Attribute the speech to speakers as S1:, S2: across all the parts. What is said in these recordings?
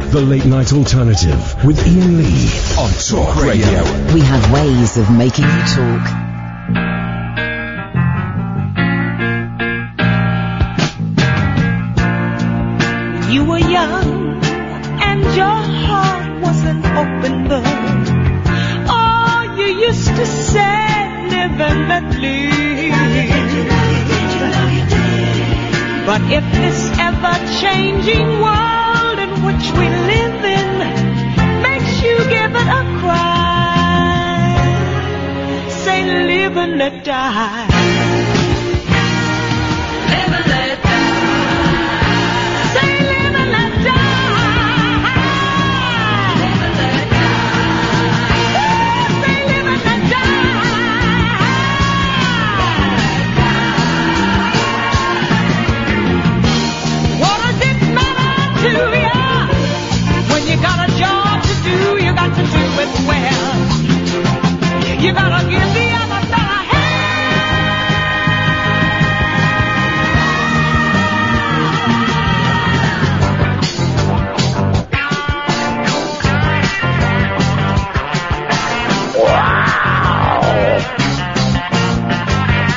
S1: The Late Night Alternative with Ian Lee on Talk Radio.
S2: We have ways of making you talk.
S3: You were young and your heart was an open book. Oh, you used to say, live and let live. But if this ever changing world in which we live in makes you give it a cry, say live and let die. Live and let die. Say live and let die. Live and let die. Say live and let die. What does it matter to you when you got a job to do? You got to do it well. You gotta give the other fella hell.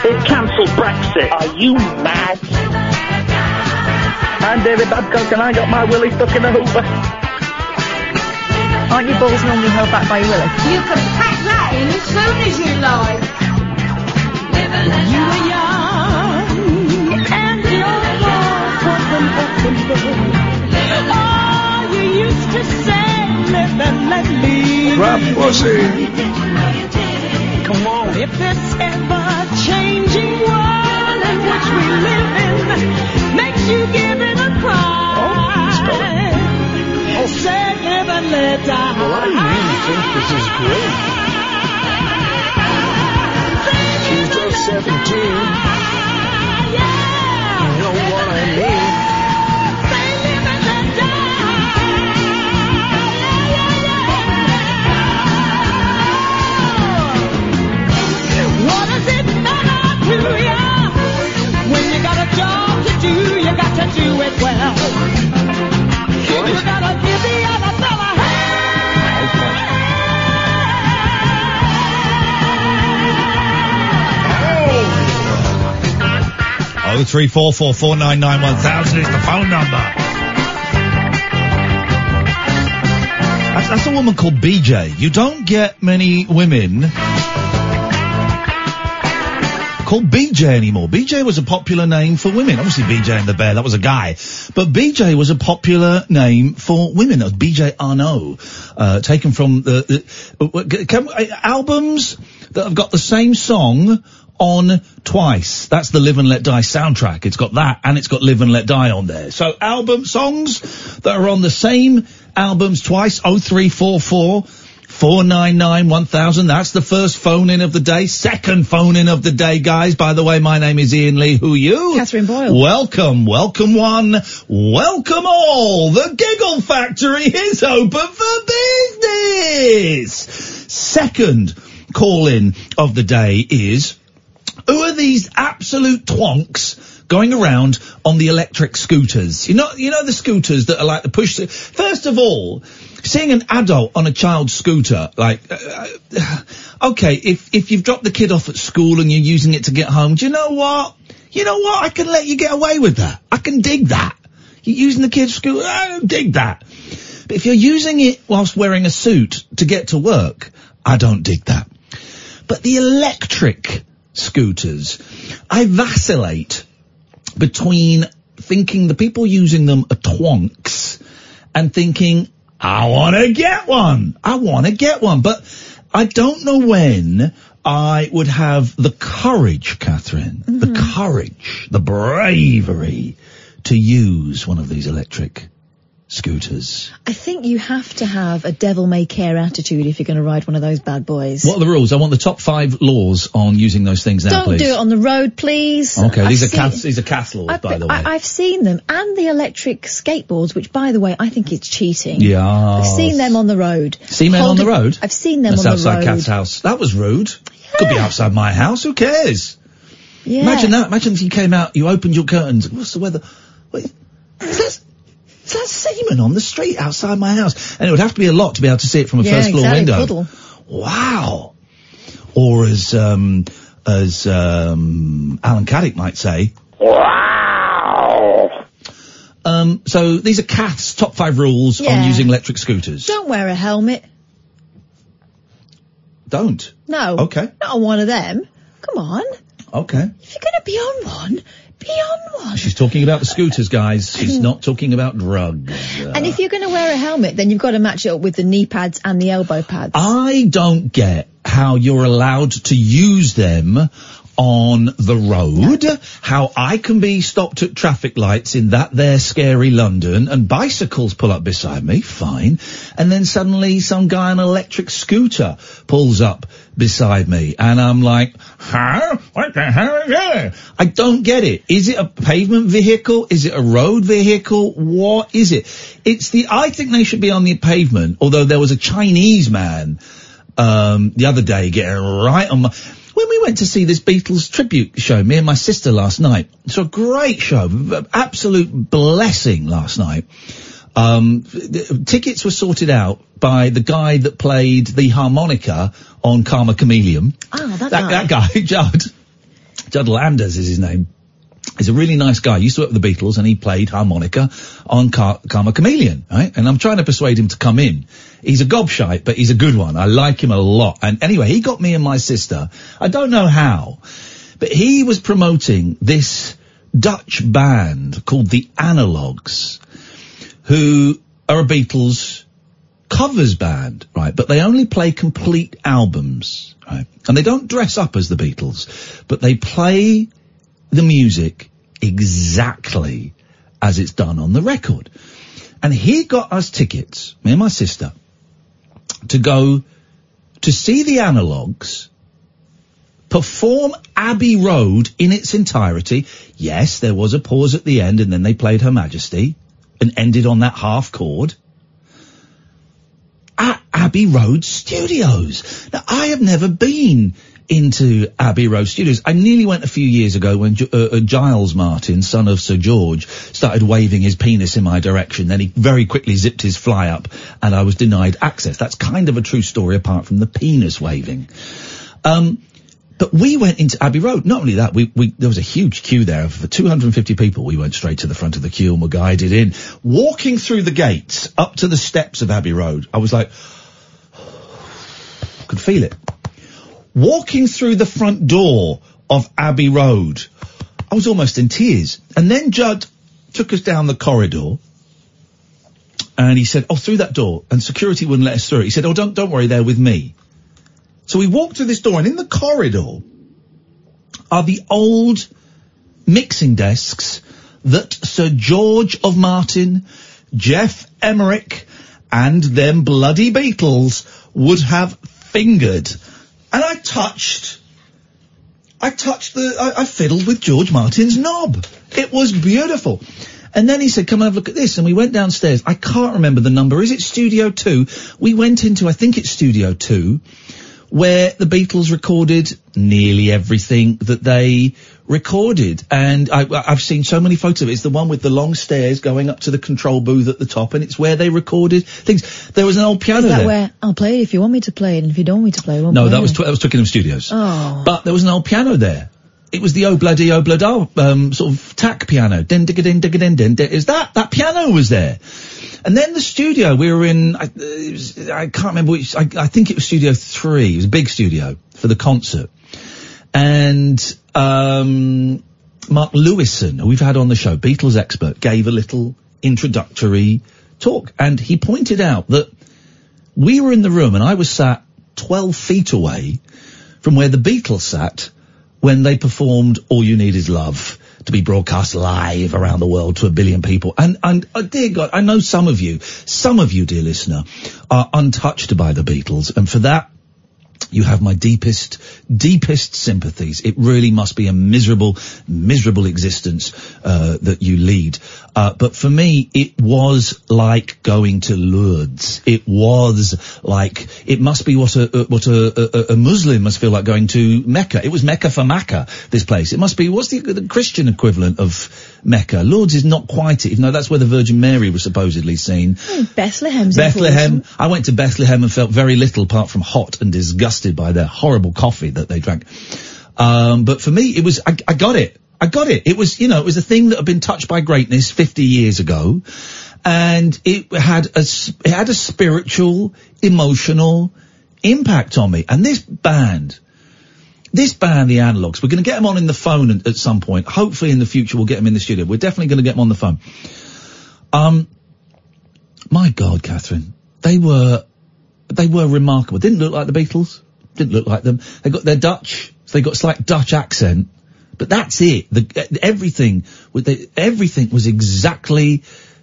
S4: They've cancelled Brexit. Are you mad? I'm David Babcock and I got my willy stuck in a hoover. Aren't your balls normally held back by your willy?
S3: You can pack that in as soon as you like. You were young and your heart was an open book. Oh, you used to say, live and let live. Come on. If this ever changing world in which we live in makes you give it a cry, say, live and let die.
S5: I really think this is great. She's just 17. You know what I mean?
S3: What does it matter to ya? When you got a job to do, you got to do it well. You gotta give the other fella
S6: Oh, three four four four nine nine one thousand is the phone number. That's, that's a woman called BJ. You don't get many women called BJ anymore. BJ was a popular name for women. Obviously, BJ and the Bear that was a guy, but BJ was a popular name for women. That was BJ Arnault, uh, taken from the, the can, uh, albums that have got the same song on twice. That's the Live and Let Die soundtrack. It's got that and it's got Live and Let Die on there. So album songs that are on the same albums twice. 0344 499 1000. That's the first phone in of the day. Second phone in of the day, guys. By the way, my name is Ian Lee. Who are you? Catherine Boyle. Welcome, welcome one, welcome all. The Giggle Factory is open for business. Second call in of the day is who are these absolute twonks going around on the electric scooters? You know, you know the scooters that are like the push. First of all, seeing an adult on a child's scooter, like, uh, uh, okay, if if you've dropped the kid off at school and you're using it to get home, do you know what? You know what? I can let you get away with that. I can dig that. You're using the kid's scooter. I don't dig that. But if you're using it whilst wearing a suit to get to work, I don't dig that. But the electric scooters, I vacillate between thinking the people using them are twonks and thinking, I want to get one. I want to get one. But I don't know when I would have the courage, Catherine,
S7: Mm-hmm.
S6: the courage, the bravery to use one of these electric scooters.
S7: I think you have to have a devil may care attitude if you're going to ride one of those bad boys.
S6: What are the rules? I want the top five laws on using those things now,
S7: Don't
S6: please.
S7: do it on the road, please.
S6: Okay,
S7: I've
S6: these are,
S7: seen-
S6: Kath, these are Kath laws,
S7: I've,
S6: by the way.
S7: I, have seen them and the electric skateboards, which, by the way, I think it's cheating.
S6: Yeah.
S7: I've seen them on the road.
S6: Seen men on the
S7: Holding-
S6: road?
S7: I've seen them
S6: That's
S7: on the
S6: outside
S7: road.
S6: Kath's house. That was rude. Could be outside my house. Who cares?
S7: Yeah.
S6: Imagine that. Imagine if you came out, you opened your curtains. What's the weather? Wait, is that It's like semen on the street outside my house. And it would have to be a lot to be able to see it from a
S7: yeah,
S6: first floor
S7: exactly. Puddle.
S6: window. Wow. Or as, um, as, um, Alan Caddick might say.
S7: Uh,
S6: Wow. Um, so these are Kath's top five rules
S7: Yeah.
S6: on using electric scooters.
S7: Don't wear a helmet.
S6: Don't.
S7: No.
S6: Okay.
S7: Not on one of them. Come on.
S6: Okay.
S7: If you're going to be on one, be on one.
S6: She's talking about the scooters, guys. She's not talking about drugs.
S7: And if you're going to wear a helmet, then you've got to match it up with the knee pads and the elbow pads.
S6: I don't get how you're allowed to use them on the road, how I can be stopped at traffic lights in that there scary London and bicycles pull up beside me, fine. And then suddenly some guy on an electric scooter pulls up beside me and I'm like, huh? What the hell is that? I don't get it. Is it a pavement vehicle? Is it a road vehicle? What is it? It's the, I think they should be on the pavement, although there was a Chinese man, um, the other day getting right on my, when we went to see this Beatles tribute show, me and my sister last night, it's a great show, v- absolute blessing last night. Um, th- tickets were sorted out by the guy that played the harmonica on Karma Chameleon.
S7: Ah, that guy.
S6: that, guy, Judd. Judd Landers is his name. He's a really nice guy. He used to work with the Beatles and he played harmonica on Car- Karma Chameleon, right? And I'm trying to persuade him to come in. He's a gobshite, but he's a good one. I like him a lot. And anyway, he got me and my sister. I don't know how, but he was promoting this Dutch band called the Analogues, who are a Beatles covers band, right? But they only play complete albums, right? And they don't dress up as the Beatles, but they play the music exactly as it's done on the record. And he got us tickets, me and my sister, to go to see the analogues perform Abbey Road in its entirety. Yes, there was a pause at the end and then they played Her Majesty and ended on that half chord at Abbey Road Studios. Now, I have never been into Abbey Road Studios. I nearly went a few years ago when G- uh, uh, Giles Martin, son of Sir George, started waving his penis in my direction. Then he very quickly zipped his fly up and I was denied access. That's kind of a true story apart from the penis waving. Um, but we went into Abbey Road. Not only that, we, we there was a huge queue there for 250 people. We went straight to the front of the queue and were guided in. Walking through the gates up to the steps of Abbey Road, I was like, could feel it. Walking through the front door of Abbey Road, I was almost in tears. And then Judd took us down the corridor and he said, "Oh, through that door." And security wouldn't let us through. He said, "Oh, don't don't worry, they're with me." So we walked through this door, and in the corridor are the old mixing desks that Sir George of Martin, Jeff Emmerich, and them bloody Beatles would have fingered. And I touched, I touched the, I, I fiddled with George Martin's knob. It was beautiful. And then he said, come and have a look at this. And we went downstairs. I can't remember the number. Is it Studio 2? We went into, I think it's Studio 2 where the Beatles recorded nearly everything that they recorded. And I, I've seen so many photos of it. It's the one with the long stairs going up to the control booth at the top, and it's where they recorded things. There was an old piano
S7: Is that
S6: there.
S7: where Oh, I'll play it if you want me to play it, and if you don't want me to play it, I won't
S6: no,
S7: play
S6: that
S7: it.
S6: was tw- that was Twickenham Studios.
S7: Oh.
S6: But there was an old piano there. It was the oh bloody oh bloody oh, um, sort of tack piano. Den digga den digga den den. den- Is that that piano was there? And then the studio we were in, I, uh, it was, I can't remember which. I, I think it was Studio Three. It was a big studio for the concert. And um, Mark Lewison, who we've had on the show, Beatles expert, gave a little introductory talk, and he pointed out that we were in the room, and I was sat twelve feet away from where the Beatles sat when they performed All You Need Is Love to be broadcast live around the world to a billion people. And, and uh, dear God, I know some of you, some of you, dear listener, are untouched by the Beatles. And for that, You have my deepest, deepest sympathies. It really must be a miserable, miserable existence uh, that you lead. Uh, but for me, it was like going to Lourdes. It was like it must be what a, a what a, a, a Muslim must feel like going to Mecca. It was Mecca for Mecca. This place. It must be what's the, the Christian equivalent of Mecca? Lourdes is not quite it. Even though that's where the Virgin Mary was supposedly seen.
S7: Bethlehem's
S6: Bethlehem.
S7: important.
S6: I went to Bethlehem and felt very little apart from hot and disgusted by their horrible coffee that they drank. Um, but for me, it was, I, I got it. I got it. It was, you know, it was a thing that had been touched by greatness 50 years ago. And it had a, s- it had a spiritual, emotional impact on me. And this band, this band, the analogs, we're going to get them on in the phone at, at some point. Hopefully in the future we'll get them in the studio. We're definitely going to get them on the phone. Um, my God, Catherine, they were they were remarkable. Didn't look like the Beatles. Didn't look like them. They got their Dutch. So they got slight Dutch accent, but that's it. The, everything with the, everything was exactly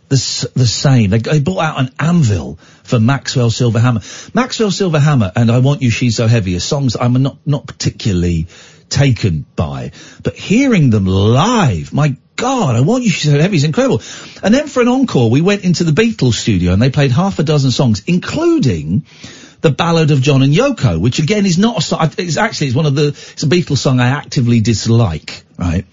S6: the s- the same. They, they brought out an anvil for Maxwell Silverhammer. Maxwell Silverhammer and I Want You, She's So Heavy are songs that I'm not not particularly taken by, but hearing them live, my God, I want you. She said, "Heavy is incredible." And then for an encore, we went into the Beatles studio and they played half a dozen songs, including the Ballad of John and Yoko, which again is not a song. It's actually it's one of the it's a Beatles song I actively dislike. Right,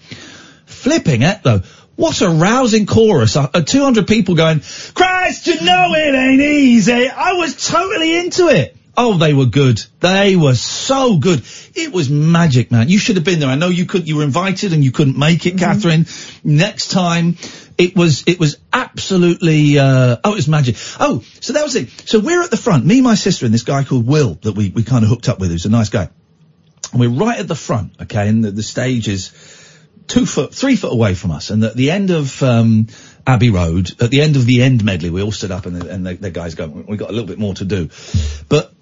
S6: flipping it though. What a rousing chorus! Uh, uh, 200 people going, Christ, you know it ain't easy. I was totally into it. Oh, they were good. They were so good. It was magic, man. You should have been there. I know you could. You were invited and you couldn't make it, Catherine. Next time, it was it was absolutely. Uh, oh, it was magic. Oh, so that was it. So we're at the front. Me, my sister, and this guy called Will that we we kind of hooked up with. Who's a nice guy. And we're right at the front, okay, and the, the stage is two foot, three foot away from us. And at the end of um, Abbey Road, at the end of the end medley, we all stood up and the, and the, the guys go, we've got a little bit more to do. But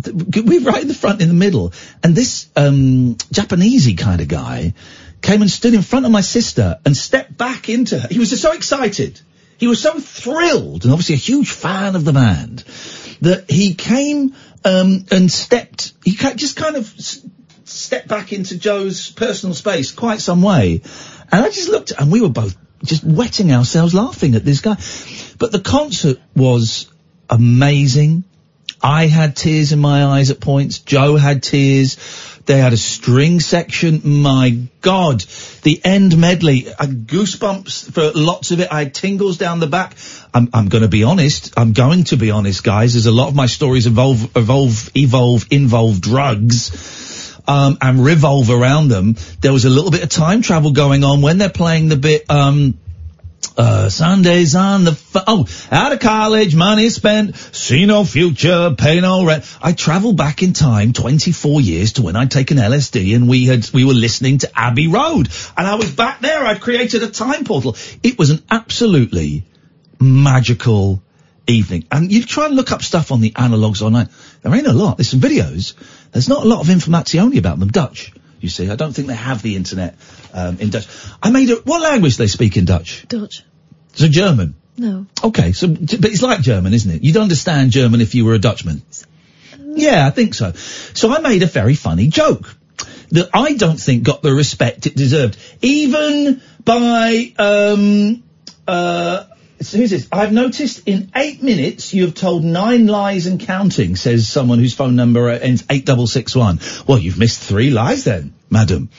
S6: th- we're right in the front, in the middle. And this um, Japanesey kind of guy came and stood in front of my sister and stepped back into her. He was just so excited. He was so thrilled and obviously a huge fan of the band that he came um, and stepped, he ca- just kind of s- stepped back into Joe's personal space quite some way. And I just looked, and we were both just wetting ourselves laughing at this guy. But the concert was amazing. I had tears in my eyes at points. Joe had tears. They had a string section. My God. The end medley. I had goosebumps for lots of it. I had tingles down the back. I'm, I'm going to be honest. I'm going to be honest, guys. There's a lot of my stories evolve, evolve, evolve, involve drugs um, and revolve around them. There was a little bit of time travel going on when they're playing the bit. Um, uh, Sundays on the f- oh, out of college, money spent, see no future, pay no rent. I travel back in time 24 years to when I'd taken LSD and we had we were listening to Abbey Road, and I was back there. I'd created a time portal. It was an absolutely magical evening. And you try and look up stuff on the analogs online. There ain't a lot. There's some videos. There's not a lot of informazione about them. Dutch, you see. I don't think they have the internet um, in Dutch. I made a, what language do they speak in Dutch?
S7: Dutch.
S6: So German.
S7: No.
S6: Okay, so but it's like German, isn't it? You'd understand German if you were a Dutchman. Yeah, I think so. So I made a very funny joke that I don't think got the respect it deserved, even by um uh. so Who's this? I've noticed in eight minutes you have told nine lies and counting, says someone whose phone number ends 8661. Well, you've missed three lies then, madam.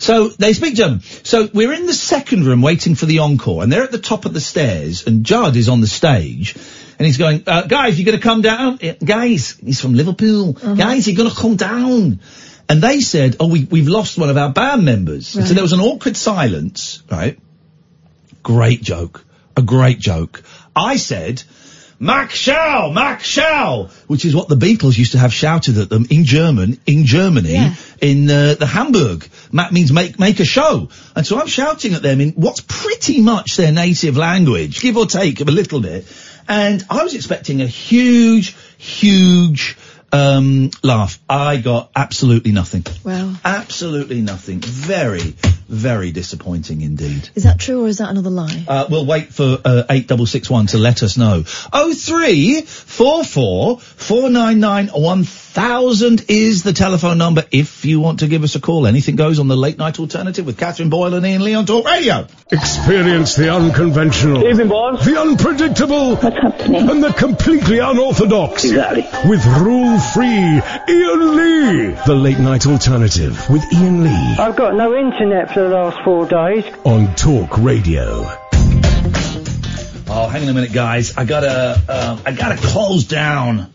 S6: So they speak German. So we're in the second room waiting for the encore, and they're at the top of the stairs, and Judd is on the stage, and he's going, uh, "Guys, you're going to come down, Uh, guys." He's from Liverpool. Guys, you're going to come down. And they said, "Oh, we, we've lost one of our band members." So
S1: Right.
S6: there was an awkward silence. Right? Great joke. A great joke. I said. Mac Schau, Mac Schau, which is what the Beatles used to have shouted at them in German, in Germany, in uh, the Hamburg. Mac means make make a show, and so I'm shouting at them in what's pretty much their native language, give or take a little bit. And I was expecting a huge, huge um, laugh. I got absolutely nothing.
S7: Wow.
S6: Absolutely nothing. Very, Very disappointing indeed.
S7: Is that true or is that another lie?
S6: Uh, we'll wait for uh, 8661 to let us know. 0344 499 1000 is the telephone number if you want to give us a call. Anything goes on the late night alternative with Catherine Boyle and Ian Lee on Talk Radio.
S1: Experience the unconventional. The unpredictable. And the completely unorthodox.
S5: Exactly.
S1: With rule free Ian Lee. The late night alternative with Ian Lee
S8: I've got no internet for the last four days.
S1: on Talk Radio.
S6: Oh, hang on a minute, guys. I gotta, um, I gotta close down.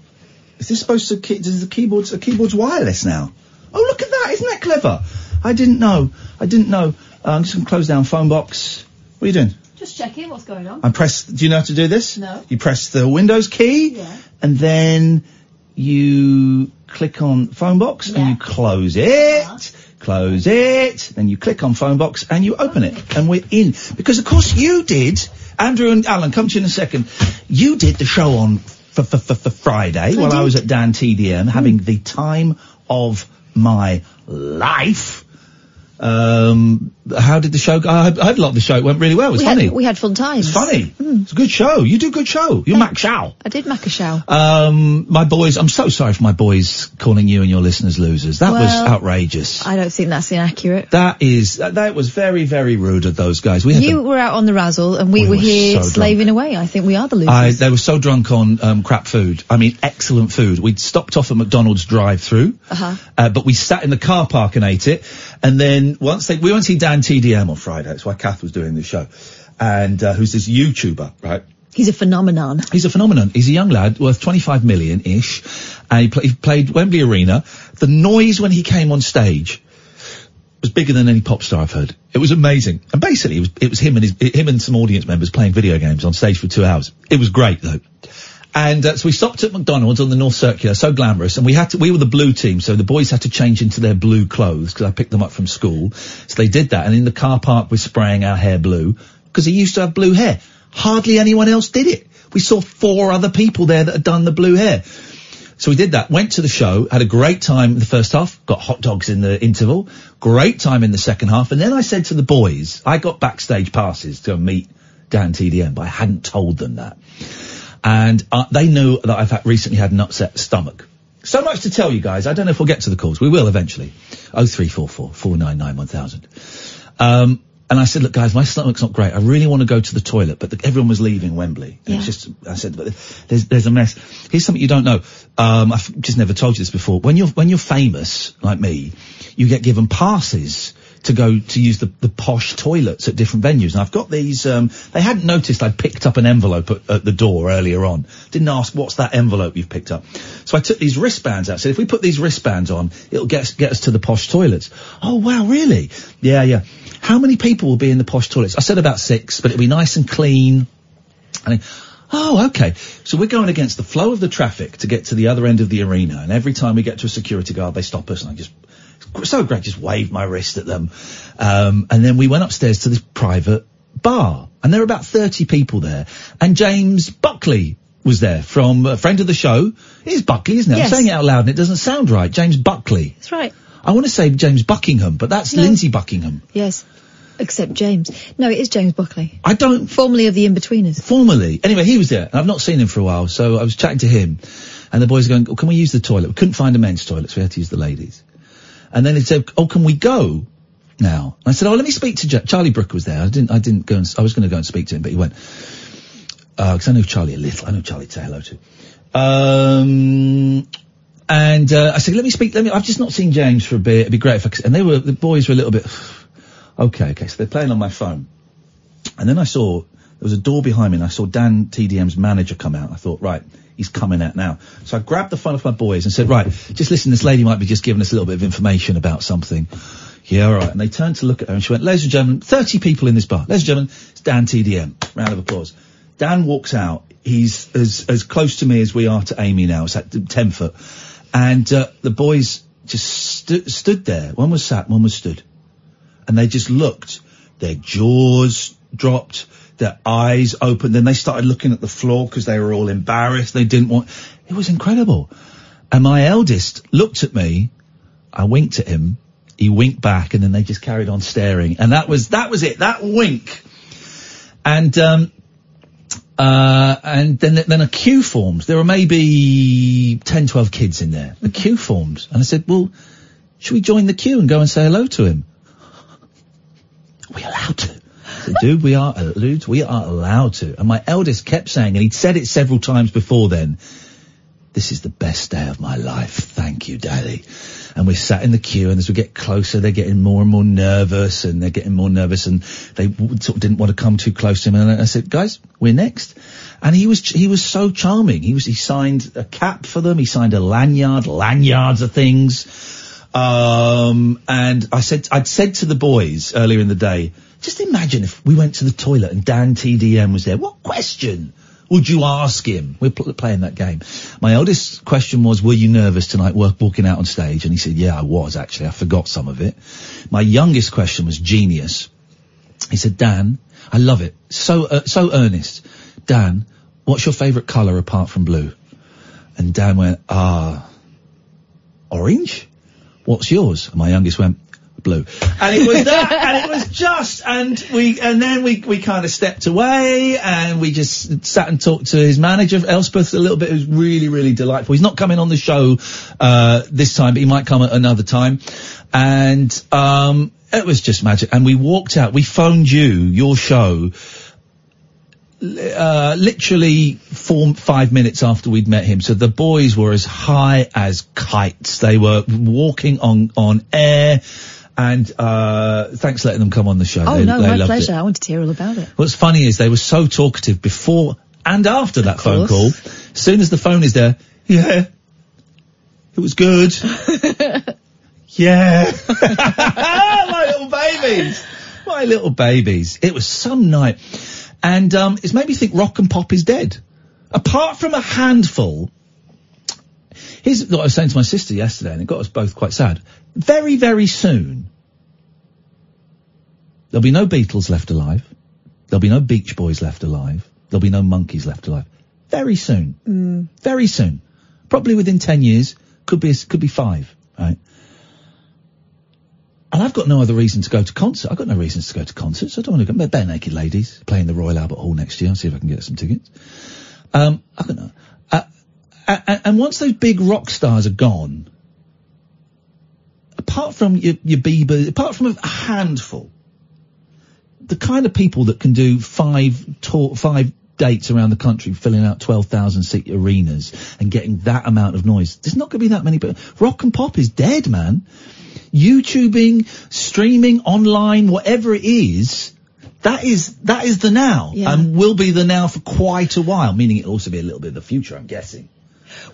S6: Is this supposed to? Key- does the keyboard's the keyboard's wireless now? Oh, look at that! Isn't that clever? I didn't know. I didn't know. Uh, I'm just gonna close down phone box. What are you doing?
S9: Just checking what's going on.
S6: I press. Do you know how to do this?
S9: No.
S6: You press the Windows key, and then you click on phone box and you close it. Close it. Then you click on phone box and you open it, and we're in. Because of course you did, Andrew and Alan. Come to you in a second. You did the show on for for for Friday
S10: I
S6: while I
S10: did.
S6: was at Dan TDM, having the time of my life. Um, how did the show go? I, I loved the show. It went really well. It was
S7: we
S6: funny.
S7: Had, we had fun times.
S6: It's funny.
S7: Hmm.
S6: It's a good show. You do a good show. You're Mac Show.
S7: I did make a show.
S6: Um, my boys, I'm so sorry for my boys calling you and your listeners losers. That was
S7: Well-
S6: outrageous.
S7: I don't think that's inaccurate.
S6: That is, that, that was very, very rude of those guys. We had
S7: You were out on the razzle and we, were here
S6: so
S7: slaving away. I think we are the
S6: the,
S7: losers.
S6: I, they were so drunk on, um, crap food. I mean, excellent food. We'd stopped off at McDonald's drive through uh-huh. uh, but we sat in the car park and ate it. And then once they, we went to see Dan TDM on Friday. That's why Kath was doing the show. And, uh, who's this YouTuber, right?
S7: He's a phenomenon.
S6: He's a phenomenon. He's a young lad worth 25 million ish, and he, pla he played Wembley Arena. The noise when he came on stage was bigger than any pop star I've heard. It was amazing. And basically, it was, it was him and his, him and some audience members playing video games on stage for two hours. It was great though. And uh, so we stopped at McDonald's on the North Circular, so glamorous. And we had to, we were the blue team, so the boys had to change into their blue clothes because I picked them up from school. So they did that. And in the car park, we're spraying our hair blue because he used to have blue hair. Hardly anyone else did it. We saw four other people there that had done the blue hair. So we did that. Went to the show, had a great time in the first half, got hot dogs in the interval, great time in the second half, and then I said to the boys, I got backstage passes to meet Dan TDM, but I hadn't told them that, and uh, they knew that I've had, recently had an upset stomach. So much to tell you guys. I don't know if we'll get to the calls. We will eventually. Oh three four four four nine nine one thousand. Um, and I said, look, guys, my stomach's not great. I really want to go to the toilet, but the, everyone was leaving Wembley. And It's just, I said, but there's, there's a mess. Here's something you don't know. Um, I've just never told you this before. When you're, when you're famous, like me, you get given passes to go to use the, the posh toilets at different venues. And I've got these, um, they hadn't noticed I'd picked up an envelope at, at the door earlier on. Didn't ask, what's that envelope you've picked up? So I took these wristbands out. Said, if we put these wristbands on, it'll get us, get us to the posh toilets. Oh, wow, really? Yeah, yeah. How many people will be in the posh toilets? I said about six, but it'll be nice and clean. And I- oh, okay. So we're going against the flow of the traffic to get to the other end of the arena. And every time we get to a security guard, they stop us. And I just, so great, just waved my wrist at them. Um, and then we went upstairs to this private bar. And there were about 30 people there. And James Buckley was there from a friend of the show. It is Buckley, isn't it?
S7: Yes.
S6: I'm saying it out loud and it doesn't sound right. James Buckley.
S7: That's right.
S6: I want to say James Buckingham, but that's
S7: No.
S6: Lindsay Buckingham.
S7: Yes. Except James. No, it is James Buckley.
S6: I don't.
S7: Formerly of the Inbetweeners.
S6: Formerly. Anyway, he was there. and I've not seen him for a while, so I was chatting to him, and the boys are going, oh, "Can we use the toilet?" We couldn't find a men's toilet, so we had to use the ladies. And then they said, "Oh, can we go now?" And I said, "Oh, let me speak to Jack." Charlie Brooke was there. I didn't. I didn't go. And, s- I was going to go and speak to him, but he went because I know Charlie a little. I know Charlie to say hello to. Um, and uh, I said, "Let me speak. Let me. I've just not seen James for a bit. It'd be great if I could." And they were the boys were a little bit. Okay, okay. So they're playing on my phone, and then I saw there was a door behind me, and I saw Dan TDM's manager come out. I thought, right, he's coming out now. So I grabbed the phone off my boys and said, right, just listen. This lady might be just giving us a little bit of information about something. Yeah, all right. And they turned to look at her, and she went, "Ladies and gentlemen, thirty people in this bar. Ladies and gentlemen, it's Dan TDM. Round of applause." Dan walks out. He's as as close to me as we are to Amy now. It's at ten foot, and uh, the boys just stu- stood there. One was sat, one was stood, and they just looked. Their jaws dropped, their eyes opened. Then they started looking at the floor because they were all embarrassed. They didn't want. It was incredible. And my eldest looked at me. I winked at him, He winked back, and then they just carried on staring. And that was that was it. That wink. And um, uh, and then then a queue forms. There were maybe 10, 12 kids in there. A queue forms, and I said, "Well, should we join the queue and go and say hello to him?" We allowed to. I said, Dude, we are allowed. We are allowed to. And my eldest kept saying, and he'd said it several times before then. This is the best day of my life. Thank you, Daddy. And we sat in the queue, and as we get closer, they're getting more and more nervous, and they're getting more nervous, and they w- sort of didn't want to come too close to him. And I said, "Guys, we're next." And he was ch- he was so charming. He was he signed a cap for them. He signed a lanyard. Lanyards are things. Um, and I said, I'd said to the boys earlier in the day, just imagine if we went to the toilet and Dan TDM was there. What question would you ask him? We're pl- playing that game. My eldest question was, were you nervous tonight work- walking out on stage? And he said, yeah, I was actually. I forgot some of it. My youngest question was genius. He said, Dan, I love it. So, uh, so earnest. Dan, what's your favorite color apart from blue? And Dan went, ah, orange? What's yours? And my youngest went, blue. And it was that, and it was just, and we, and then we, we kind of stepped away and we just sat and talked to his manager, Elspeth, a little bit. It was really, really delightful. He's not coming on the show, uh, this time, but he might come at another time. And, um, it was just magic. And we walked out, we phoned you, your show, li- uh, literally four, five minutes after we'd met him. So the boys were as high as kites. They were walking on, on air. And, uh, thanks for letting them come on the show.
S7: Oh
S6: they,
S7: no,
S6: they
S7: my
S6: loved
S7: pleasure.
S6: It.
S7: I wanted to hear all about it.
S6: What's funny is they were so talkative before and after that phone call. soon as the phone is there, yeah, it was good. yeah. my little babies. My little babies. It was some night. And um, it's made me think rock and pop is dead. Apart from a handful, here's what I was saying to my sister yesterday, and it got us both quite sad. Very, very soon, there'll be no Beatles left alive. There'll be no Beach Boys left alive. There'll be no Monkeys left alive. Very soon.
S7: Mm.
S6: Very soon. Probably within 10 years. Could be, could be five, right? And I've got no other reason to go to concert. I've got no reasons to go to concerts. I don't want to go. Bare Naked Ladies playing the Royal Albert Hall next year. I'll see if I can get some tickets. Um, I don't know. Uh, and, and once those big rock stars are gone, apart from your, your Bieber, apart from a handful, the kind of people that can do five tour, five dates around the country, filling out 12,000 seat arenas and getting that amount of noise. There's not going to be that many, but rock and pop is dead, man. YouTubing, streaming, online, whatever it is, that is, that is the now
S7: Yeah.
S6: and will be the now for quite a while, meaning it'll also be a little bit of the future, I'm guessing.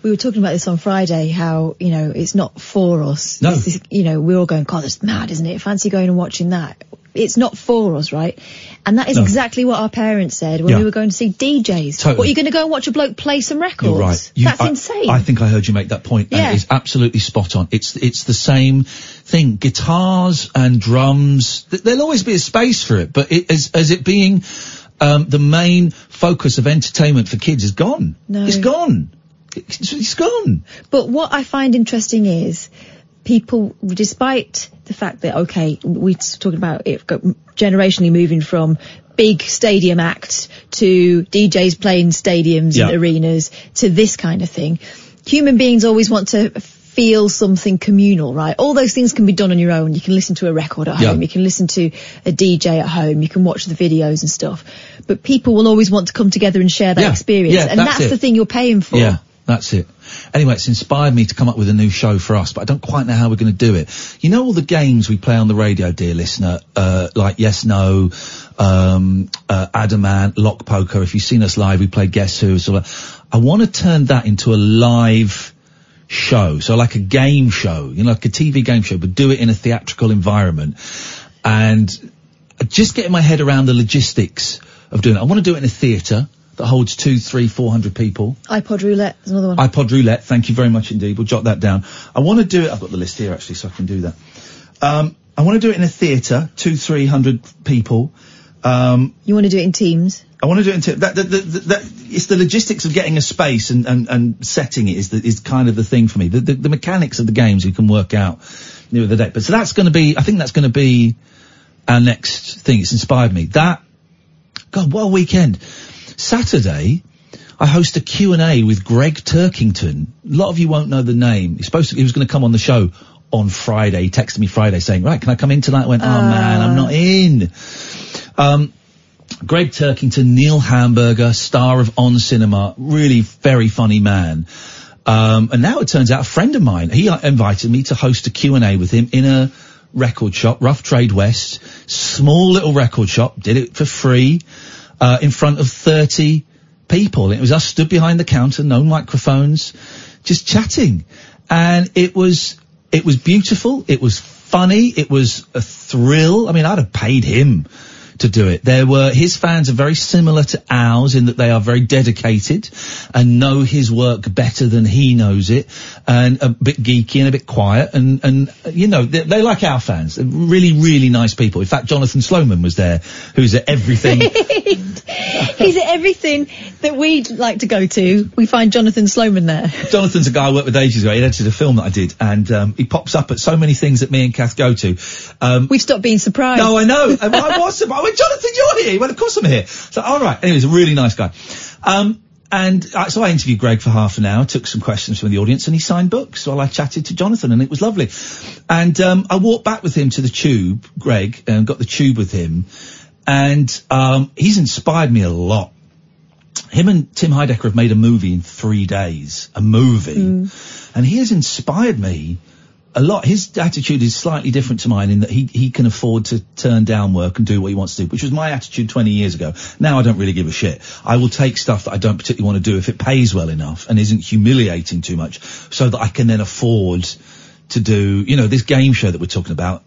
S7: We were talking about this on Friday, how, you know, it's not for us.
S6: No.
S7: It's this- you know, we're all going, God, that's mad, isn't it? Fancy going and watching that. It's not for us, right? And that is
S6: No.
S7: exactly what our parents said when
S6: Yeah.
S7: we were going to see DJs.
S6: Totally.
S7: What, you're going to go and watch a bloke play some records?
S6: You're right. You-
S7: that's
S6: I,
S7: insane.
S6: I think I heard you make that point.
S7: Yeah.
S6: And it's absolutely spot on. It's it's the same thing. Guitars and drums. th- There'll always be a space for it, but it, as as it being um, the main focus of entertainment for kids is gone.
S7: No.
S6: It's gone. It's, it's gone.
S7: But what I find interesting is people, despite the fact that, okay, we're talking about it go- generationally moving from big stadium acts to DJs playing stadiums
S11: Yeah.
S7: and arenas to this kind of thing, human beings always want to feel something communal, right? All those things can be done on your own. You can listen to a record at
S11: Yeah.
S7: home. You can listen to a DJ at home. You can watch the videos and stuff. But people will always want to come together and share that
S6: Yeah.
S7: experience.
S6: Yeah,
S7: and
S6: that's
S7: that's
S6: it.
S7: the thing you're paying for.
S6: Yeah, that's it. Anyway, it's inspired me to come up with a new show for us, but I don't quite know how we're going to do it. You know all the games we play on the radio, dear listener, uh, like Yes No, um, uh, Adamant, Lock Poker. If you've seen us live, we play Guess Who. So I want to turn that into a live show, so like a game show, you know, like a TV game show, but do it in a theatrical environment. And just getting my head around the logistics of doing it. I want to do it in a theatre that holds two, three, four hundred people
S7: iPod roulette is another one.
S6: iPod roulette. Thank you very much indeed. We'll jot that down. I want to do it. I've got the list here actually, so I can do that. Um, I want to do it in a theatre, two, three hundred people. Um,
S7: You want to do it in teams?
S6: I want to do it until that, that, that, that. It's the logistics of getting a space and, and, and setting it is the, is kind of the thing for me. The, the, the mechanics of the games we can work out near the deck. But so that's going to be. I think that's going to be our next thing. It's inspired me. That. God, what a weekend! Saturday, I host a Q and A with Greg Turkington. A lot of you won't know the name. He's supposed to. He was going to come on the show on Friday. He texted me Friday saying, "Right, can I come in tonight?" I went, "Oh man, I'm not in." Um, Greg Turkington, Neil Hamburger, star of On Cinema, really very funny man. Um, and now it turns out a friend of mine, he uh, invited me to host a Q&A with him in a record shop, Rough Trade West, small little record shop, did it for free, uh, in front of 30 people. It was us stood behind the counter, no microphones, just chatting. And it was, it was beautiful. It was funny. It was a thrill. I mean, I'd have paid him to do it. There were, his fans are very similar to ours in that they are very dedicated and know his work better than he knows it and a bit geeky and a bit quiet and, and, uh, you know, they, they like our fans. They're really, really nice people. In fact, Jonathan Sloman was there who's at everything
S7: He's at everything that we'd like to go to. We find Jonathan Sloman there.
S6: Jonathan's a guy I worked with ages ago. He edited a film that I did, and um, he pops up at so many things that me and Kath go to. Um,
S7: We've stopped being surprised.
S6: no, I know. I, I was. surprised. I went, Jonathan, you're here. He went, of course I'm here. So, all right. Anyway, he's a really nice guy. Um, and I, so I interviewed Greg for half an hour, took some questions from the audience, and he signed books while I chatted to Jonathan, and it was lovely. And um, I walked back with him to the tube, Greg, and got the tube with him, and um, he's inspired me a lot. Him and Tim Heidecker have made a movie in three days, a movie, and he has inspired me a lot. His attitude is slightly different to mine in that he, he can afford to turn down work and do what he wants to do, which was my attitude 20 years ago. Now I don't really give a shit. I will take stuff that I don't particularly want to do if it pays well enough and isn't humiliating too much so that I can then afford to do, you know, this game show that we're talking about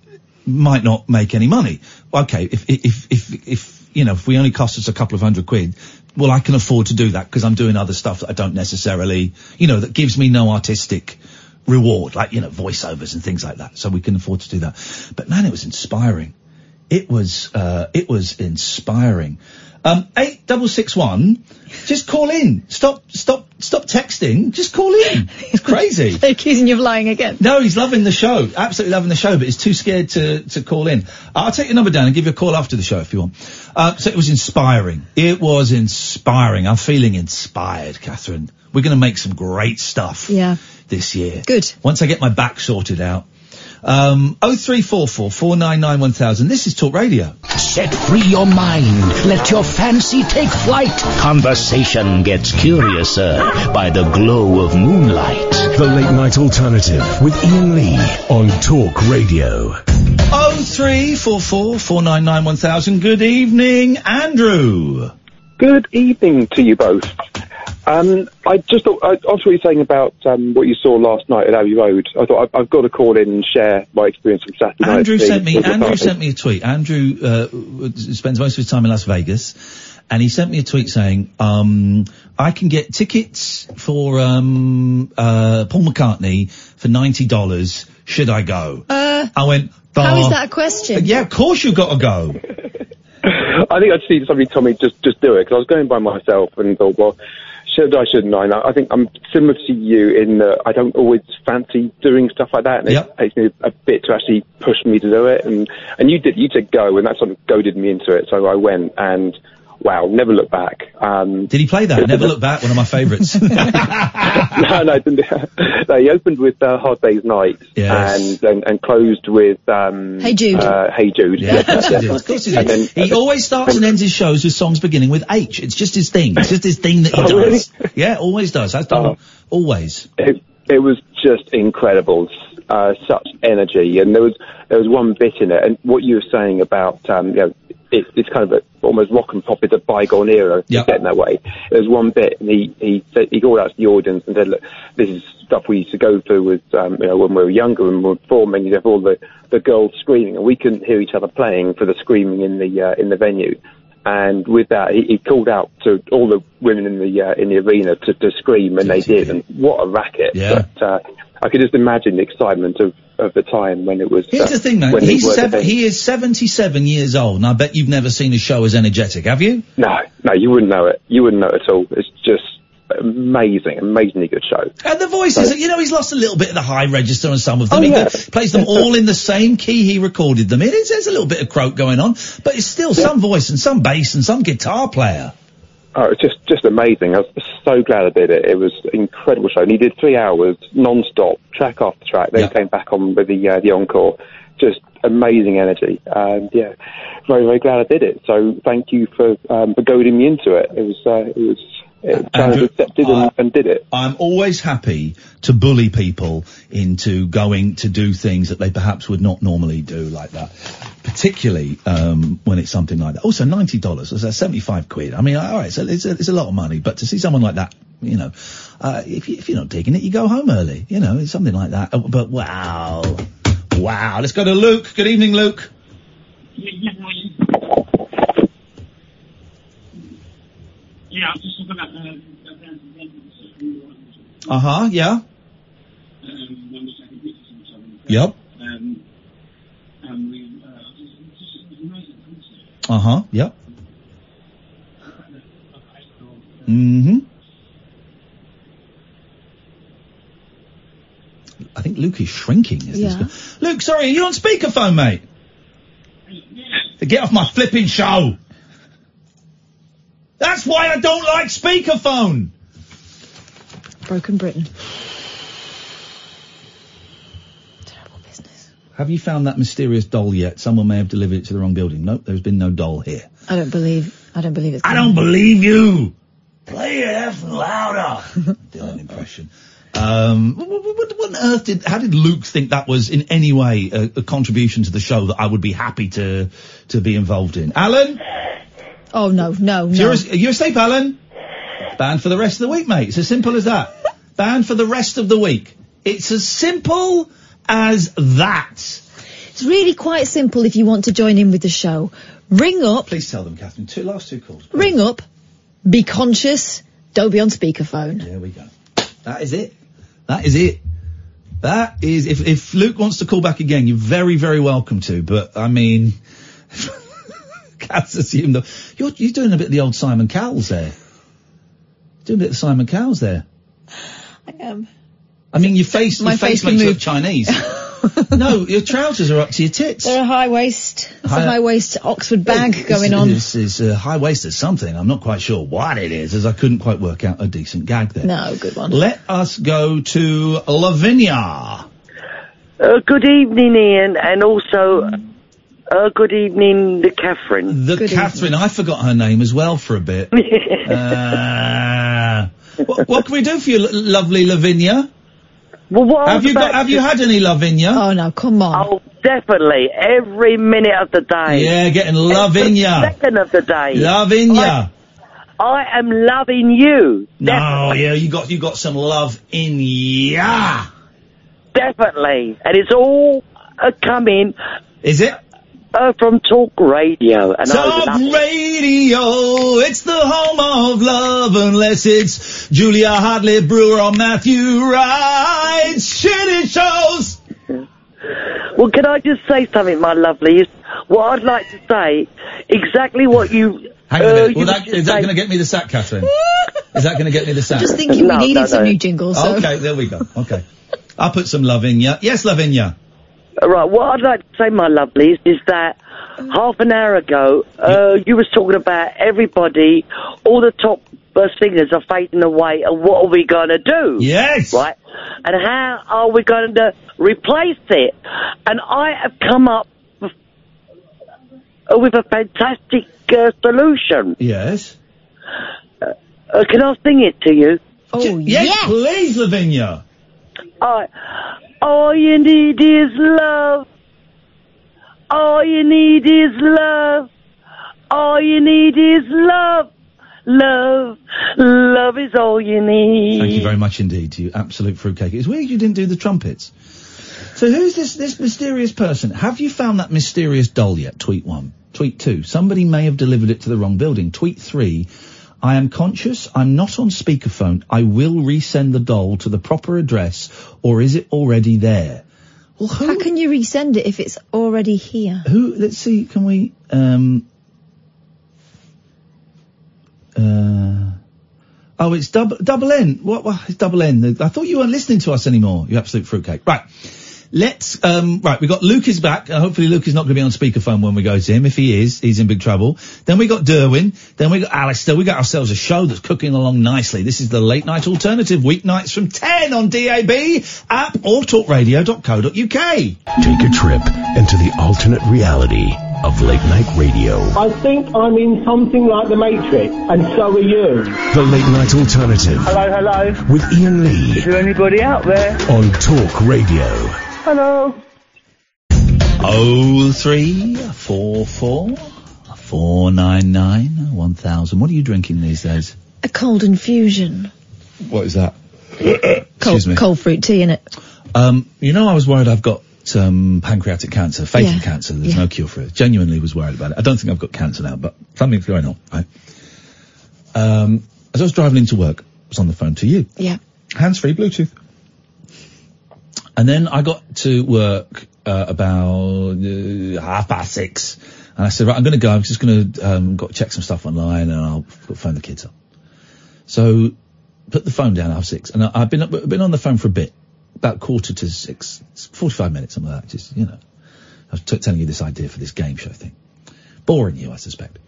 S6: might not make any money. Okay, if, if, if, if, you know, if we only cost us a couple of hundred quid, well, I can afford to do that because I'm doing other stuff that I don't necessarily, you know, that gives me no artistic reward, like, you know, voiceovers and things like that. So we can afford to do that. But man, it was inspiring. It was, uh, it was inspiring. Um, eight double six one. Just call in. Stop, stop, stop texting. Just call in. It's crazy.
S7: They're accusing you of lying again.
S6: No, he's loving the show. Absolutely loving the show, but he's too scared to, to call in. I'll take your number down and give you a call after the show if you want. Uh, so it was inspiring. It was inspiring. I'm feeling inspired, Catherine. We're going to make some great stuff
S7: Yeah.
S6: this year.
S7: Good.
S6: Once I get my back sorted out. Um, 0344 499 1000. This is Talk Radio.
S9: Set free your mind. Let your fancy take flight. Conversation gets curiouser by the glow of moonlight.
S1: The Late Night Alternative with Ian Lee on Talk Radio.
S6: 0344 499 1000. Good evening, Andrew.
S10: Good evening to you both. Um, I just thought, I, after what you were saying about um, what you saw last night at Abbey Road, I thought I've, I've got to call in and share my experience from Saturday night.
S6: Andrew
S10: at the-
S6: sent me.
S10: at the
S6: Andrew
S10: party.
S6: sent me a tweet. Andrew uh, w- spends most of his time in Las Vegas, and he sent me a tweet saying, um, "I can get tickets for um, uh, Paul McCartney for ninety dollars. Should I go?"
S7: Uh,
S6: I went.
S7: how
S6: "Bah."
S7: is that a question?
S6: Yeah, of course you got to go.
S10: I think I just need somebody to tell me just just do it because I was going by myself and thought, well, should I, shouldn't I? And I I think I'm similar to you in that I don't always fancy doing stuff like that, and
S6: Yep.
S10: it takes me a bit to actually push me to do it. And and you did, you said go, and that sort of goaded me into it. So I went, and wow, never looked back. Um,
S6: Did he play that? Never look back. One of my favourites.
S10: no, no, didn't. no, he opened with uh, Hard Day's Night
S6: Yes.
S10: and, and and closed with um,
S7: Hey Jude.
S10: Uh, hey Jude.
S6: Yeah, of course he did. Of course he
S10: And
S6: did.
S10: then-
S6: He always starts and ends his shows with songs beginning with H. It's just his thing. It's just his thing that he
S10: Oh,
S6: does. Yeah, always does. That's done.
S10: Oh.
S6: Always.
S10: it, it was just incredible. Uh, such energy, and there was there was one bit in it, and what you were saying about um, you know it, it's kind of a, almost rock and pop is a bygone era,
S6: Yeah.
S10: getting that way. There was one bit, and he he said, he called out to the audience and said, "Look, this is stuff we used to go through with um, you know when we were younger and we were performing. You'd have all the the girls screaming, and we couldn't hear each other playing for the screaming in the uh, in the venue." And with that, he, he called out to all the women in the uh, in the arena to, to scream, and they did. And what a racket!
S6: Yeah.
S10: But, uh, I could just imagine the excitement of, of the time when it was.
S6: Here's
S10: uh,
S6: the thing, man.
S10: when it
S6: He's
S10: was a
S6: seven,
S10: thing.
S6: he is 77 years old, and I bet you've never seen a show as energetic, have you?
S10: No, no, you wouldn't know it. You wouldn't know it at all. It's just amazing, amazingly good show.
S6: And the voices, you know, he's lost a little bit of the high register on some of them.
S10: Oh,
S6: he
S10: yeah.
S6: go- plays them all in the same key he recorded them in. It's, there's a little bit of croak going on, but it's still some voice and some bass and some guitar player.
S10: Oh, it's just just amazing. I was so glad I did it. It was an incredible show. And he did three hours non-stop, track after track. Then came back on with the uh, the encore. Just amazing energy. And yeah, very very glad I did it. So thank you for um, for goading me into it. It was uh, it was. It, I
S6: Andrew,
S10: was accepted and, and did it.
S6: I'm always happy to bully people into going to do things that they perhaps would not normally do like that, particularly um, when it's something like that. Also, ninety dollars, so that's seventy-five quid. I mean, all right, so it's a, it's a lot of money, but to see someone like that, you know, uh, if, you, if you're not digging it, you go home early. You know, it's something like that. Oh, But wow, wow. Let's go to Luke. Good evening, Luke.
S12: Yeah, I was just looking at the event
S6: Uh huh. Yeah.
S12: um, when the second week or something.
S6: Yep.
S12: Um, and we, uh, just, just, it was amazing concert.
S6: Uh huh. Yep. Mm-hmm. I think Luke is shrinking. Isn't
S7: Yeah.
S6: he? Luke, sorry, are you on speakerphone, mate? Get off my flipping show. That's why I don't like speakerphone.
S7: Broken Britain.
S6: Have you found that mysterious doll yet? Someone may have delivered it to the wrong building. Nope, there's been no doll here.
S7: I don't believe. I don't believe it's.
S6: I don't believe you. Play it effing louder. Dylan impression. Um, what, what, what- what on earth did? How did Luke think that was in any way a, a contribution to the show that I would be happy to to be involved in? Alan,
S7: Oh no, no, no.
S6: you're, as- you're asleep, Alan. Banned for the rest of the week, mate. It's as simple as that. Banned for the rest of the week. It's as simple as that.
S7: It's really quite simple if you want to join in with the show. Ring up.
S6: Please tell them, Catherine. Two last two calls.
S7: Ring up. Be conscious. Don't be on speakerphone.
S6: There we go. That is it. That is it. That is if if Luke wants to call back again, you're very very welcome to. But I mean, Cats assume that you're you're doing a bit of the old Simon Cowell's there. Doing a bit of Simon Cowell's there.
S7: I am.
S6: I mean, your face
S7: My
S6: your
S7: face
S6: face,
S7: can
S6: makes you
S7: move.
S6: look Chinese. no, your trousers are up to your tits.
S7: They're a high waist. It's
S6: High-
S7: a high waist Oxford bag
S6: This-
S7: going on.
S6: This is uh, high waisted something. I'm not quite sure what it is, as I couldn't quite work out a decent gag there.
S7: No, good one.
S6: Let us go to Lavinia.
S5: Uh, good evening, Ian, and also uh, good evening, the Catherine.
S6: The Catherine, I forgot her name as well for a bit. uh, what, what can we do for you, lo- lovely Lavinia?
S5: Well, what I
S6: have
S5: was
S6: you got?
S5: about
S6: Have
S5: to-
S6: you had any Lavinia?
S7: Oh no, come on.
S5: Oh, definitely, every minute of the day.
S6: Yeah, getting loving ya.
S5: Every Second of the day.
S6: Loving ya.
S5: I, I am loving you.
S6: No, yeah, you got you got some love in ya.
S5: Definitely, and it's all uh, coming.
S6: Is it?
S5: Uh, from Talk Radio, and I
S6: Talk
S5: love it.
S6: radio, it's the home of love, unless it's Julia Hartley Brewer or Matthew Wright. Shit, it shows.
S5: Well, can I just say something, my lovelies? What I'd like to say, exactly what you.
S6: Hang on
S5: uh,
S6: a minute.
S5: you
S6: Well,
S5: were
S6: that, is that going to get me the sack, Catherine? is that going to get me the sack?
S7: Just thinking we needed some new jingles. So.
S6: Okay, there we go. Okay. I'll put some love in ya. Yes, love in ya.
S5: Right, what I'd like to say, my lovelies, is that half an hour ago, uh, you was talking about everybody, all the top uh, singers are fading away, and what are we going to do?
S6: Yes!
S5: Right? And how are we going to replace it? And I have come up with- uh, with a fantastic uh, solution.
S6: Yes.
S5: Uh, uh, can I sing it to you?
S7: Oh,
S6: yes, please, Lavinia.
S5: I, all you need is love. All you need is love. All you need is love. Love. Love is all you need.
S6: Thank you very much indeed to you. Absolute fruitcake. It's weird you didn't do the trumpets. So who's this, this mysterious person? Have you found that mysterious doll yet? Tweet one. Tweet two. Somebody may have delivered it to the wrong building. Tweet three. I am conscious I'm not on speakerphone. I will resend the doll to the proper address, or is it already there? Well,
S7: How can you resend it if it's already here?
S6: Who? Let's see. Can we? Um, uh, oh, it's double double N. What? what it's double N. I thought you weren't listening to us anymore. You absolute fruitcake. Right. Let's. Um, right. We have got Luke is back. Uh, hopefully, Luke is not going to be on speakerphone when we go to him. If he is, he's in big trouble. Then we got Derwin. Then we got Alistair. We got ourselves a show that's cooking along nicely. This is the late night alternative weeknights from ten on DAB app or talkradio.co.uk.
S1: Take a trip into the alternate reality of late night radio.
S13: I think I'm in something like The Matrix, and so are you.
S1: The late night alternative
S13: Hello, hello.
S1: with Ian Lee
S13: Is there anybody out there?
S1: on Talk Radio.
S13: Hello.
S6: Oh three four four four nine nine one thousand. What are you drinking these days?
S7: A cold infusion.
S6: What is that?
S7: Cold,
S6: Excuse me.
S7: cold fruit tea in it.
S6: Um, you know, I was worried I've got um, pancreatic cancer, fatal
S7: Yeah.
S6: cancer. There's
S7: Yeah.
S6: no cure for it. Genuinely was worried about it. I don't think I've got cancer now, but something's going on, right? Um, as I was driving into work, I was on the phone to you.
S7: Yeah.
S6: Hands free Bluetooth. And then I got to work uh, about uh, half past six. And I said, right, I'm going to go. I'm just going to um, got to check some stuff online and I'll phone the kids up. So put the phone down half six. And I, I've been, up, been on the phone for a bit, about quarter to six, it's 45 minutes, something like that. Just, you know, I was t- telling you this idea for this game show thing. Boring you, I suspect.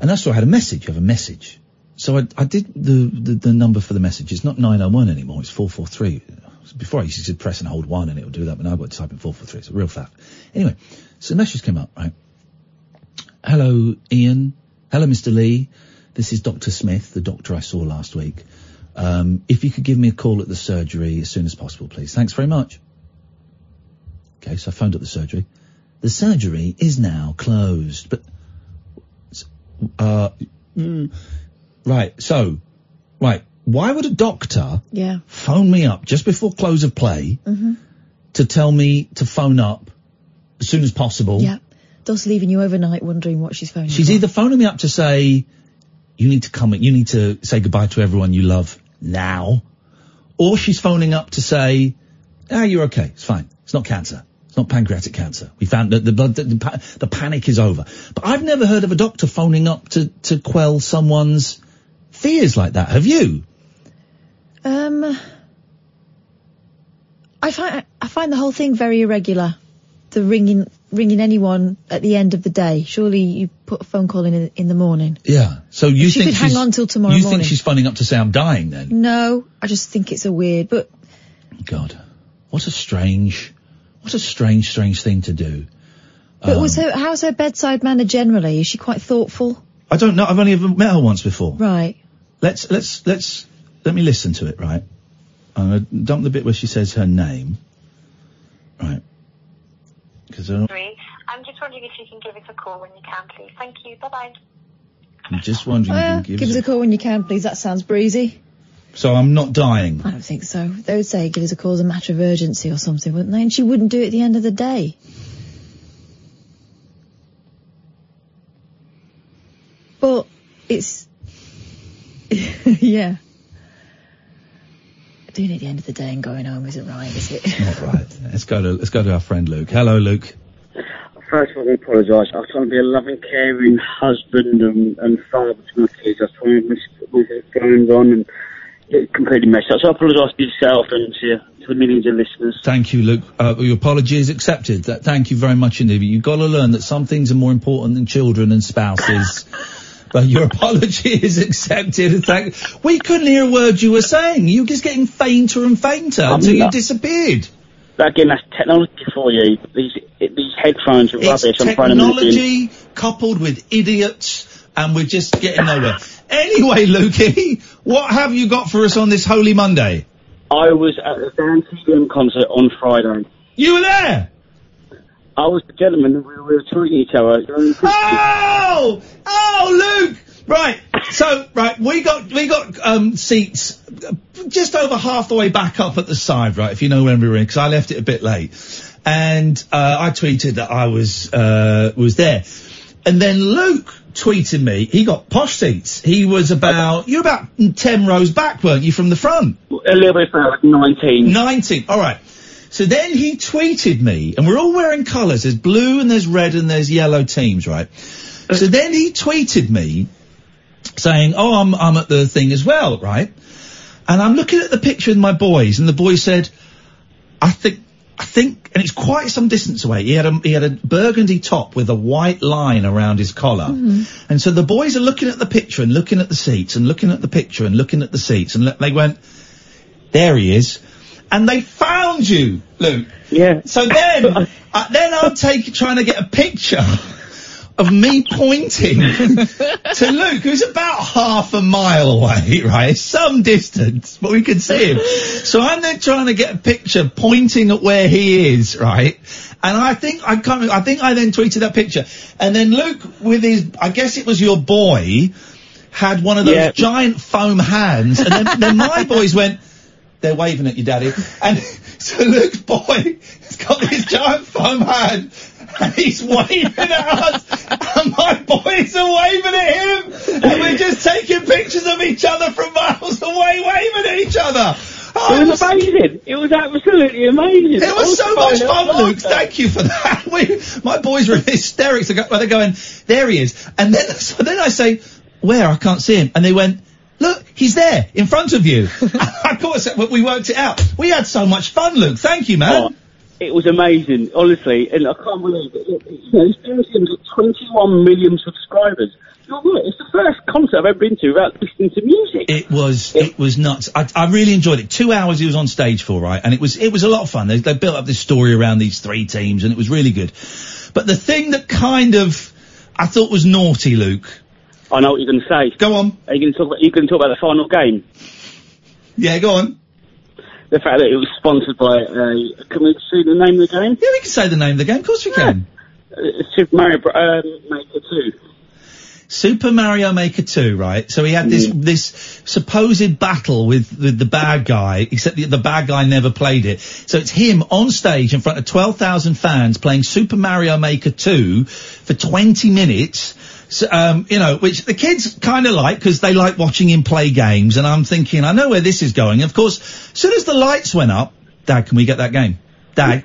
S6: And that's why I had a message. You have a message. So I, I did the, the, the number for the message. It's not 901 anymore. It's 443. Before I used to press and hold one and it would do that, but now I've got to type in 443. It's a real faff. Anyway, so the message came up, right? Hello, Ian. Hello, Mr. Lee. This is Dr. Smith, the doctor I saw last week. Um, if you could give me a call at the surgery as soon as possible, please. Thanks very much. Okay, so I phoned up the surgery. The surgery is now closed, but, uh, mm, right, so, right, why would a doctor
S7: Yeah.
S6: phone me up just before close of play
S7: hmm
S6: to tell me to phone up as soon as possible?
S7: Yeah. Does leaving you overnight wondering what she's phoning.
S6: She's either phoning me up to say, you need to come, you need to say goodbye to everyone you love now, or she's phoning up to say, ah, you're okay, it's fine, it's not cancer. It's not pancreatic cancer. We found that the blood, the, the, pa- the panic is over. But I've never heard of a doctor phoning up to, to quell someone's fears like that. Have you?
S7: Um, I find I find the whole thing very irregular. The ringing ringing anyone at the end of the day. Surely you put a phone call in in, in the morning.
S6: Yeah. So you
S7: She
S6: think
S7: could hang
S6: she's-
S7: on till tomorrow
S6: You
S7: morning.
S6: think she's phoning up to say I'm dying then?
S7: No, I just think it's a weird. But
S6: God, what a strange, what a strange, strange thing to do.
S7: but
S6: Um,
S7: was her how's her bedside manner generally? Is she quite thoughtful?
S6: I don't know. I've only ever met her once before.
S7: Right.
S6: Let's let's let's let me listen to it. Right. I'm gonna dump the bit where she says her name. Right. Because I'm
S14: I'm just wondering if you can give us a call when you can, please. Thank you. Bye bye.
S6: I'm just wondering.
S7: Well,
S6: if you
S7: Uh, give,
S6: can give
S7: us
S6: us
S7: a call when you can, please. That sounds breezy.
S6: a- so I'm not dying.
S7: I don't think so. They would say give us a call as a matter of urgency or something, wouldn't they? And she wouldn't do it at the end of the day. But it's yeah. Doing it at the end of the day and going home isn't right, is it?
S6: Not right. Let's go to let's go to our friend Luke. Hello, Luke.
S15: First, I want to apologise. I was trying to be a loving, caring husband and, and father to my kids. I was trying to miss what was going on and it completely messed up. So I apologise to yourself and to, to the millions of listeners.
S6: Thank you, Luke. Uh, your apology is accepted. That, thank you very much indeed. But You've got to learn that some things are more important than children and spouses. but your apology is accepted. Thank. We couldn't hear a word you were saying. You were just getting fainter and fainter
S15: I'm
S6: until you
S15: not.
S6: disappeared.
S15: But again, that's technology for you. These it, these headphones are
S6: It's
S15: rubbish. I'm trying to move in.
S6: technology coupled with idiots, and we're just getting nowhere. anyway, Lukey, what have you got for us on this Holy Monday?
S15: I was at the Dan Tegan concert on Friday.
S6: You were there?
S15: I was the gentleman. We were tweeting each other.
S6: Oh! Oh, Luke! Right. So, right, we got we got um, seats just over half the way back up at the side, right? If you know when we were in, because I left it a bit late, and uh, I tweeted that I was uh, was there. And then Luke tweeted me. He got posh seats. He was about you're about ten rows back, weren't you, from the front?
S15: A little bit further, like 19.
S6: 19. All right. So then he tweeted me, and we're all wearing colours. There's blue and there's red and there's yellow teams, right? So then he tweeted me saying, "Oh, I'm I'm at the thing as well, right?" And I'm looking at the picture with my boys, and the boy said, "I think." I think, and it's quite some distance away. He had a he had a burgundy top with a white line around his collar, and so the boys are looking at the picture and looking at the seats and looking at the picture and looking at the seats, and le- they went, "There he is," and they found you, Luke.
S15: Yeah.
S6: So then, uh, then I'm take, trying to get a picture of me pointing to Luke, who's about half a mile away, right? Some distance, but we could see him. So I'm then trying to get a picture pointing at where he is, right? And I think I can't, I think I then tweeted that picture. And then Luke with his, I guess it was your boy, had one of those
S15: Yeah.
S6: giant foam hands. And then, then my boys went, they're waving at you, Daddy. And so Luke's boy has got this giant foam hand and he's waving at us. And my boys are waving at him. And we're just taking pictures of each other from miles away, waving at each other.
S15: It was amazing. It was absolutely amazing.
S6: It was so much fun, Luke.
S15: That
S6: Thank you for that. We, my boys were in hysterics. They go- They're going, there he is. And then, so then I say, where? I can't see him. And they went, look, he's there in front of you. of course, we- we worked it out. We had so much fun, Luke. Thank you, man.
S15: Oh, it was amazing, honestly, and I can't believe it. Look, it's, you know, it's seriously got 21 million subscribers. You're right. It's the first concert I've ever been to without listening to music.
S6: It was it was nuts. I, I really enjoyed it. Two hours he was on stage for, right? And it was it was a lot of fun. They, they built up this story around these three teams, and it was really good. But the thing that kind of I thought was naughty, Luke.
S15: I know what you're going to say.
S6: Go on.
S15: Are you going to talk about? You going to talk about the final game?
S6: Yeah, go on.
S15: The fact that it was sponsored by a. Can we see the name of the game?
S6: Yeah, we can say the name of the game. Of course we can.
S15: Uh, Super Mario Bro- um, Maker Two.
S6: Super Mario Maker 2, right? So he had this this supposed battle with, with the bad guy, except the, the bad guy never played it. So it's him on stage in front of 12,000 fans playing Super Mario Maker 2 for 20 minutes. So, um, you know, which the kids kind of like because they like watching him play games. And I'm thinking, I know where this is going. Of course, as soon as the lights went up, Dad, can we get that game? Dad,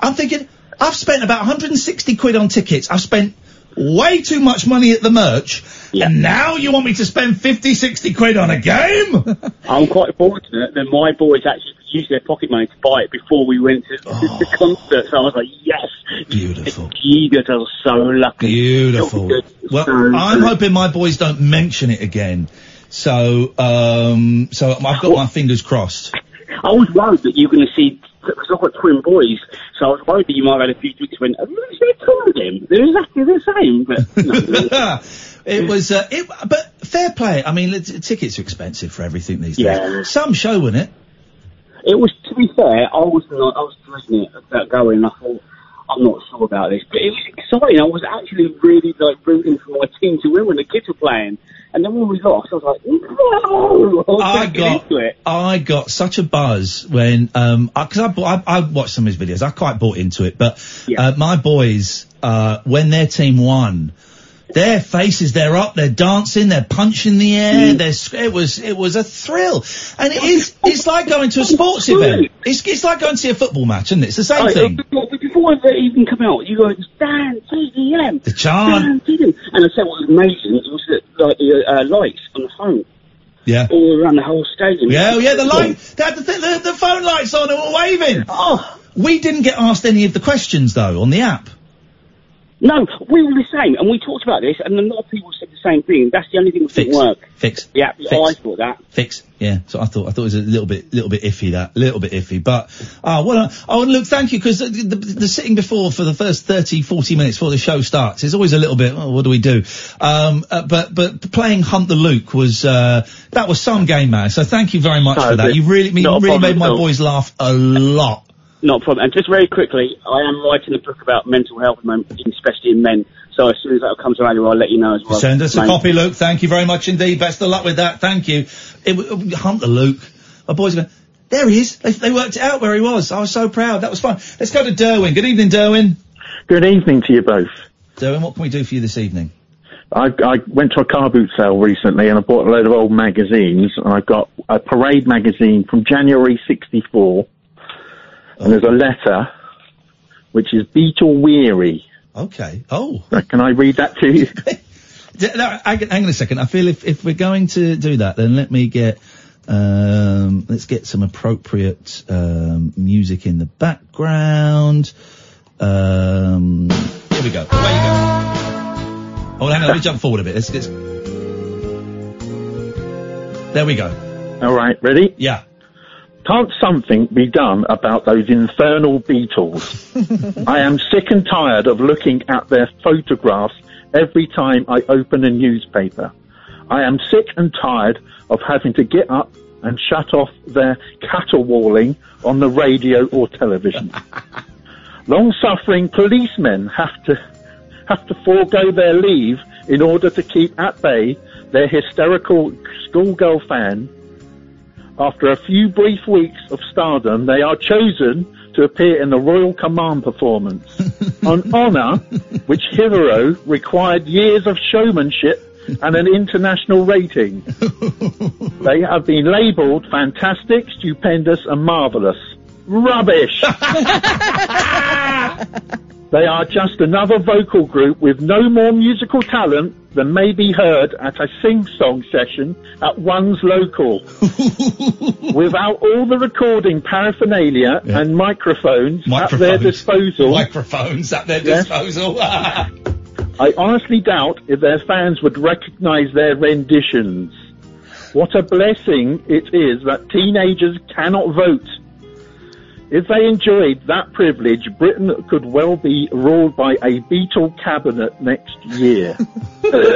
S6: I'm thinking, I've spent about 160 quid on tickets. I've spent way too much money at the merch. And now you want me to spend 50, 60 quid on a game?
S15: I'm quite fortunate that my boys actually used their pocket money to buy it before we went to the concert. So I was like, yes,
S6: Oh. beautiful.
S15: You guys are so lucky.
S6: Beautiful. Well, I'm hoping my boys don't mention it again. So, um, so I've got my fingers crossed.
S15: I was worried that you were going to see because I've got twin boys, so I was worried that you might have had a few drinks. When have you seen two of them? They're exactly the same, but no.
S6: It was, uh, it, but fair play. I mean, t- tickets are expensive for everything these
S15: Yeah.
S6: days. Some show, wasn't it?
S15: it was. To be fair, I was not. I was dreading it about going. and I thought I'm not sure about this, but it was exciting. I was actually really like rooting for my team to win when the kids were playing, and then when we lost, I was like, no! I, was
S6: I
S15: gonna get
S6: got,
S15: into it.
S6: I got such a buzz when, um, because I, bought- I, I watched some of his videos. I quite bought into it, but uh, my boys, uh, when their team won, their faces, they're up, they're dancing, they're punching the
S15: Mm.
S6: air. They're, sc- it was, it was a thrill, and it is, it's like going to a sports event. It's, it's like going to see a football match, isn't it? It's the same
S15: Right,
S6: thing.
S15: Before, Oh, before they even come out, you go, Dan TDM.
S6: The chant.
S15: Dan TDM. And I said what was amazing was that like, the uh, lights on the phone.
S6: Yeah.
S15: All around the whole stadium.
S6: Yeah, oh, yeah, the light, they had the, th- the, the phone lights on and were waving.
S15: Oh.
S6: We didn't get asked any of the questions though on the app.
S15: No, we were the same, and we talked about this, and a lot of people said the same thing. That's the only thing that didn't work.
S6: Fix.
S15: Yeah,
S6: Fix.
S15: I thought that.
S6: Fix. Yeah. So I thought I thought it was a little bit little bit iffy that little bit iffy, but ah well uh, oh and look thank you because the, the, the sitting before for the first 30, 40 minutes before the show starts is always a little bit oh, what do we do um uh, but but playing hunt the Luke was uh that was some game man so thank you very much
S15: No,
S6: for that
S15: but
S6: you really you
S15: not a
S6: really
S15: problem
S6: made my
S15: at all.
S6: boys laugh a lot
S15: Not a problem. And just very quickly, I am writing a book about mental health, man- especially in men. So as soon as that comes around, I'll let you know as well.
S6: Send us a
S15: mate.
S6: copy, Luke. Thank you very much indeed. Best of luck with that. Thank you. It, w- hunt the Luke. My boys are going, there he is. They, they worked it out where he was. I was so proud. That was fun. Let's go to Derwin. Good evening, Derwin.
S16: Good evening to you both.
S6: Darren, what can we do for you this evening?
S16: I, I went to a car boot sale recently and I bought a load of old magazines and I got a parade magazine from January 64 and there's a letter which is Beetle Weary. Uh,
S6: Okay. Oh.
S16: Can I read that to you?
S6: D- no, hang hang on a second. I feel if, if we're going to do that, then let me get um, let's get some appropriate um, music in the background. Um, here we go. Away you go. Oh, hang on. Let me jump forward a bit. Let's, let's... There we go.
S16: All right, ready?
S6: Yeah.
S16: Can't something be done about those infernal beetles? I am sick and tired of looking at their photographs every time I open a newspaper. I am sick and tired of having to get up and shut off their caterwauling on the radio or television. Long-suffering policemen have to have to forego their leave in order to keep at bay their hysterical schoolgirl fan. After a few brief weeks of stardom, they are chosen to appear in the Royal Command performance, an honour which hitherto required years of showmanship and an international rating. they have been labelled fantastic, stupendous, and marvellous. Rubbish! They are just another vocal group with no more musical talent than may be heard at a sing-song session at one's local. Without all the recording paraphernalia and microphones, at their
S6: Microphones.
S16: disposal,
S6: Microphones at their
S16: Yes.
S6: disposal.
S16: I honestly doubt if their fans would recognise their renditions. What a blessing it is that teenagers cannot vote. If they enjoyed that privilege, Britain could well be ruled by a Beatle cabinet next year. Ugh.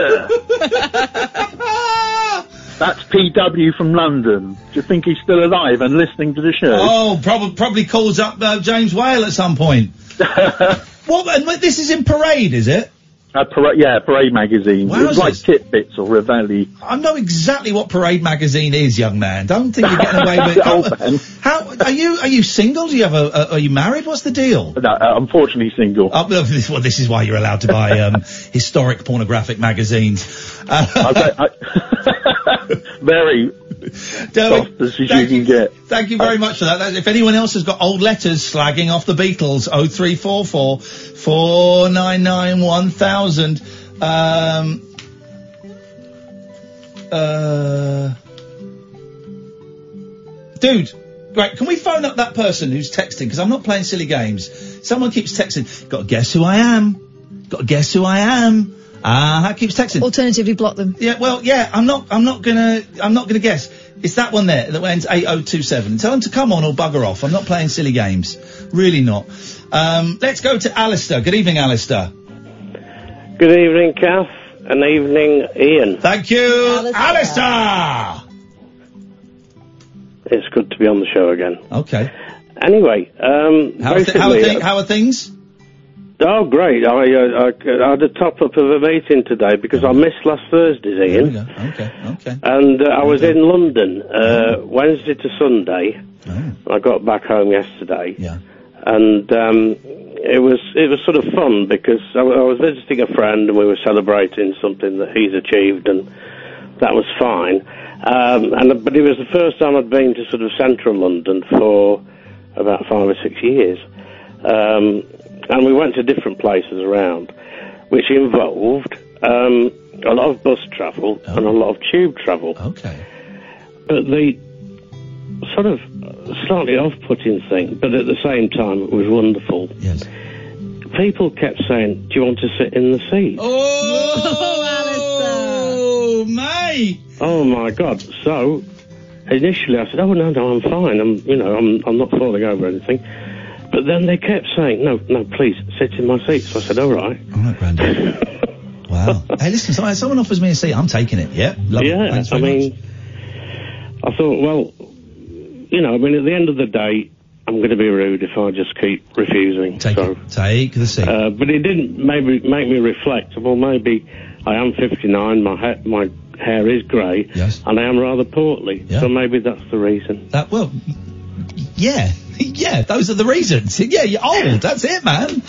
S16: That's PW from London. Do you think he's still alive and listening to the show?
S6: Oh, probably probably calls up uh, James Whale at some point. what? And what- this is in Parade, is it?
S16: A para- yeah, Parade magazine. It was
S6: Wowzers.
S16: like Titbits or Revelli.
S6: I know exactly what Parade magazine is, young man. Don't think you're getting away with it.
S16: Old man.
S6: How are you? Are you single? Do you have a? a are you married? What's the deal?
S16: No, uh, unfortunately single.
S6: Oh, well, this, well, this is why you're allowed to buy um, historic pornographic magazines. Uh,
S16: very
S6: Dermot,
S16: as you can get.
S6: Thank you very much for that. That- If anyone else has got old letters slagging off the Beatles, 0344 499 1000. Um, uh, dude, right, can we phone up that person who's texting? Because I'm not playing silly games. Someone keeps texting, got to guess who I am. Got to guess who I am. Ah, that keeps texting.
S7: Alternatively, block them.
S6: Yeah, well, yeah, I'm not, I'm not gonna, I'm not gonna guess. It's that one there that ends 8027. Tell them to come on or bugger off. I'm not playing silly games. Really not. Um, let's go to Alistair. Good evening, Alistair.
S17: Good evening, Kath. and evening, Ian.
S6: Thank you, Alistair.
S17: It's good to be on the show again.
S6: Okay.
S17: Anyway, um,
S6: How, are thi- how, are
S17: basically,
S6: thi- how are things?
S17: oh great! I, uh, I, I had a top up of a meeting today because I missed last Thursday's Ian.
S6: Okay. Mm-hmm.
S17: And uh, I was in London uh, Wednesday to Sunday. I got back home yesterday.
S6: Oh. Yeah.
S17: And um, it was it was sort of fun because I, w- I was visiting a friend and we were celebrating something that he's achieved and that was fine. Um, and but it was the first time I'd been to sort of central London for about five or six years. Um, and we went to different places around, which involved um, a lot of bus travel and a lot of tube travel.
S6: Oh. Okay.
S17: But the sort of slightly off-putting thing, but at the same time, it was wonderful.
S6: Yes.
S17: People kept saying, "Do you want to sit in the seat?"
S6: Oh, mate.
S17: Oh my God! So initially I said, "Oh no, no, I'm fine. I'm, you know, I'm, I'm not falling over or anything." But then they kept saying, "No, no, please sit in my seat." So I said, "All right."
S6: All right, Brandon. wow. Hey, listen, someone, someone offers me a seat. I'm taking it. Yeah. Love
S17: yeah,
S6: It. Thanks
S17: I
S6: very much.
S17: mean, I thought, well, you know, I mean, at the end of the day, I'm going to be rude if I just keep refusing. Take so.
S6: Take the seat.
S17: Uh, but it didn't maybe make me reflect. Well, maybe I am 59. My ha- my hair is grey,
S6: Yes.
S17: and I am rather portly.
S6: Yeah.
S17: So maybe that's the reason.
S6: That well, yeah, yeah. Those are the reasons. Yeah, you're old. That's it, man.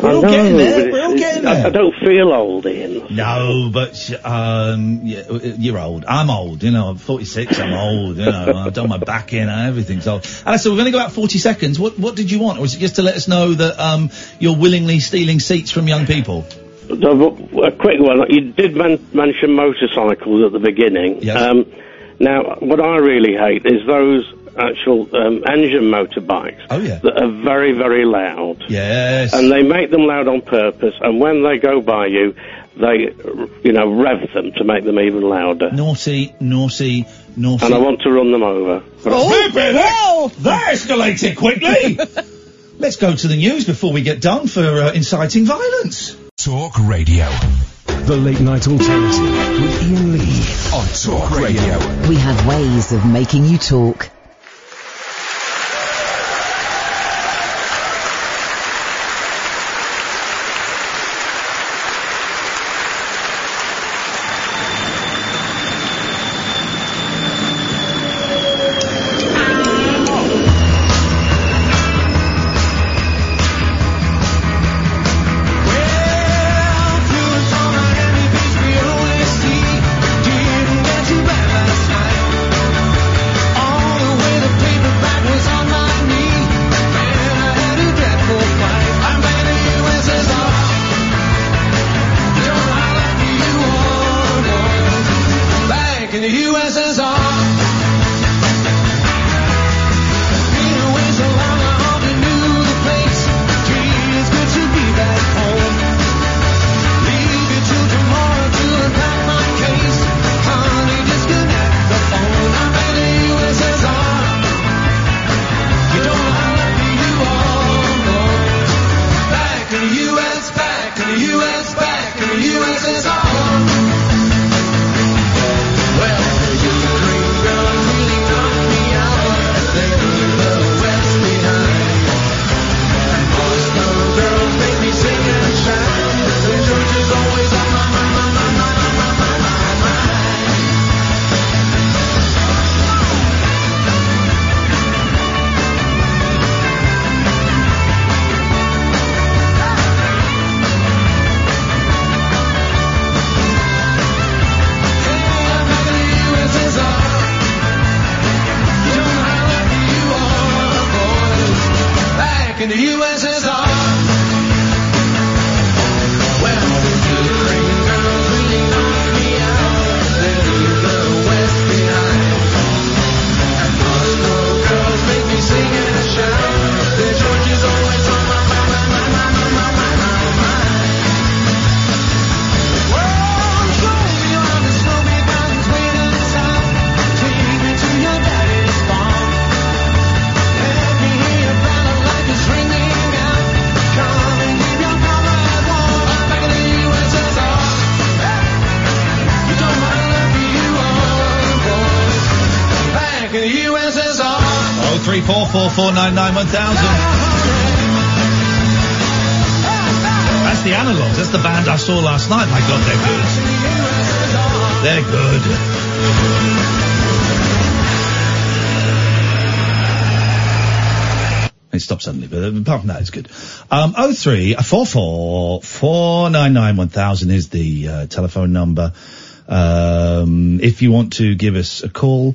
S6: We're
S17: I
S6: all
S17: know,
S6: getting
S17: but
S6: there.
S17: it-
S6: We're all
S17: it-
S6: getting
S17: I-
S6: there.
S17: I don't feel old, Ian.
S6: No, but um, yeah, you're old. I'm old. You know, I'm 46. I'm old. You know, I've done my back in and everything. So, Alistair, we've only got about 40 seconds. What What did you want? Was it just to let us know that um, you're willingly stealing seats from young people?
S17: So, A quick one. You did men- mention motorcycles at the beginning. Um, now, what I really hate is those actual um, engine motorbikes
S6: Oh yeah.
S17: that are very, very loud.
S6: Yes.
S17: And they make them loud on purpose, and when they go by you, they, you know, rev them to make them even louder.
S6: Naughty, naughty, naughty.
S17: And I want to run them over. But I-
S6: Oh, that escalated quickly. Let's go to the news before we get done for uh, inciting violence.
S1: Talk Radio. The late night alternative with Ian Lee on Talk Radio.
S2: We have ways of making you talk.
S3: Back in the USSR. Back in the U.S., back in the U.S., back in the USSR. Well, the Ukraine girl really knocked me out. Leaving the West behind. Boston girls make me sing and shout. The church is always on my mind, mind, mind, mind, mind, mind, mind, mind, mind. Back in the USSR. Well, the Ukraine girls really knocked me out. They leave the West behind. And Moscow girls make me sing and shout. Their George is always on my mind, mind, mind, mind, mind, mind, mind, mind, mind. Well, show me all the snowy mountains waiting south. Take me to your daddy's farm. Let me hear your banner like it's ringing out. Come and give your mama a warm. I'm back in the USSR. You don't mind loving you all, boys. Back in the USSR.
S6: Oh three four four four nine nine one thousand. That's the analogues. That's the band I saw last night. My God, they're good. They're good. It stopped suddenly, but apart from that, it's good. Um, oh three four four four nine nine one thousand is the uh, telephone number. Um, if you want to give us a call,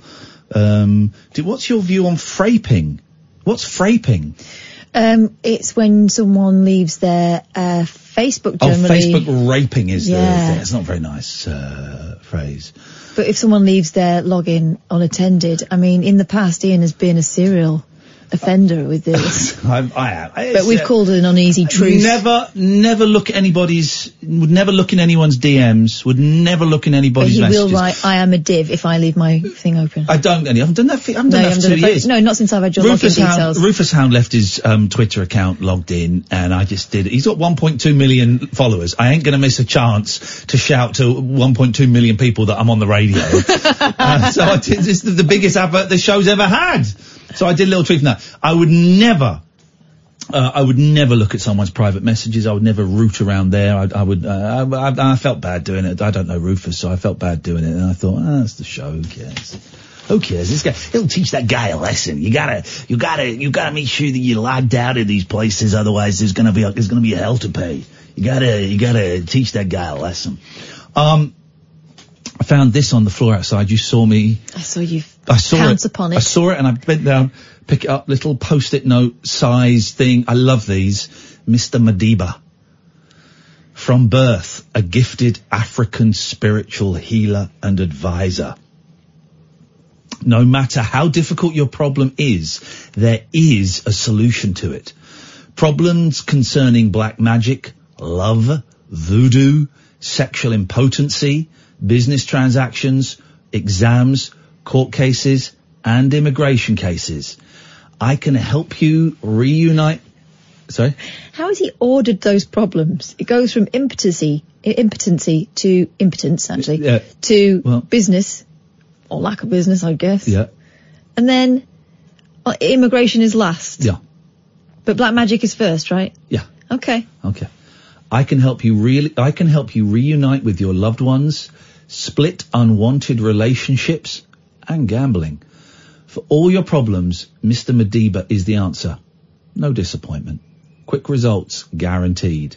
S6: um, do, what's your view on fraping? What's fraping?
S7: Um, it's when someone leaves their uh, Facebook
S6: Oh,
S7: generally.
S6: Facebook raping is
S7: Yeah.
S6: the thing. It's not a very nice uh, phrase.
S7: But if someone leaves their login unattended, I mean, in the past, Ian has been a serial offender with this.
S6: I, I am. uh,
S7: but we've called it an uneasy truth.
S6: Never, never look at anybody's. Would never look in anyone's DMs. Would never look in
S7: but
S6: anybody's
S7: he
S6: messages.
S7: will write, I am a div if I leave my thing open.
S6: I don't. Any. I haven't done that. For, I haven't
S7: no,
S6: done
S7: you
S6: that
S7: haven't
S6: for
S7: done
S6: two
S7: it for-
S6: years.
S7: No, not since I've had your
S6: Rufus
S7: login
S6: Hound,
S7: details.
S6: Rufus Hound left his um, Twitter account logged in, and I just did. He's got 1.2 million followers. I ain't going to miss a chance to shout to 1.2 million people that I'm on the radio. Uh, so I did, it's the, the biggest advert the show's ever had. So I did a little tweet from that. I would never. Uh, I would never look at someone's private messages. I would never root around there. I, I would. Uh, I, I, I felt bad doing it. I don't know Rufus, so I felt bad doing it, and I thought, ah, that's the show. Who cares? Who cares? This guy, he'll teach that guy a lesson. You gotta, you gotta, you gotta make sure that you're logged out of these places. Otherwise, there's gonna be, a, there's gonna be a hell to pay. You gotta, you gotta teach that guy a lesson. Um, I found this on the floor outside. You saw me.
S7: I saw you
S6: I saw
S7: pounce
S6: it.
S7: upon
S6: I
S7: it.
S6: saw it and I bent down, pick it up, little post-it note size thing. I love these. Mr. Madiba. From birth, a gifted African spiritual healer and advisor. No matter how difficult your problem is, there is a solution to it. Problems concerning black magic, love, voodoo, sexual impotency, business transactions, exams, court cases, and immigration cases. I can help you reunite. Sorry?
S7: How has he ordered those problems? It goes from impotency, i- impotency to impotence, actually,
S6: Yeah.
S7: to business or lack of business, I guess.
S6: Yeah.
S7: And then uh, immigration is last,
S6: Yeah.
S7: but black magic is first, right?
S6: Yeah.
S7: Okay.
S6: Okay. I can help you really, I can help you reunite with your loved ones, split unwanted relationships, and gambling. For all your problems, Mr. Madiba is the answer. No disappointment. Quick results guaranteed.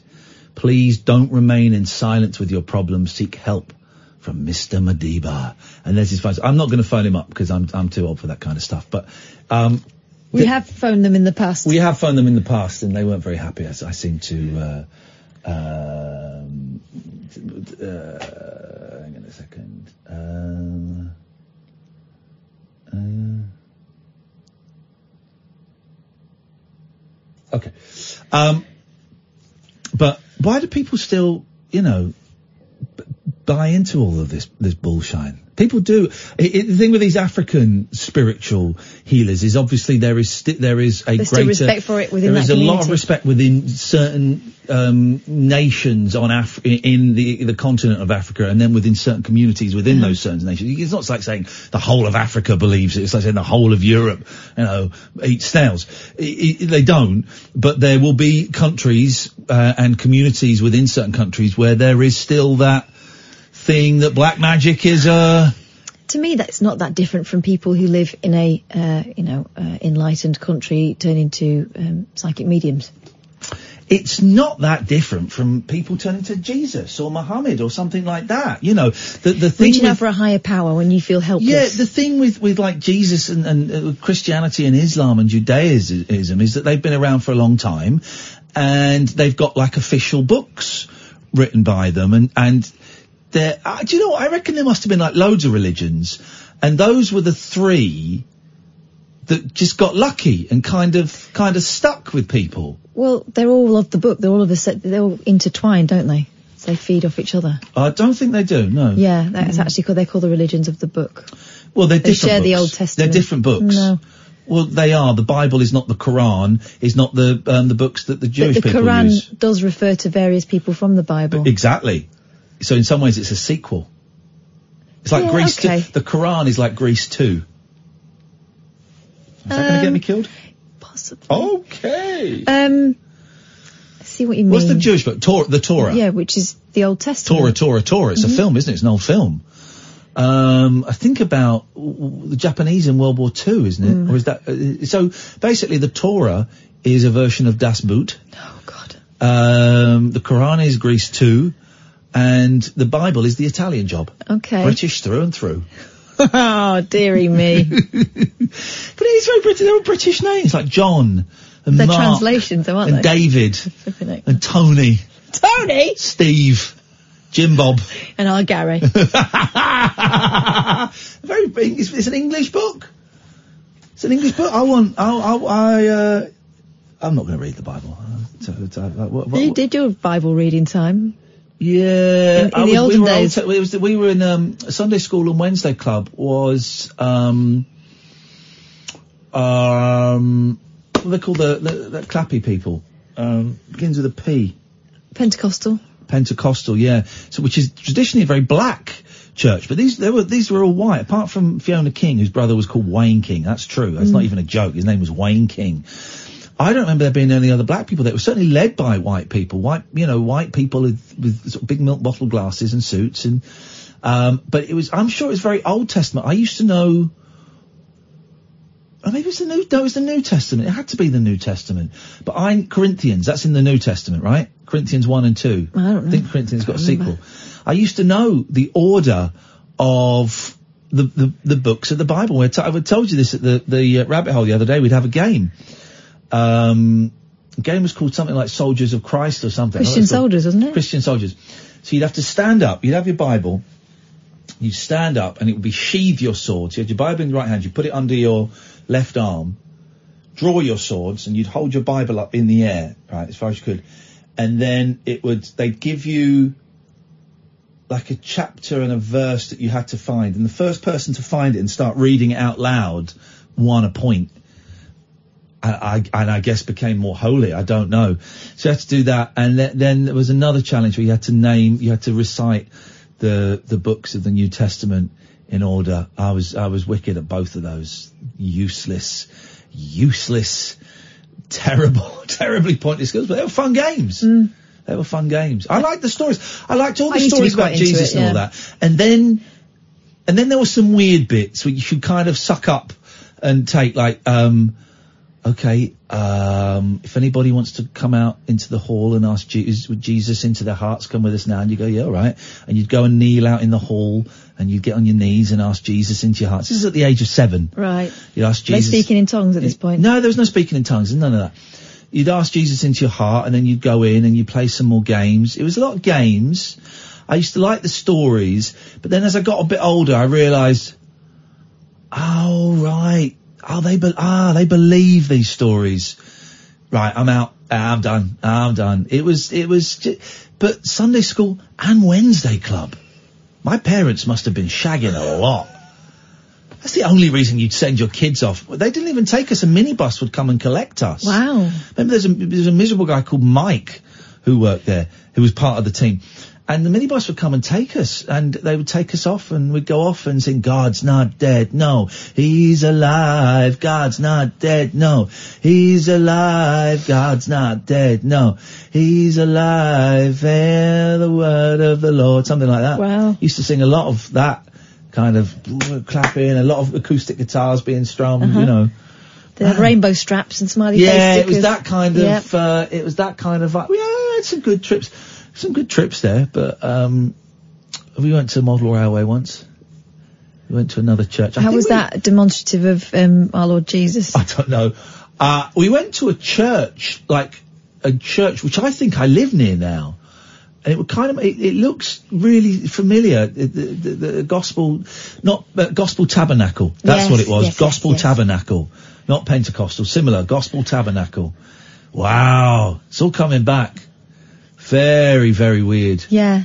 S6: Please don't remain in silence with your problems. Seek help from Mr. Madiba. And there's his phone. I'm not going to phone him up because I'm, I'm too old for that kind of stuff. But, um,
S7: We have phoned them in the past.
S6: we have phoned them in the past, and they weren't very happy. I, s- I seem to. Uh, um, t- uh, hang on a second. Um, uh, okay. Um, but why do people still, you know, b- buy into all of this this bullshine? People do. It, it, the thing with these African spiritual healers is obviously there is sti- there is a
S7: There's still
S6: greater
S7: respect for it within
S6: there
S7: that
S6: is a lot of
S7: community.
S6: respect within certain um, nations on Af- in the the continent of Africa, and then within certain communities within those certain nations. It's not like saying the whole of Africa believes it. It's like saying the whole of Europe, you know, eats snails. I- I- they don't, but there will be countries uh, and communities within certain countries where there is still that thing that black magic is uh, a.
S7: To me, that's not that different from people who live in a, uh, you know, uh, enlightened country turn into um, psychic mediums.
S6: it's not that different from people turning to Jesus or Muhammad or something like that. You know, the the thing
S7: Reaching out
S6: with-
S7: for a higher power when you feel helpless.
S6: yeah, the thing with, with like Jesus and, and uh, with Christianity and Islam and Judaism is that they've been around for a long time and they've got like official books written by them and, and there, uh, do you know, what? I reckon there must have been like loads of religions and those were the three that just got lucky and kind of, kind of stuck with people.
S7: Well, they're all of the book. They're all of a set. They're all intertwined, don't they? So they feed off each other.
S6: I don't think they do, no.
S7: Yeah, that's actually called. They're called the religions of the book.
S6: Well, they're
S7: They
S6: different
S7: share
S6: books.
S7: the Old Testament.
S6: They're different books.
S7: No.
S6: Well, they are. The Bible is not the Quran. Is not the um, the books that the Jewish
S7: but the
S6: people
S7: Quran
S6: use.
S7: does refer to various people from the Bible.
S6: Exactly. So in some ways, it's a sequel. It's like
S7: Yeah,
S6: Greece.
S7: okay.
S6: Two. The Quran is like Greece Two. Is that going to get
S7: Um,
S6: me killed?
S7: Possibly.
S6: Okay.
S7: Um, I see what you mean.
S6: What's the Jewish book? Tor- the Torah.
S7: Yeah, which is the Old Testament.
S6: Torah, Torah, Torah. It's
S7: Mhm.
S6: a film, isn't it? It's an old film. Um, I think about w- w- the Japanese in World War Two, isn't it?
S7: Mm.
S6: Or is that uh, so? Basically, the Torah is a version of Das Boot. Oh God. Um, the Quran is Greece Two, and the Bible is the Italian job.
S7: Okay.
S6: British through and through.
S7: oh, dearie me.
S6: But it's very British. They're all British names like John and
S7: They're
S6: Mark
S7: translations, though, aren't
S6: and
S7: they?
S6: David
S7: Flipping heck.
S6: and Tony,
S7: Tony
S6: Steve, Jim Bob.
S7: and our Gary.
S6: very big. It's, it's an English book. It's an English book. I want. I. I. I uh, I'm not going to read the Bible. Uh, so- so, uh, what- what-
S7: you did your Bible reading time.
S6: Yeah,
S7: In, in
S6: I
S7: the
S6: was-
S7: olden
S6: we were
S7: days.
S6: old- it was- we were in um, Sunday school and Wednesday club was um, um, what do they call the, the, the clappy people. Um, begins with a P.
S7: Pentecostal.
S6: Pentecostal, yeah. So which is traditionally a very black church, but these they were these were all white, apart from Fiona King, whose brother was called Wayne King. That's true. That's not
S18: Mm.
S6: even a joke. His name was Wayne King. I don't remember there being any other black people there. It was certainly led by white people, white you know white people with, with sort of big milk bottle glasses and suits and. Um, but it was I'm sure it was very Old Testament. I used to know Oh, maybe it's the New. No, it's the New Testament. It had to be the New Testament. But I Corinthians. That's in the New Testament, right? Corinthians one and two. I don't know. I think Corinthians got a sequel. I used to know the order of the the, the books of the Bible. I, t- I told you this at the the uh, rabbit hole the other day. We'd have a game. Um, the game was called something like Soldiers of Christ or something. I thought it
S7: Christian
S6: was called-
S7: soldiers, wasn't it?
S6: Christian soldiers. So you'd have to stand up. You'd have your Bible. You'd stand up, and it would be sheathe your sword. So you had your Bible in your right hand. You put it under your left arm. Draw your swords, and you'd hold your Bible up in the air, right, as far as you could. And then it would. They'd give you like a chapter and a verse that you had to find, and the first person to find it and start reading it out loud won a point. I, I, and I guess became more holy. I don't know. So you had to do that, and th- then there was another challenge where you had to name, you had to recite the the books of the New Testament in order. I was I was wicked at both of those. Useless, useless, terrible, terribly pointless skills. But they were fun games. They were fun games. I liked the stories. I liked all
S7: Mm. I
S6: the
S7: used to
S6: stories
S7: be quite
S6: about
S7: into
S6: Jesus
S7: it,
S6: and all
S7: yeah.
S6: that. And then and then there were some weird bits where you should kind of suck up and take like, um, okay, um, if anybody wants to come out into the hall and ask Jesus, would Jesus into their hearts, come with us now. And you go, yeah, all right. And you'd go and kneel out in the hall and you'd get on your knees and ask Jesus into your hearts. This is at the age of seven.
S7: Right.
S6: You'd ask
S7: They're
S6: Jesus.
S7: speaking in tongues at this point.
S6: No, there was no speaking in tongues, none of that. You'd ask Jesus into your heart, and then you'd go in and you'd play some more games. It was a lot of games. I used to like the stories, but then as I got a bit older, I realised, oh right, oh they be- ah they believe these stories. Right, I'm out. Ah, I'm done. Ah, I'm done. It was it was, ju- but Sunday school and Wednesday club. My parents must have been shagging a lot. That's the only reason you'd send your kids off. They didn't even take us. A minibus would come and collect us.
S7: Wow.
S6: Remember, there's a, there's a miserable guy called Mike who worked there, who was part of the team. And the minibus would come and take us, and they would take us off, and we'd go off and sing, God's not dead, no, he's alive, God's not dead, no, he's alive, God's not dead, no, he's alive, hear the word of the Lord, something like that. Wow. Used to sing a lot of that kind of clapping, a lot of acoustic guitars being strummed,
S7: Uh-huh.
S6: you know
S7: They had rainbow straps and smiley face
S6: yeah, it was
S7: stickers.
S6: that kind of.
S7: Yep.
S6: Uh, it was that kind of. vi- Yeah, I had some good trips, some good trips there. But um, we went to Model Railway once. We went to another church. I
S7: How
S6: think
S7: was
S6: we-
S7: that demonstrative of um, our Lord Jesus?
S6: I don't know. Uh, we went to a church, like a church which I think I live near now. And it would kind of, it, it looks really familiar. The, the, the, the gospel, not uh, gospel tabernacle. That's
S18: Yes,
S6: what it was.
S18: yes, yes,
S6: gospel
S18: yes.
S6: tabernacle, not Pentecostal. Similar. Gospel tabernacle. Wow, it's all coming back. Very, very weird.
S7: Yeah.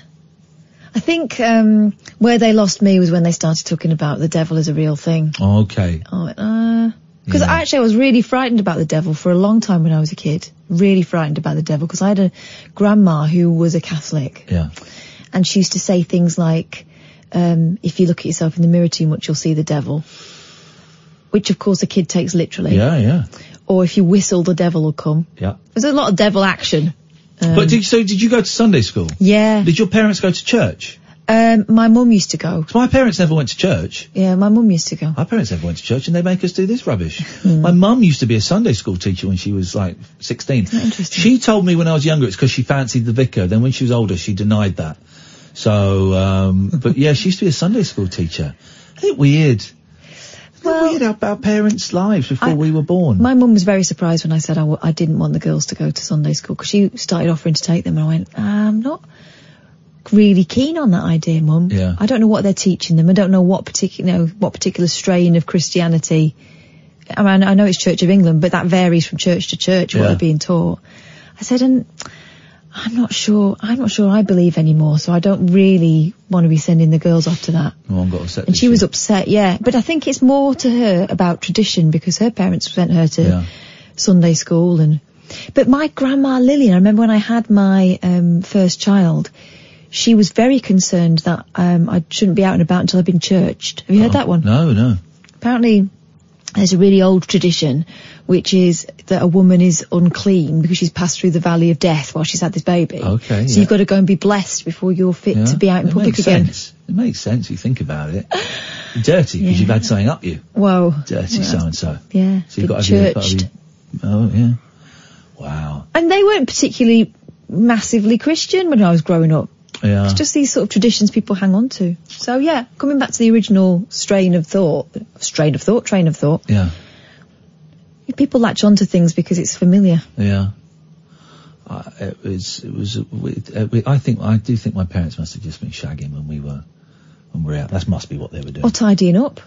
S7: I think um, where they lost me was when they started talking about the devil is a real thing.
S6: Okay.
S7: I went, uh. Because actually, I was really frightened about the devil for a long time when I was a kid. Really frightened about the devil because I had a grandma who was a Catholic.
S6: Yeah.
S7: And she used to say things like, um, if you look at yourself in the mirror too much, you'll see the devil. Which, of course, a kid takes literally.
S6: Yeah, Oh, yeah,
S7: Or if you whistle, the devil will come.
S6: yeah.
S7: There's a lot of devil action. Um,
S6: but did, so did you go to Sunday school?
S7: Yeah.
S6: Did your parents go to church?
S7: Um, my mum used to go.
S6: 'Cause my parents never went to church.
S7: Yeah, my mum used to go.
S6: My parents never went to church and they make us do this rubbish.
S7: Hmm.
S6: My mum used to be a Sunday school teacher when she was like 16. She told me when I was younger it's because she fancied the vicar. Then when she was older, she denied that. So, um, but yeah, she used to be a Sunday school teacher. Isn't it weird? Well, weird how our parents' lives before
S7: I-
S6: we were born.
S7: My mum was very surprised when I said I, w- I didn't want the girls to go to Sunday school because she started offering to take them and I went, I'm not really keen on that idea, mum.
S6: Yeah.
S7: I don't know what they're teaching them. I don't know what particular know, what particular strain of Christianity. I mean, I know it's Church of England, but that varies from church to church what
S19: Yeah.
S7: they're being taught. I said, and I'm not sure. I'm not sure I believe anymore, so I don't really want to be sending the girls off to that.
S6: My mum got upset.
S7: And she was upset, yeah. But I think it's more to her about tradition because her parents sent her to Sunday school and. But my grandma Lillian, I remember when I had my um, first child, she was very concerned that um, I shouldn't be out and about until I've been churched. Have you
S6: Oh.
S7: heard that one?
S6: No, no.
S7: Apparently, there's a really old tradition, which is that a woman is unclean because she's passed through the valley of death while she's had this baby.
S6: Okay,
S7: So
S6: yeah.
S7: you've got to go and be blessed before you're fit
S6: Yeah.
S7: to be out in
S6: It
S7: public
S6: makes
S7: again.
S6: sense. It makes sense. You think about it. Dirty, because you've had something up you.
S7: Whoa.
S6: Dirty
S7: Yeah.
S6: so-and-so.
S7: Yeah.
S6: So you've got to be,
S7: churched.
S6: got to be- Oh, yeah. Wow.
S7: And they weren't particularly massively Christian when I was growing up.
S6: Yeah.
S7: It's just these sort of traditions people hang on to. So yeah, coming back to the original strain of thought, strain of thought, train of thought,
S6: Yeah.
S7: people latch onto things because it's familiar.
S6: Yeah. I, it was, it was, a weird- uh, we, I think, I do think my parents must have just been shagging when we were, when we were out. That must be what they were doing.
S7: Or tidying up.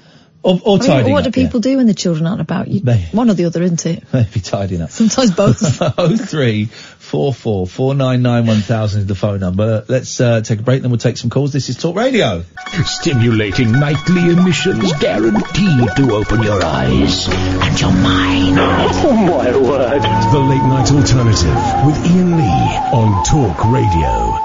S6: Or, or
S7: I mean,
S6: tidying
S7: What
S6: up,
S7: do people do when the children aren't about? You,
S6: They-
S7: one or the other, isn't it?
S6: Maybe tidying up.
S7: Sometimes both.
S6: Oh three four four four nine nine one thousand is the phone number. Let's uh, take a break, then we'll take some calls. This is Talk Radio.
S9: Stimulating nightly emissions guaranteed to open your eyes and your mind. Oh my word.
S1: The Late Night Alternative with Ian Lee on Talk Radio.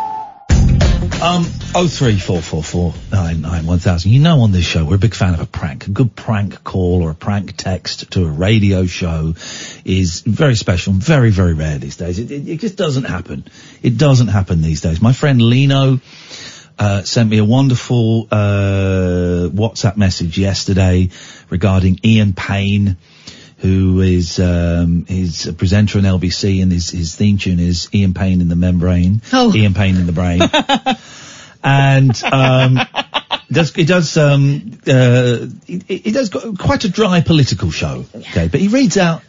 S6: Um, oh three four four four nine nine one thousand. You know, on this show, we're a big fan of a prank. A good prank call or a prank text to a radio show is very special, and very very rare these days. It, it, it just doesn't happen. It doesn't happen these days. My friend Lino uh, sent me a wonderful uh, WhatsApp message yesterday regarding Ian Payne. who is um, he's a presenter on LBC, and his his theme tune is Ian Payne in the Membrane, Ian Payne in the Brain, and um, does it does um, uh, it, it does go- quite a dry political show. Okay, but he reads out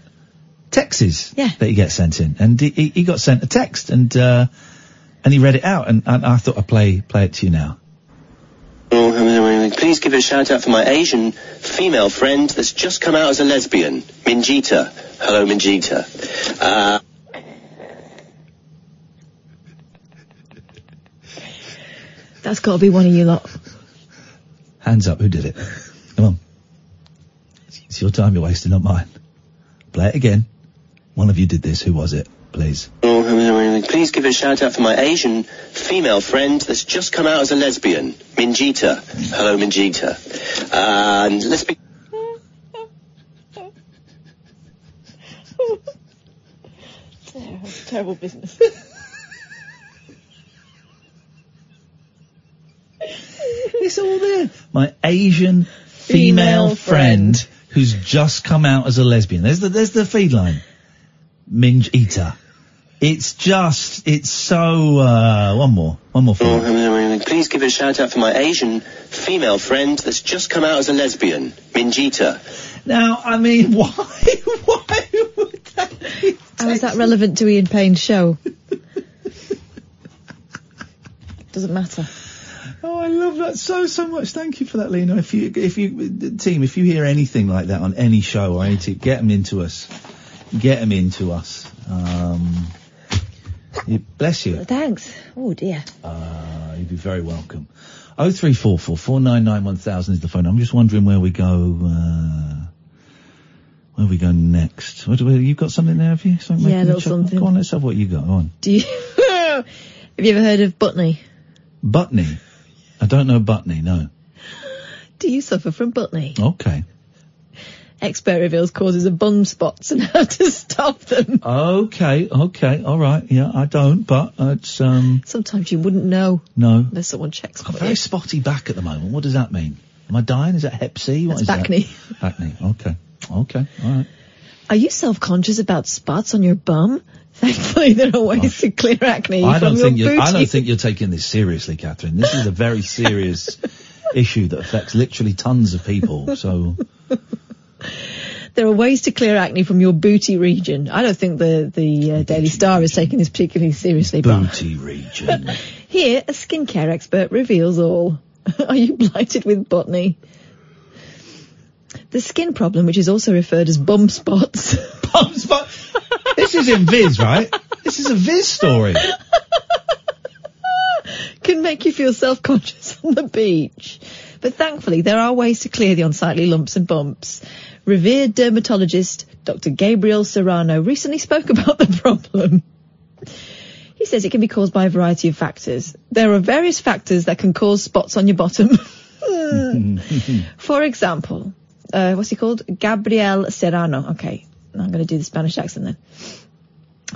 S6: texts that he gets sent in, and he- he, he got sent a text, and uh, and he read it out, and, and I thought I'd play play it to you now.
S18: Please give a shout out for my Asian female friend that's just come out as a lesbian, Minjita. Hello, Minjita. Uh,
S7: That's got to be one of you lot.
S6: Hands up, who did it? Come on. It's your time you're wasting, not mine. Play it again. One of you did this. Who was it? Please.
S18: Please give a shout out for my Asian female friend that's just come out as a lesbian, Minjita. Hello, Minjita. Uh, and let's be.
S7: Terrible, terrible business.
S6: It's all there. My Asian female,
S3: Female
S6: friend, who's just come out as a lesbian. There's the there's the feed line. Minge eater. It's just it's so uh one more. One more for you.
S18: Please give a shout out for my Asian female friend that's just come out as a lesbian, Minjita.
S6: Now, I mean, why?
S7: How is that relevant to Ian Payne's show? Doesn't matter.
S6: Oh, I love that so so much. Thank you for that, Lena. If you if you team, if you hear anything like that on any show or anything, get them into us. Get them into us. Um, you- bless you.
S7: Thanks. Oh dear.
S6: Uh, you'd be very welcome. Oh three four four four nine nine one thousand is the phone. I'm just wondering where we go. Uh, where we go next? What, what, you've got something there, have you? Something
S7: Yeah, a
S6: making you
S7: little
S6: chuckle?
S7: something.
S6: Go on, let's have what you got. Go on.
S7: Do you have you ever heard of Butney?
S6: Butney. I don't know Butney. No.
S7: Do you suffer from Butney?
S6: Okay.
S7: Expert reveals causes of bum spots and how to stop them.
S6: Okay, okay, all right. Yeah, I don't, but it's um
S7: Sometimes you wouldn't know
S6: no.
S7: unless someone checks
S6: I'm
S7: for
S6: very
S7: you.
S6: spotty back at the moment. What does that mean? Am I dying? Is that Hep C? What
S7: That's acne.
S6: is that? Acne. Okay, okay, all right.
S7: Are you self-conscious about spots on your bum? Thankfully, there are ways to clear acne
S6: I
S7: from
S6: don't
S7: your booty.
S6: think you're, I don't think you're taking this seriously, Catherine. This is a very serious issue that affects literally tons of people. So
S7: There are ways to clear acne from your booty region. I don't think the the uh, Daily Star is taking this particularly seriously,
S6: booty region.
S7: but here a skincare expert reveals all. are you blighted with botany? The skin problem, which is also referred as bum spots.
S6: bum spots. This is in Viz, right? This is a Viz story.
S7: can make you feel self-conscious on the beach. But thankfully, there are ways to clear the unsightly lumps and bumps. Revered dermatologist Dr. Gabriel Serrano recently spoke about the problem. He says it can be caused by a variety of factors. There are various factors that can cause spots on your bottom.
S6: Mm-hmm.
S7: For example, uh, what's he called? Gabriel Serrano. Okay, I'm going to do the Spanish accent then.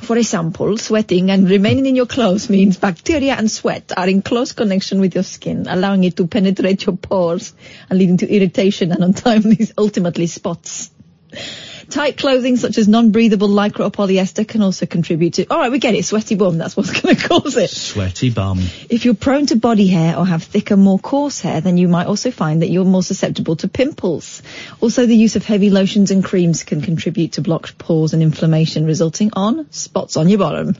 S7: For example, sweating and remaining in your clothes means bacteria and sweat are in close connection with your skin, allowing it to penetrate your pores and leading to irritation and untimely, ultimately spots. Tight clothing such as non-breathable lycra or polyester can also contribute to, alright, we get it, sweaty bum, that's what's going to cause it.
S6: Sweaty bum.
S7: If you're prone to body hair or have thicker, more coarse hair, then you might also find that you're more susceptible to pimples. Also, the use of heavy lotions and creams can contribute to blocked pores and inflammation, resulting on spots on your bottom.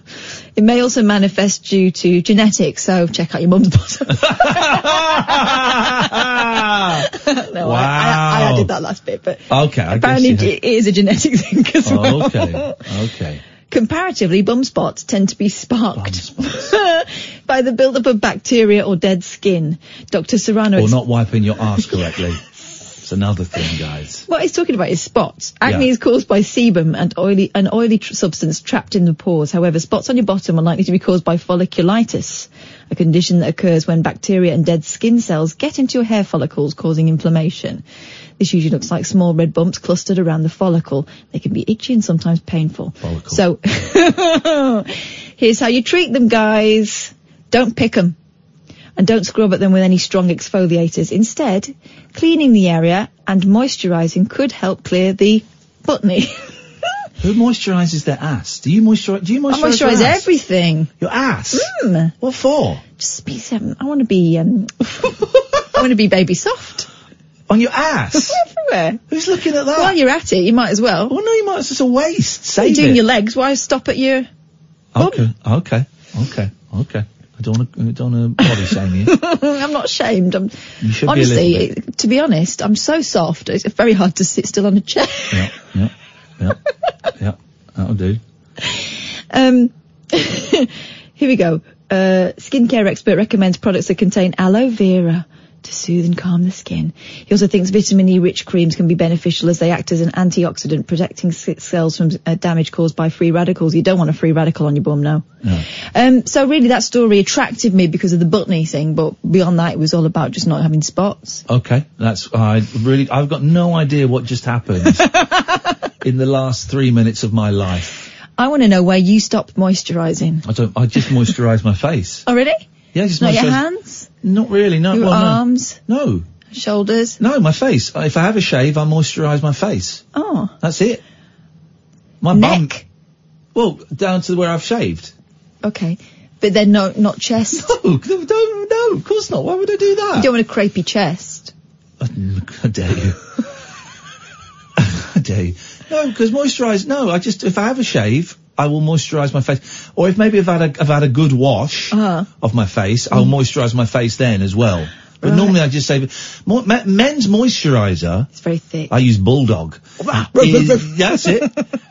S7: It may also manifest due to genetics, so check out your mum's bottom. no, I- I, I,
S6: Wow.
S7: did that last bit, but
S6: Okay, I guess
S7: apparently
S6: you have-
S7: it is a genetic thing as well.
S6: okay, okay.
S7: Comparatively, bum spots tend to be sparked by the buildup of bacteria or dead skin. Dr. Serrano,
S6: Or
S7: ex-
S6: not wiping your arse correctly. It's another thing, guys.
S7: what he's talking about is spots. Acne
S6: Yeah.
S7: is caused by sebum and oily, an oily tr- substance trapped in the pores. However, spots on your bottom are likely to be caused by folliculitis, a condition that occurs when bacteria and dead skin cells get into your hair follicles, causing inflammation. This usually looks like small red bumps clustered around the follicle. They can be itchy and sometimes painful. So, here's how you treat them, guys. Don't pick them. And don't scrub at them with any strong exfoliators. Instead, cleaning the area and moisturising could help clear the botany.
S6: Who moisturises their ass? Do you moisturise? Do you
S7: I
S6: moisturise? your
S7: moisturise
S6: ass?
S7: everything.
S6: Your ass?
S7: Mm.
S6: What for?
S7: Just be seven. I want to be. Um, I want to be baby soft.
S6: On your ass?
S7: Everywhere.
S6: Who's looking at that?
S7: While you're at it, you might as well.
S6: Well, no, you might. It's just a waste.
S7: you're
S6: Save
S7: doing
S6: it.
S7: your legs. Why stop at your? Oh.
S6: Okay, okay, okay, okay. I don't want to. Don't want to body shame you.
S7: I'm not ashamed. I'm
S6: You should
S7: honestly,
S6: be a little bit.
S7: it- to be honest, I'm so soft. It's very hard to sit still on a chair.
S6: Yeah, yeah, yeah, yeah. That'll do.
S7: Um, here we go. Uh, skincare expert recommends products that contain aloe vera to soothe and calm the skin. He also thinks vitamin E rich creams can be beneficial as they act as an antioxidant, protecting s- cells from uh, damage caused by free radicals. You don't want a free radical on your bum, no. Um, so really that story attracted me because of the botany thing, but beyond that it was all about just not having spots.
S6: Okay, that's. I really. I've got no idea what just happened in the last three minutes of my life.
S7: I want to know where you stop moisturising.
S6: I don't. I just moisturise my face.
S7: Oh really?
S6: Yeah, just
S7: Not
S6: moisturise.
S7: your hands?
S6: Not really. No.
S7: Your
S6: well, no.
S7: arms?
S6: No.
S7: Shoulders?
S6: No, my face. If I have a shave, I moisturise my face.
S7: Oh.
S6: That's it. My neck. Bum, well, down to where I've shaved.
S7: Okay. But then no, not chest.
S6: No, no, no, no, of course not. Why would I do that?
S7: You don't want a crepey chest.
S6: I dare you. I dare you. No, because moisturise. No, I just if I have a shave, I will moisturise my face. Or if maybe I've had a, I've had a good wash
S7: Uh-huh.
S6: of my face,
S7: Mm.
S6: I'll moisturise my face then as well. But normally I just save it. Mo- me- men's moisturiser. It's
S7: very thick.
S6: I use Bulldog. is, that's it.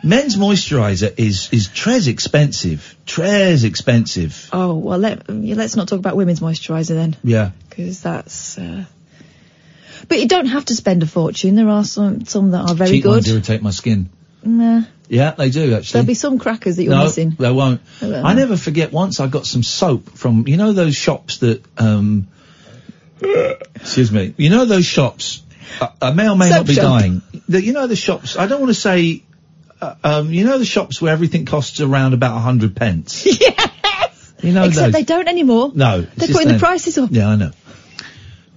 S6: Men's moisturiser is is tres expensive. Tres expensive.
S7: Oh well, let yeah, let's not talk about women's moisturiser then,
S6: Yeah.
S7: because that's. Uh... But you don't have to spend a fortune. There are some some that are very
S6: Cheap
S7: good.
S6: ones irritate my skin.
S7: Nah,
S6: Yeah, they do actually.
S7: there'll be some crackers that you're
S6: no,
S7: missing.
S6: they won't.
S7: I don't
S6: I
S7: know.
S6: never forget once I got some soap from, you know those shops that, um, excuse me, you know those shops, I, I may or may
S19: Soap
S6: not be
S19: shop.
S6: dying. The, you know the shops, I don't want to say, uh, um, you know the shops where everything costs around about a hundred pence. yes! You know
S7: Except
S6: those.
S7: they don't anymore.
S6: No. it's
S7: they're
S6: just
S7: putting the
S6: them.
S7: prices up.
S6: Yeah, I know.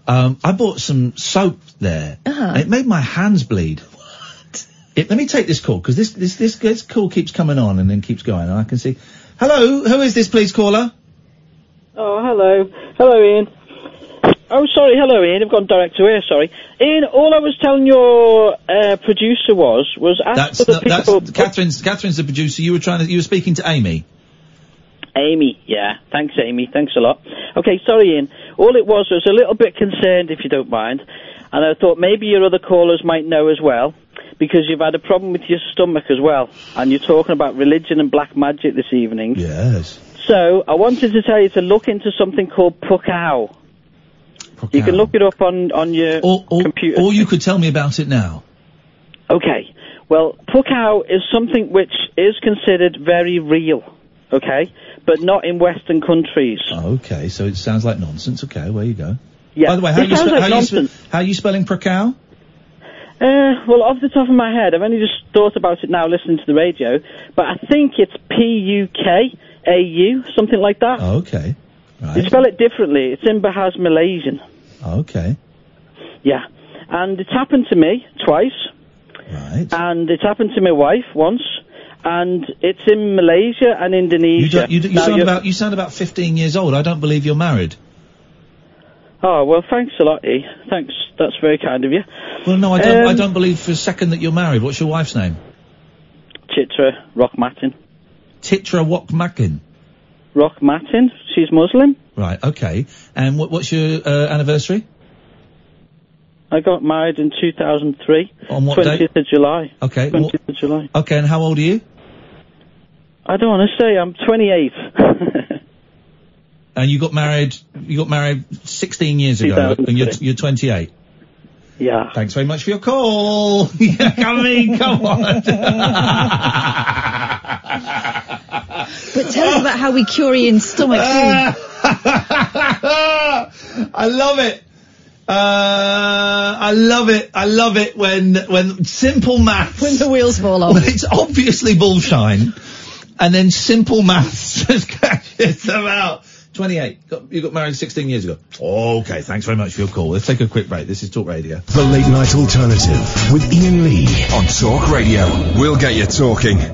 S6: Um, I bought some soap there.
S7: Uh-huh.
S6: and It made my hands bleed. What? It, let me take this call because this, this this this call keeps coming on and then keeps going. And I can see. Hello, who is this, please, caller?
S20: Oh, hello. Hello, Ian. Oh, sorry. Hello, Ian. I've gone direct to air. Sorry, Ian. All I was telling your uh, producer was was ask
S6: That's
S20: for the
S6: no, that's
S20: people.
S6: Catherine's. Catherine's the producer. You were trying to. You were speaking to Amy.
S20: Amy, yeah. Thanks, Amy. Thanks a lot. Okay, sorry, Ian. All it was was a little bit concerned, if you don't mind, and I thought maybe your other callers might know as well, because you've had a problem with your stomach as well, and you're talking about religion and black magic this evening.
S6: Yes.
S20: So I wanted to tell you to look into something called Puckow. You can look it up on on your computer.
S6: Or you could tell me about it now.
S20: Okay. Well, Puckow is something which is considered very real, okay, but not in Western countries.
S6: Oh, Okay, so it sounds like nonsense. Okay, where you go.
S20: Yeah.
S6: By the way, how
S20: It
S6: you,
S20: sounds
S6: spe-
S20: like
S6: how, you spe-
S20: nonsense.
S6: how you spelling Procow?
S20: Uh, well, off the top of my head, I've only just thought about it now listening to the radio, but I think it's P-U-K-A-U, something like that.
S6: Okay.
S20: You spell it differently. It's in Bahas Malaysian.
S6: Okay.
S20: Yeah. And it's happened to me twice.
S6: Right.
S20: And it's happened to my wife once. And it's in Malaysia and
S6: You,
S20: Indonesia.
S6: don't, you, don't- you
S20: Now,
S6: sound
S20: you're-
S6: about you sound about 15 years old. I don't believe you're married.
S20: Oh, well, thanks a lot, E. Thanks. That's very kind of you.
S6: Well, no, I don't. I
S20: Um,
S6: don't believe for a second that you're married. What's your wife's name?
S20: Chitra Rock Martin.
S6: Titra Wok Makin.
S20: Rock Martin. She's Muslim.
S6: Right. Okay. And what, what's your uh, anniversary?
S20: I got married in 2003.
S6: On what
S20: 20th
S6: date?
S20: of July.
S6: Okay.
S20: 20th
S6: what-
S20: of July.
S6: okay. And how old are you?
S20: I don't want to say I'm 28.
S6: And you got married. You got married 16 years ago, and you're you're 28.
S20: Yeah.
S6: Thanks very much for your call. yeah, I mean, come on.
S7: But tell us about how we cure Ian's stomach too.
S6: I love it. Uh, I love it. I love it when when simple maths when the
S7: wheels fall off.
S6: It's obviously bullshine, and then simple maths just catches them out. Twenty-eight. Got, you got married sixteen years ago. Okay. Thanks very much for your call. Let's take a quick break. This is Talk Radio.
S1: The Late Night Alternative with Ian Lee on Talk Radio. We'll get you talking.
S6: Oh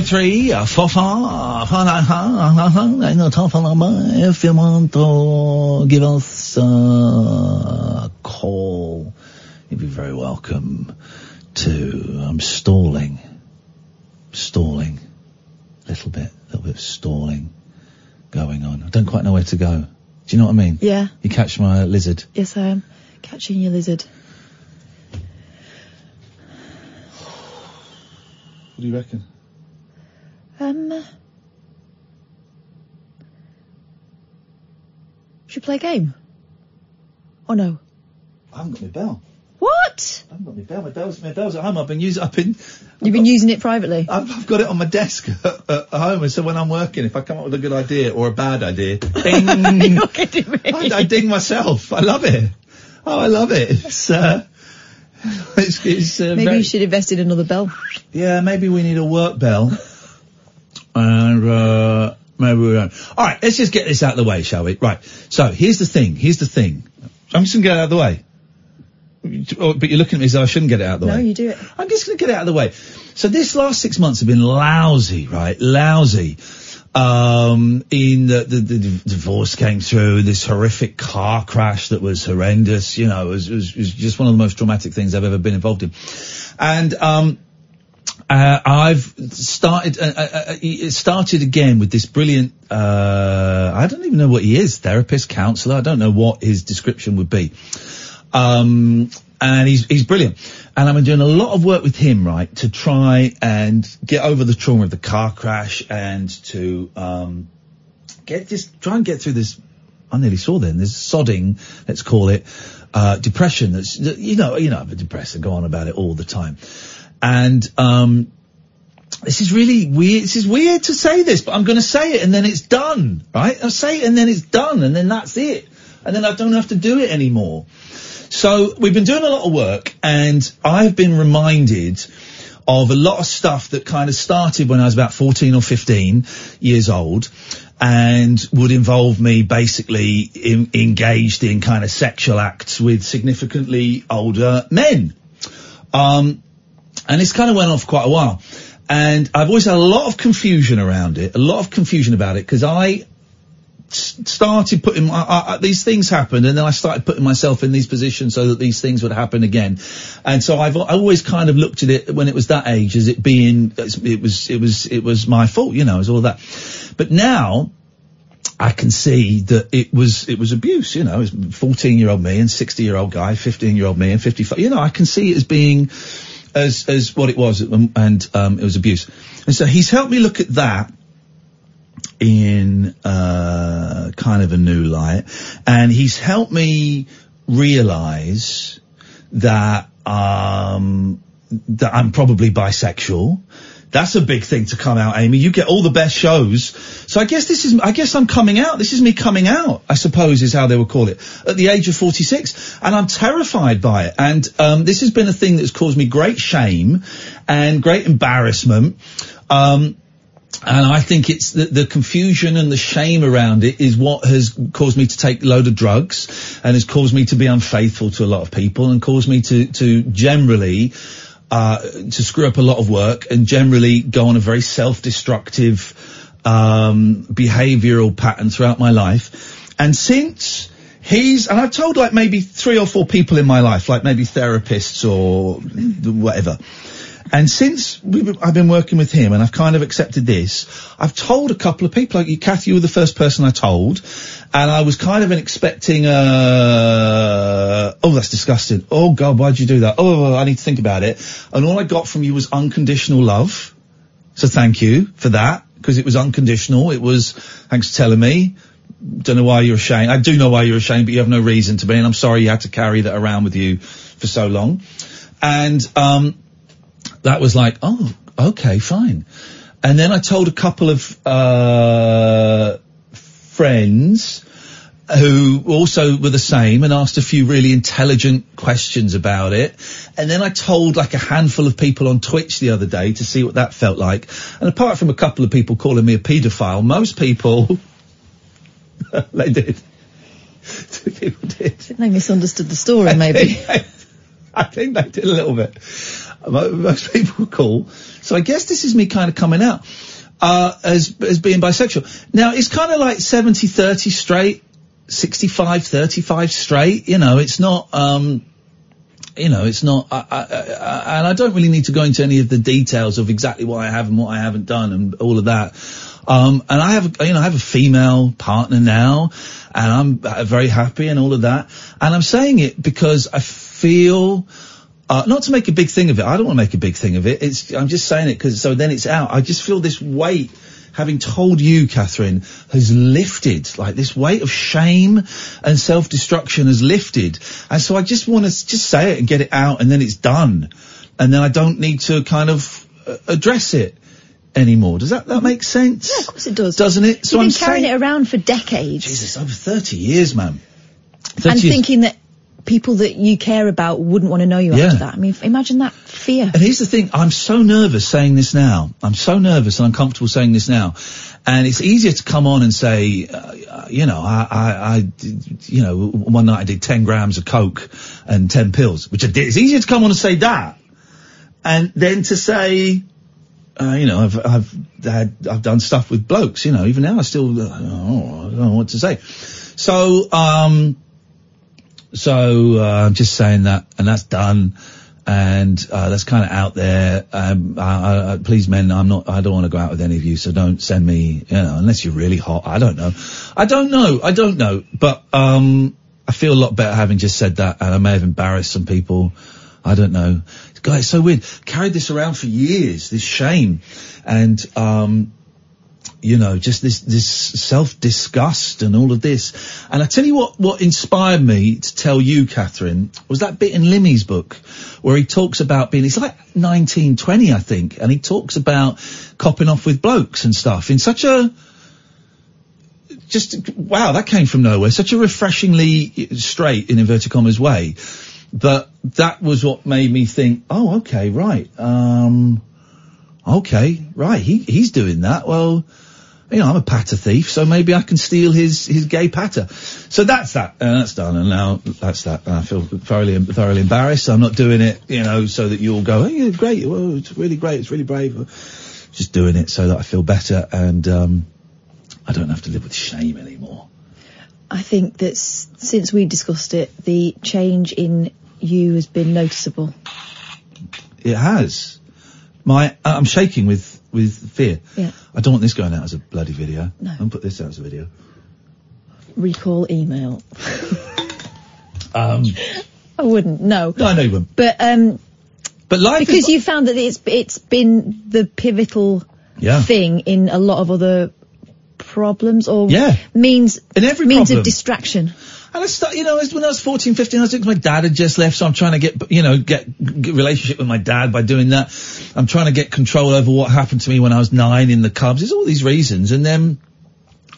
S6: three uh, four four four nine ha ha ha nine uh, top of number if you want to give us uh, a call you'd be very welcome to I'm stalling stalling little bit little bit of stalling going on I don't quite know where to go do you know what I mean
S7: Yeah.
S6: you catch my lizard
S7: Yes, I am catching your lizard.
S6: what do you reckon
S7: Um, should we play a game? Or
S6: Um,
S7: no?
S6: I haven't got my bell
S7: What?
S6: I haven't got my bell my bell's, my bell's at home I've been using I've been
S7: You've been using it privately.
S6: I've, I've got it on my desk at, at home, and so when I'm working, if I come up with a good idea or a bad idea, ding, I, I ding myself. I love it. Oh, I love it. It's, uh, it's, it's uh,
S7: Maybe
S6: very-
S7: you should invest in another bell.
S6: yeah, maybe we need a work bell. And, uh, maybe we don't. All right, let's just get this out of the way, shall we? Right. So here's the thing. Here's the thing. I'm just going to get it out of the way. Oh, But you're looking at me as though I shouldn't get it out of the
S7: No,
S6: way.
S7: you do it.
S6: I'm just going to get it out of the way. So this last six months have been lousy, right? Lousy. Um, in the, the, the d- divorce came through, this horrific car crash that was horrendous, you know, it was, it was, it was just one of the most traumatic things I've ever been involved in. And, um, uh, I've started uh, uh, uh, it started again with this brilliant. Uh, I don't even know what he is, therapist, counsellor. I don't know what his description would be. Um, and he's he's brilliant. And I've been doing a lot of work with him, right, to try and get over the trauma of the car crash and to um, get just try and get through this. I nearly saw then this sodding, let's call it, uh, depression. That's you know you know I'm a depressed. I go on about it all the time and um, this is really weird. This is weird to say this, but I'm going to say it, and then it's done, right? I'll say it, and then it's done, and then that's it, and then I don't have to do it anymore. So we've been doing a lot of work, and I've been reminded of a lot of stuff that kind of started when I was about 14 or 15 years old and would involve me basically in, engaged in kind of sexual acts with significantly older men. Um, and this kind of went on for quite a while. And I've always had a lot of confusion around it, a lot of confusion about it, because I s- started putting my, I, I, these things happened, and then I started putting myself in these positions so that these things would happen again. And so I've al- I always kind of looked at it when it was that age as it being as it was it was it was my fault, you know, it was all that. But now I can see that it was it was abuse. You know, it was 14 year old me and 60 year old guy, 15 year old me and 55. You know, I can see it as being as as what it was, and and, um, it was abuse. And so he's helped me look at that in uh, kind of a new light, and he's helped me realise that um, that I'm probably bisexual That's a big thing to come out, Amy. You get all the best shows. So I guess this is, I guess I'm coming out. This is me coming out, I suppose is how they would call it at the age of 46. And I'm terrified by it. And, um, this has been a thing that's caused me great shame and great embarrassment. Um, and I think it's the, the confusion and the shame around it is what has caused me to take a load of drugs and has caused me to be unfaithful to a lot of people and caused me to, to generally, uh, to screw up a lot of work and generally go on a very self-destructive, um, behavioral pattern throughout my life. And since he's, and I've told like maybe three or four people in my life, like maybe therapists or whatever. And since we've, I've been working with him and I've kind of accepted this, I've told a couple of people, like you, Kathy, you were the first person I told, and I was kind of expecting, uh, oh, that's disgusting. Oh God, why'd you do that? Oh, I need to think about it. And all I got from you was unconditional love. So thank you for that, because it was unconditional. It was, thanks for telling me. Don't know why you're ashamed. I do know why you're ashamed, but you have no reason to be, and I'm sorry you had to carry that around with you for so long. And, um, that was like, oh, okay, fine. And then I told a couple of uh, friends who also were the same and asked a few really intelligent questions about it. And then I told like a handful of people on Twitch the other day to see what that felt like. And apart from a couple of people calling me a paedophile, most people, they did. people did.
S7: They misunderstood the story, maybe.
S6: I think they did a little bit. Mo- Most people call. So I guess this is me kind of coming out uh, as as being bisexual. Now it's kind of like 70-30 straight, 65-35 straight. You know, it's not. Um, you know, it's not, I, I, I, and I don't really need to go into any of the details of exactly what I have and what I haven't done and all of that. Um, and I have, you know, I have a female partner now and I'm uh, very happy and all of that. And I'm saying it because I feel, uh, not to make a big thing of it. I don't want to make a big thing of it. It's, I'm just saying it because, so then it's out. I just feel this weight having told you, Catherine, has lifted, like this weight of shame and self-destruction has lifted. And so I just want to just say it and get it out and then it's done. And then I don't need to kind of uh, address it anymore. Does that, that make sense? Yeah, of course it does. Doesn't it? So
S7: You've
S6: I'm
S7: been carrying
S6: saying,
S7: it around for decades.
S6: Jesus, over 30 years, man. 30
S7: and
S6: years.
S7: thinking that people that you care about wouldn't want to know you
S6: Yeah.
S7: after that. I mean, f- imagine that fear.
S6: And here's the thing, I'm so nervous saying this now. I'm so nervous and uncomfortable saying this now. And it's easier to come on and say, uh, you know, I, I, I did, you know, one night I did 10 grams of coke and 10 pills, which I did. It's easier to come on and say that. And then to say, uh, you know, I've, I've had, I've done stuff with blokes, you know, even now I still, uh, oh, I don't know what to say. So, um, so, uh, I'm just saying that and that's done and uh, that's kind of out there. Um, I, I, I, please, men, I'm not. I don't want to go out with any of you, so don't send me. You know, unless you're really hot. I don't know. I don't know. I don't know. But um, I feel a lot better having just said that, and I may have embarrassed some people. I don't know. God, it's so weird. Carried this around for years. This shame, and um, you know, just this, this self-disgust and all of this. And I tell you what, what inspired me to tell you, Catherine, was that bit in Limmy's book where he talks about being, it's like 1920, I think, and he talks about copping off with blokes and stuff in such a, just, wow, that came from nowhere. Such a refreshingly straight, in inverted commas, way. That, that was what made me think, oh, okay, right, um, okay, right, he, he's doing that. Well, you know, I'm a patter thief, so maybe I can steal his, his gay patter. So that's that, and that's done, and now that's that. And I feel thoroughly, thoroughly embarrassed. I'm not doing it, you know, so that you'll go, oh, yeah, great, well, it's really great, it's really brave. Just doing it so that I feel better and, um, I don't have to live with shame anymore.
S7: I think that s- since we discussed it, the change in you has been noticeable.
S6: It has. My, I- I'm shaking with, with fear.
S7: Yeah.
S6: I don't want this going out as a bloody video.
S7: No.
S6: I'll put this out as a video.
S7: Recall email.
S6: Um,
S7: I wouldn't. No.
S6: no, I know you won't.
S7: But um,
S6: But life is-
S7: because you found that it's it's been the pivotal
S6: Yeah.
S7: thing in a lot of other problems or
S6: Yeah.
S7: means
S6: In every
S7: means
S6: problem.
S7: of distraction.
S6: And I start, you know, as- when I was 14, 15, I was doing, my dad had just left, so I'm trying to get, you know, get, get relationship with my dad by doing that. I'm trying to get control over what happened to me when I was nine in the Cubs. There's all these reasons. And then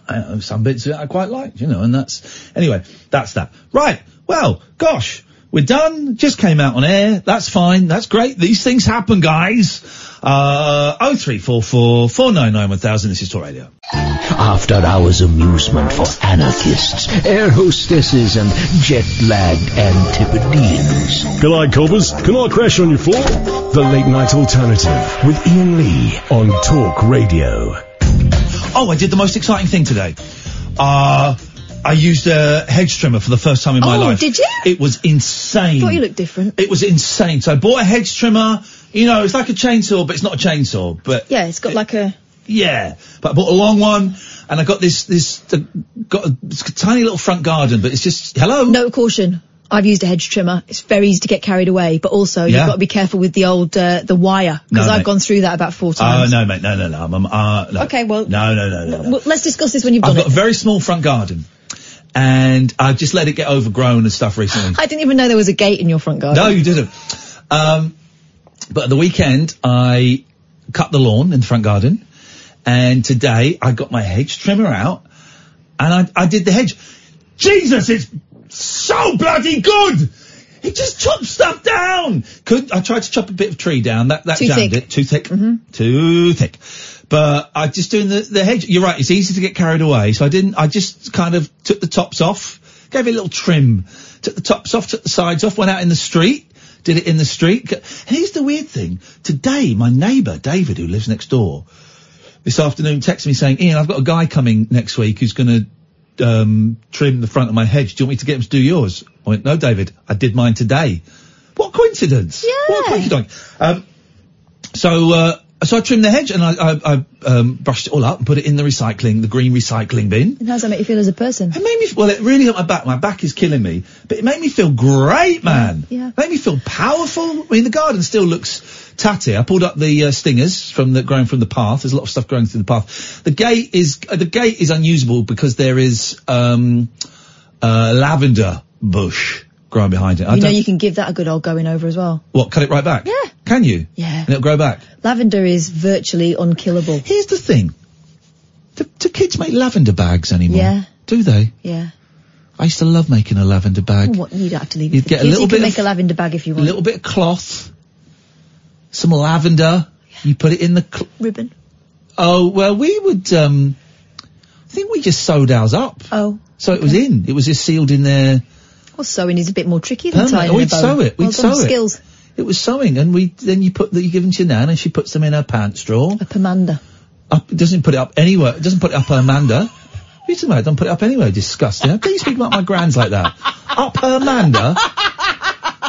S6: uh, some bits of it I quite liked, you know, and that's, anyway, that's that. Right. Well, gosh, we're done. Just came out on air. That's fine. That's great. These things happen, guys. Uh, 0344 499 1000. This is Talk Radio.
S9: After hours amusement for anarchists, air hostesses, and jet lagged antipodeans.
S1: Good night, Cobbers. Can I crash on your floor? The Late Night Alternative with Ian Lee on Talk Radio.
S6: Oh, I did the most exciting thing today. Uh, I used a hedge trimmer for the first time in my
S7: Oh,
S6: life.
S7: did you?
S6: It was insane.
S7: Thought you looked different.
S6: It was insane. So I bought a hedge trimmer. You know, it's like a chainsaw, but it's not a chainsaw. But
S7: Yeah, it's got like a
S6: yeah, but I bought a long one, and I got this this uh, got a, it's a tiny little front garden, but it's just hello.
S7: No caution. I've used a hedge trimmer. It's very easy to get carried away, but also
S6: Yeah.
S7: you've got to be careful with the old uh, the wire because
S6: No,
S7: I've
S6: mate.
S7: gone through that about four
S6: Oh
S7: times.
S6: no, mate, no, no, no. I'm, I'm, uh, no.
S7: Okay, well-
S6: no, no, no, no. no.
S7: Well, let's discuss this when you've
S6: I've
S7: done
S6: got a
S7: it.
S6: very small front garden, and I've just let it get overgrown and stuff recently.
S7: I didn't even know there was a gate in your front garden.
S6: No, you didn't. Um, but at the weekend, I cut the lawn in the front garden, and today I got my hedge trimmer out, and I, I did the hedge. Jesus, it's so bloody good! It just chops stuff down. Could I tried to chop a bit of tree down? That that
S7: Too thick.
S6: jammed
S7: Mm-hmm.
S6: it. Too thick. Too thick. But I just doing the, the hedge. You're right. It's easy to get carried away. So I didn't. I just kind of took the tops off, gave it a little trim, took the tops off, took the sides off, went out in the street, did it in the street. G- Here's the weird thing. Today, my neighbour David, who lives next door, this afternoon texted me saying, Ian, I've got a guy coming next week who's going to um, trim the front of my hedge. Do you want me to get him to do yours? I went, no, David, I did mine today. What coincidence? Yeah. What a coincidence. Um, so, uh, so I trimmed the hedge and I, I, I um, brushed it all up and put it in the recycling, the green recycling bin.
S7: And how does that make you feel as a person?
S6: It made me, well, it really hurt my back. My back is killing me, but it made me feel great, man.
S7: Yeah.
S6: Made me feel powerful. I mean, the garden still looks tatty. I pulled up the uh, stingers from the growing from the path. There's a lot of stuff growing through the path. The gate is uh, the gate is unusable because there is um, uh, lavender bush growing behind it. I
S7: you know
S6: don't,
S7: you can give that a good old going over as well.
S6: what? Cut it right back. Yeah. Can you?
S7: Yeah.
S6: And it'll grow back.
S7: Lavender is virtually unkillable.
S6: Here's the thing. Do, do kids make lavender bags anymore?
S7: Yeah.
S6: Do they?
S7: Yeah.
S6: I used to love making a lavender bag.
S7: What you'd have to leave. it
S6: You'd
S7: for
S6: get a
S7: kids.
S6: little
S7: you
S6: bit
S7: can
S6: of-
S7: make a lavender bag if you
S6: a
S7: want.
S6: little bit of cloth, some lavender. You put it in the cl-
S7: ribbon.
S6: Oh well, we would. um I think we just sewed ours up.
S7: Oh.
S6: So it was in. It was just sealed in there.
S7: Well, sewing is a bit more tricky than
S6: permanently.
S7: tying in a
S6: We'd
S7: bow.
S6: sew it. We'd
S7: well
S6: sew
S7: done,
S6: it.
S7: Skills.
S6: It was sewing, and we then you put that you give them to your nan, and she puts them in her pants drawer.
S7: A pomander.
S6: Up, doesn't put it up anywhere. Doesn't put it up her Amanda. What are you talking about? Don't put it up anywhere. Disgusting. How can you speak about my grands like that? Up her Amanda.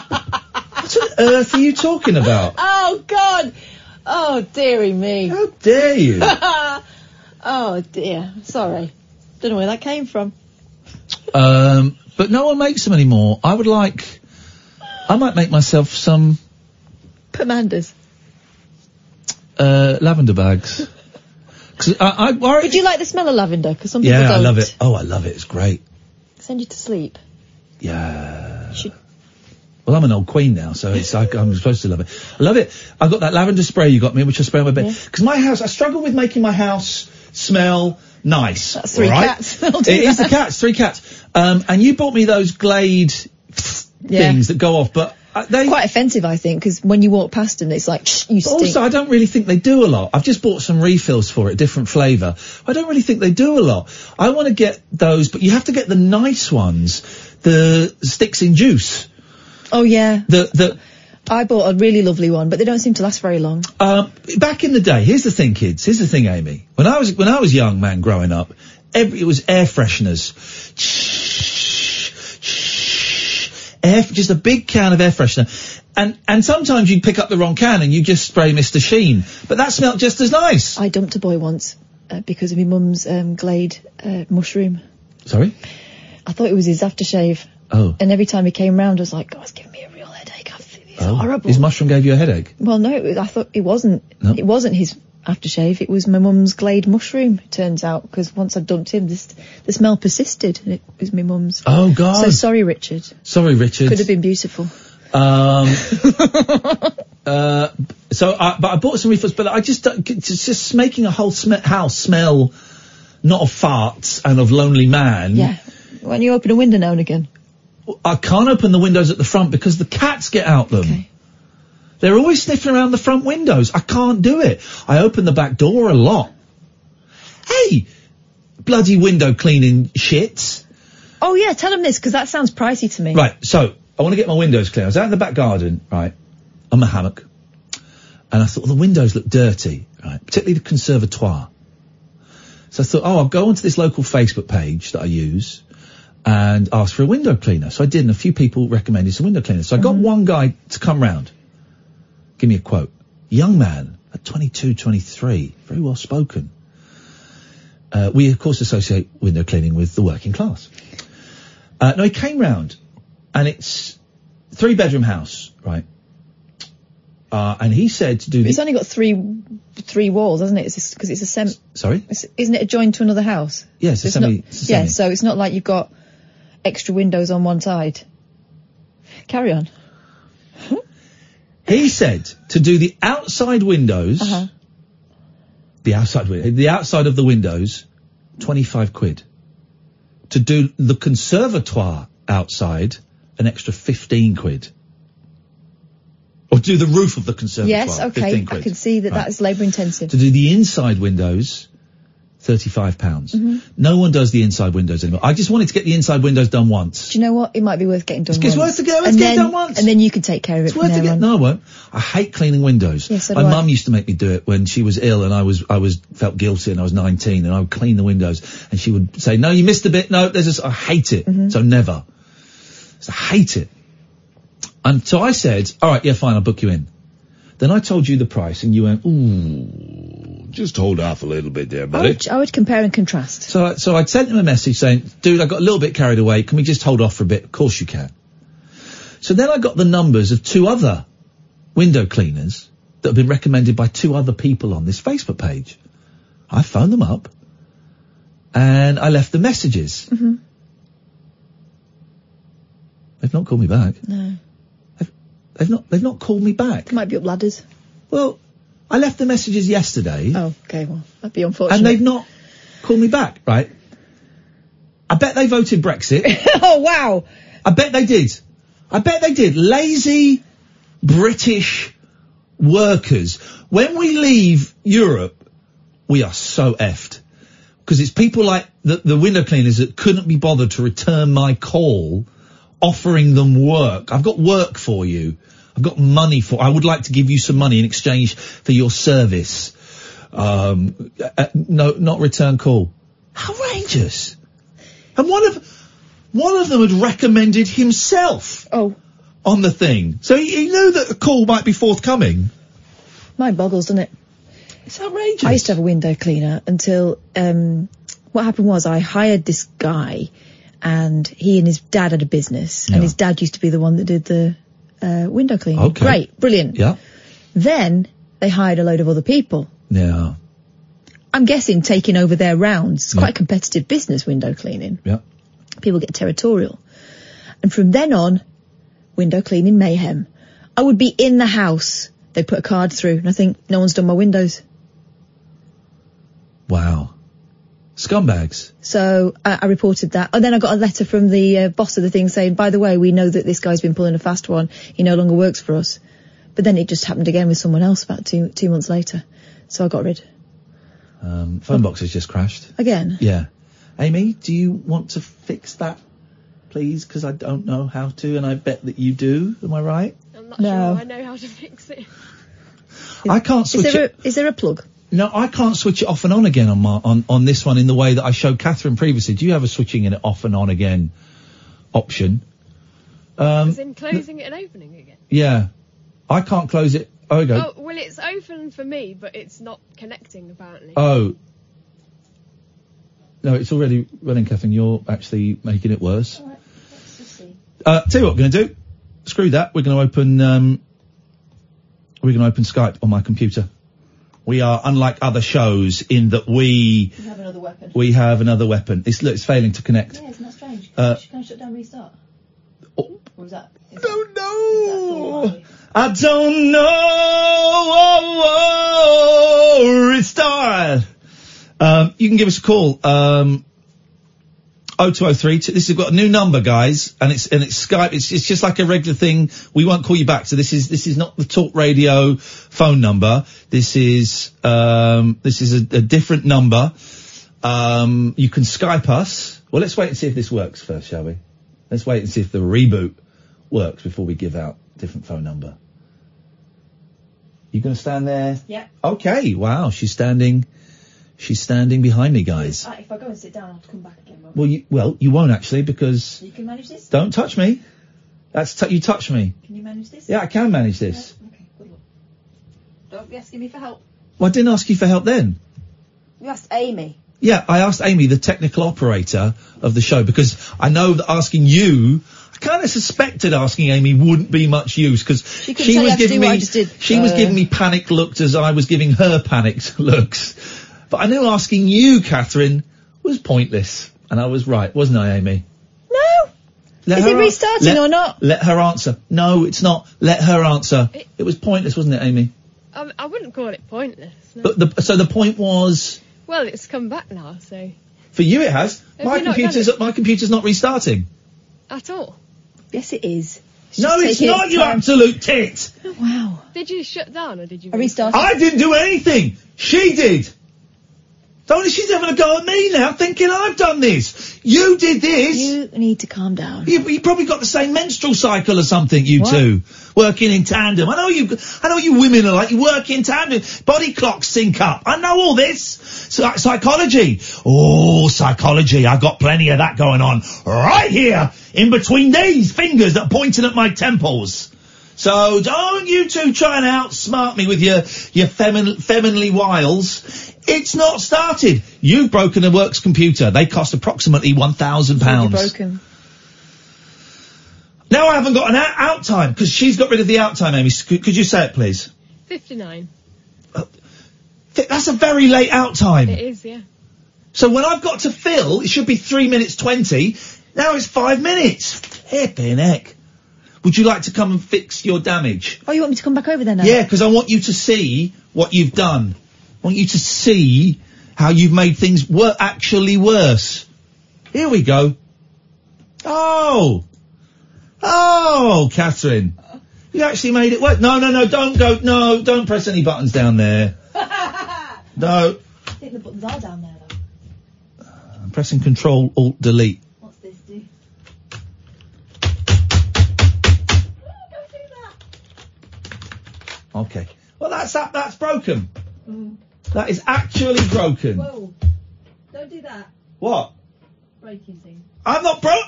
S6: what on earth are you talking about?
S19: Oh God! Oh dearie me! How
S6: dare you.
S19: oh dear. Sorry. Don't know where that came from.
S6: Um, but no one makes them anymore. I would like, I might make myself some
S7: Pomanders.
S6: uh, lavender bags. 'Cause I, I worry.
S7: Would you like the smell of lavender? Because some people
S6: yeah,
S7: don't.
S6: I love it. Oh, I love it. It's great.
S7: Send you to sleep.
S6: Yeah.
S7: Should-
S6: Well, I'm an old queen now, so it's like I'm supposed to love it. I love it. I've got that lavender spray you got me, which I spray on my bed. Because my house, I struggle with making my house smell nice. That's
S7: three cats. They'll
S6: It
S7: do
S6: is the
S7: that.
S6: cats, three cats. Um, and you bought me those Glade things that go off, but uh, they
S7: Quite offensive, I think, because when you walk past them, it's like, Shh, you
S6: But
S7: stink.
S6: Also, I don't really think they do a lot. I've just bought some refills for it, different flavour. I don't really think they do a lot. I want to get those, but you have to get the nice ones, the sticks in juice.
S7: oh, yeah.
S6: The the
S7: I bought a really lovely one, but they don't seem to last very long.
S6: um, back in the day. Here's the thing, kids. Here's the thing, Amy. When I was when I was young man growing up, every, it was air fresheners. Air, just a big can of air freshener. And, and sometimes you'd pick up the wrong can and you just spray Mr. Sheen. But that smelt just as nice.
S7: I dumped a boy once uh, because of my mum's um, Glade uh, mushroom.
S6: Sorry?
S7: I thought it was his aftershave.
S6: Oh.
S7: And every time he came round, I was like, God, it's giving me a real headache. I feel-
S6: Oh, His mushroom gave you a headache.
S7: Well, no, it was, I thought it wasn't.
S6: No.
S7: It wasn't his aftershave, it was my mum's glade mushroom. It turns out because once I dumped him, this the smell persisted, and it was my mum's.
S6: Oh, God.
S7: So sorry, Richard.
S6: Sorry, Richard.
S7: Could have been beautiful.
S6: Um, uh, so, I, but I bought some refunds, but I just don't- it's just making a whole sm- house smell not of farts and of lonely man.
S7: Yeah. When you open a window now and again.
S6: I can't open the windows at the front because the cats get out them. They're always sniffing around the front windows. I can't do it. I open the back door a lot. Hey, bloody window cleaning shits.
S7: Oh yeah, tell him this because that sounds pricey to me.
S6: Right, so I want to get my windows clear. I was out in the back garden, right, on my hammock, and I thought, well, the windows look dirty, right, particularly the conservatoire. So I thought, oh, I'll go onto this local Facebook page that I use and ask for a window cleaner. So I did, and a few people recommended some window cleaners. So I got one guy to come round, give me a quote. Young man, at 22, 23, very well spoken. Uh, we, of course, associate window cleaning with the working class. Uh, no, he came round and it's three bedroom house, right? Uh, and he said to do
S7: It's
S6: the
S7: only got three three walls, hasn't it? It's because it's a sem.
S6: sorry,
S7: It's, isn't it adjoined to another house?
S6: Yeah, it's a
S7: not,
S6: semi- it's a
S7: yeah,
S6: semi.
S7: so it's not like you've got extra windows on one side. Carry on.
S6: he said to do the outside windows,
S7: Uh-huh.
S6: the outside window, the outside of the windows, twenty five quid. To do the conservatoire outside, an extra fifteen quid. Or do the roof of the conservatoire.
S7: Yes, okay.
S6: 15
S7: I
S6: quid.
S7: can see that
S6: Right.
S7: that is labour intensive.
S6: to do the inside windows, thirty-five pounds.
S7: Mhm.
S6: No one does the inside windows anymore. I just wanted to get the inside windows done once.
S7: Do you know what? It might be worth getting done.
S6: It's- it's
S7: once.
S6: worth to get- worth
S7: and
S6: getting
S7: then,
S6: done once.
S7: And then you can take care of it
S6: It's
S7: from
S6: worth
S7: there
S6: to get.
S7: on.
S6: No, I won't. I hate cleaning windows.
S7: Yeah, so do
S6: My
S7: I.
S6: mum used to make me do it when she was ill, and I was I was felt guilty, and I was nineteen, and I would clean the windows, and she would say, "No, you missed a bit. No, there's this." I hate it.
S7: Mm-hmm.
S6: So never. So I hate it. And so I said, "All right, yeah, fine, I'll book you in." Then I told you the price, and you went, "Ooh, just hold off a little bit there,
S7: I
S6: buddy."
S7: would, I would compare and contrast.
S6: So, I- so I sent him a message saying, dude, I got a little bit carried away. Can we just hold off for a bit? Of course you can. So then I got the numbers of two other window cleaners that have been recommended by two other people on this Facebook page. I phoned them up and I left the messages.
S7: Mhm.
S6: They've not called me back.
S7: No.
S6: They've not, they've not called me back.
S7: Might be up ladders.
S6: Well, I left the messages yesterday.
S7: Oh, okay. Well, that'd be unfortunate.
S6: And they've not called me back, right? I bet they voted Brexit.
S7: oh, wow.
S6: I bet they did. I bet they did. Lazy British workers. When we leave Europe, we are so effed. Because it's people like the, the window cleaners that couldn't be bothered to return my call offering them work. I've got work for you. I've got money for, I would like to give you some money in exchange for your service. Um, uh, uh, no, not return call. Outrageous. And one of, one of them had recommended himself.
S7: Oh.
S6: On the thing. So he, he knew that a call might be forthcoming.
S7: Mind boggles, doesn't it?
S6: It's outrageous.
S7: I used to have a window cleaner until um, what happened was I hired this guy, and he and his dad had a business, and his dad used to be the one that did the uh, window cleaning.
S6: Okay.
S7: Great, brilliant.
S6: Yeah.
S7: Then they hired a load of other people.
S6: Yeah.
S7: I'm guessing taking over their rounds. It's quite a competitive business, window cleaning.
S6: Yeah.
S7: People get territorial. And from then on, window cleaning mayhem. I would be in the house. They put a card through and I think no one's done my windows.
S6: Wow. Scumbags.
S7: So I, I reported that. And then I got a letter from the uh, boss of the thing saying, by the way, we know that this guy's been pulling a fast one. He no longer works for us. But then it just happened again with someone else about two, two months later. So I got rid.
S6: Um, phone box has just crashed.
S7: Again.
S6: Yeah. Amy, do you want to fix that, please? Because I don't know how to, and I bet that you do. Am I right?
S21: I'm not
S7: No.
S21: sure I know how to fix it.
S6: I can't
S7: Is
S6: switch
S7: there,
S6: it.
S7: a, is there a plug?
S6: No, I can't switch it off and on again on my on, on this one in the way that I showed Catherine previously. Do you have a switching it off and on again option? Um,
S21: As in closing it and opening again.
S6: yeah, I can't close it. Oh, there we go.
S21: Oh, well, it's open for me, but it's not connecting apparently.
S6: Oh. No, it's already running, Catherine. You're actually making it worse. Uh, tell you what we're going to do. Screw that. We're going to open. Um, we're going to open Skype on my computer. We are unlike other shows in that we
S19: You have another weapon.
S6: we have another weapon. It's look, it's failing to connect.
S19: Yeah, isn't that strange?
S6: Uh, Oh.
S19: Can I shut down, restart? Or was that? Is
S6: I don't know. Oh, oh, restart. Um, you can give us a call. Um, 0203. T- This has got a new number, guys, and it's and it's Skype. It's it's just like a regular thing. We won't call you back. So this is this is not the Talk Radio phone number. This is um this is a, a different number. Um, you can Skype us. Well, let's wait and see if this works first, shall we? Let's wait and see if the reboot works before we give out different phone number. You gonna stand there?
S19: Yeah.
S6: Okay. Wow. She's standing. She's standing behind me, guys.
S19: Right, Uh, if I go and sit down, I'll have to come back again. won't
S6: Well, you, well, you won't actually because
S19: I? You can manage this?
S6: don't touch me. That's t- you touch me.
S19: Can you manage this?
S6: Yeah, I can manage this.
S19: Don't be asking me for help.
S6: Well, I didn't ask you for help then.
S19: You asked Amy.
S6: Yeah, I asked Amy, the technical operator of the show, because I know that asking you, I kind of suspected asking Amy wouldn't be much use because she,
S7: couldn't tell you
S6: was
S7: how to
S6: giving
S7: do what
S6: me
S7: I just did.
S6: she was
S7: Uh.
S6: giving me panic looks as I was giving her panicked looks. But I knew asking you, Catherine, was pointless, and I was right, wasn't I, Amy?
S7: No.
S6: Let
S7: Is
S6: her
S7: it
S6: an-
S7: restarting
S6: let-
S7: or not?
S6: Let her answer. No, it's not. Let her answer. It, was pointless, wasn't it, Amy?
S21: I, Um, I wouldn't call it pointless. No.
S6: But the, so the point was
S21: Well, it's come back now, so
S6: for you. It has.
S21: Have
S6: my
S21: you not done
S6: computer's
S21: it?
S6: my computer's not restarting.
S21: at all.
S7: Yes, it is.
S6: no,
S7: just
S6: it's
S7: taking
S6: not.
S7: its
S6: You
S7: time.
S6: absolute tit.
S7: Wow.
S21: Did you shut down or did you?
S6: I didn't do anything. She did. Tony, she's having a go at me now, thinking I've done this. You did this.
S7: You need to calm down.
S6: You, you probably got the same menstrual cycle or something, you
S7: What?
S6: two, working in tandem. I know you. I know you women are like you work in tandem. Body clocks sync up. I know all this. Psy- psychology. Oh, psychology. I got plenty of that going on right here in between these fingers that are pointing at my temples. So don't you two try and outsmart me with your your femin- feminly wiles. It's not started. You've broken the works computer. They cost approximately one thousand
S7: You're
S6: pounds.
S7: broken.
S6: Now I haven't got an out, out time because she's got rid of the out time, Amy. S- Could, could you say it, please?
S21: Fifty-nine.
S6: Th- That's a very late out time.
S21: It is, yeah.
S6: So when I've got to fill, it should be three minutes twenty. Now it's five minutes. Hippin' heck. Would you like to come and fix your damage?
S7: Oh, you want me to come back over there now?
S6: Yeah, because I want you to see what you've done. I want you to see how you've made things were actually worse. Here we go. Oh, oh, Catherine, you actually made it worse. No, no, no, don't go. No, don't press any buttons down there.
S19: I
S6: No,
S19: think the buttons are down there, though.
S6: I'm pressing Control Alt Delete.
S19: What's this do?
S6: Okay. Well, that's that. That's broken.
S19: Mm.
S6: That is actually broken.
S19: Whoa. Don't do that.
S6: What?
S19: Breaking thing.
S6: I'm not broke.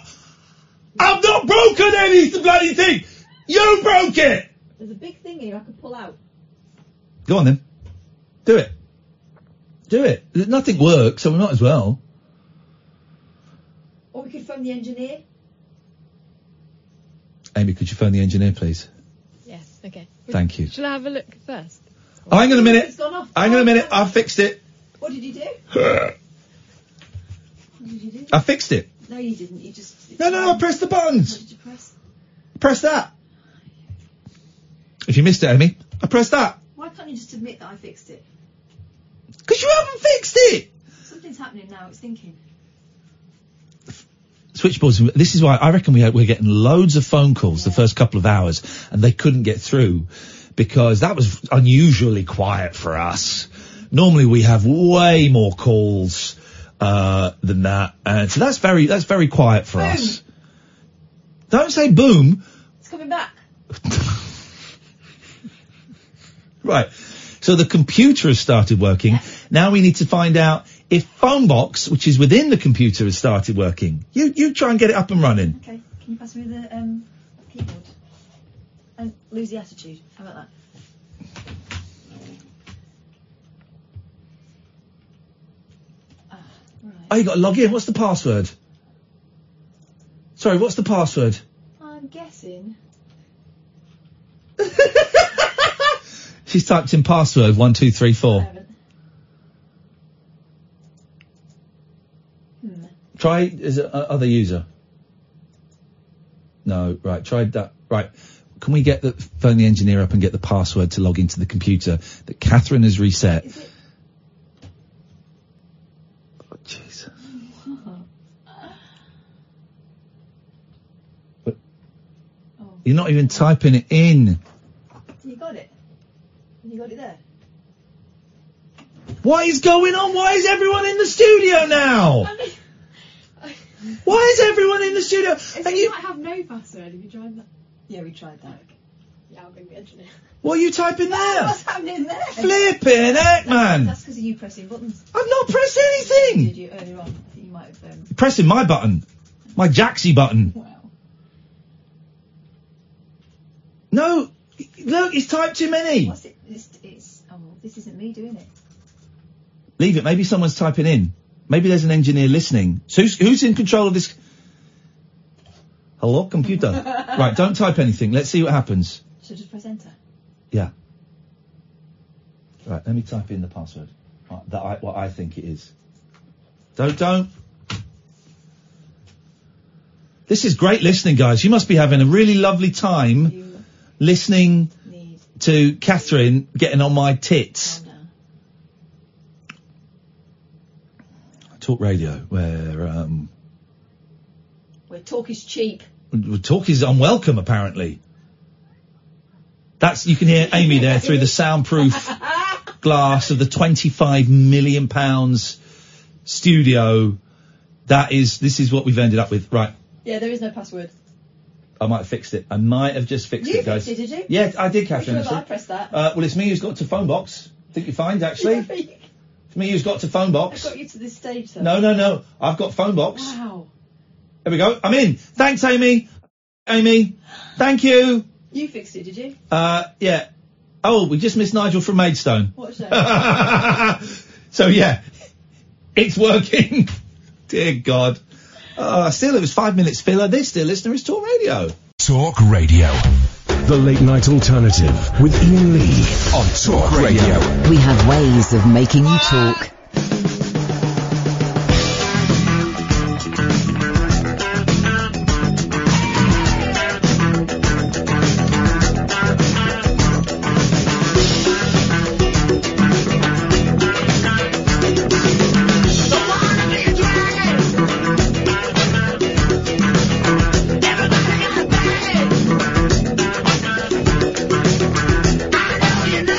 S6: I've not broken any bloody thing. You broke it.
S19: There's a big thing here I could pull out.
S6: Go on then. Do it. Do it. Nothing works, so we might as well.
S19: Or we could phone the engineer.
S6: Amy, could you phone the engineer, please?
S21: Yes. Okay.
S6: Thank you.
S21: Shall I have a look first?
S6: Oh, hang on a minute.
S19: It's gone off.
S6: Hang on a minute. I fixed it.
S19: What did you do?
S6: I
S19: What did you do?
S6: fixed it.
S19: No, you didn't. You just.
S6: No, no, no. I pressed the buttons.
S19: Did you press?
S6: Press that. If you missed it, Amy, I pressed that.
S19: Why can't you just admit that I fixed it?
S6: Because you haven't fixed it.
S19: Something's happening now. It's thinking.
S6: Switchboards. This is why I reckon we, we're getting loads of phone calls the first couple of hours, and they couldn't get through because that was unusually quiet for us. Normally we have way more calls uh, than that, and so that's very that's very quiet for us. Don't say boom.
S19: It's coming back.
S6: Right. So the computer has started working. Now we need to find out if phone box, which is within the computer, has started working. You you try and get it up and running.
S19: Okay. Can you pass me the um, keyboard? And lose the attitude. How about that?
S6: Oh, you got to log in. What's the password? Sorry, what's the password?
S19: I'm guessing.
S6: She's typed in password one two three four. Try is it a- other user? No, right. Try that. Right. Can we get the phone the engineer up and get the password to log into the computer that Catherine has reset? Oh, You're not even typing it in.
S19: You got it. You got it there.
S6: What is going on? Why is everyone in the studio now? Why is everyone in the studio?
S21: It's, you might have no password. Have you tried that?
S19: Yeah, we tried that.
S21: Yeah, I'll bring the engineer.
S6: What are you typing there?
S19: What's happening there?
S6: Flipping heck, man.
S19: That's because of you pressing buttons.
S6: I've not pressed anything.
S19: Did you earlier on? I think you might have. Um,
S6: Pressing my button. My Jaxie button. No, look, he's typed too many.
S19: what's it? This is. Oh, well, this isn't me doing it.
S6: Leave it. Maybe someone's typing in. Maybe there's an engineer listening. So who's, who's in control of this? Hello, computer. right, don't type anything. Let's see what happens.
S19: So just press enter.
S6: Yeah. Right, let me type in the password. Uh, That I, what I think it is. Don't, don't. This is great listening, guys. You must be having a really lovely time listening to Catherine getting on my tits. Talk radio, where um,
S19: Where talk is cheap.
S6: talk is unwelcome, apparently. That's you can hear Amy there through the soundproof glass of the 25 million pounds studio. That is, this is what we've ended up with. Right.
S19: Yeah, there is no password.
S6: I might have fixed it. I might have just fixed
S19: you
S6: it, guys.
S19: fixed it, did you?
S6: Yeah, I did, Catherine.
S19: Sure that I
S6: actually.
S19: pressed that.
S6: Uh, well, it's me who's got to phone box. think you find, actually. It's me who's got to phone
S19: I
S6: box.
S19: got you to this stage though.
S6: No, no, no. I've got phone box.
S19: Wow.
S6: There we go. I'm in. Thanks, Amy. Amy. Thank you.
S19: You fixed it, did you?
S6: Uh, yeah. Oh, we just missed Nigel from Maidstone.
S19: What's
S6: so yeah, it's working. Dear God. Uh, still, it was five minutes filler. This, dear listener, is Talk Radio.
S1: Talk Radio. The late night alternative with Ian Lee on Talk Radio.
S2: We have ways of making you talk.
S3: I know you know.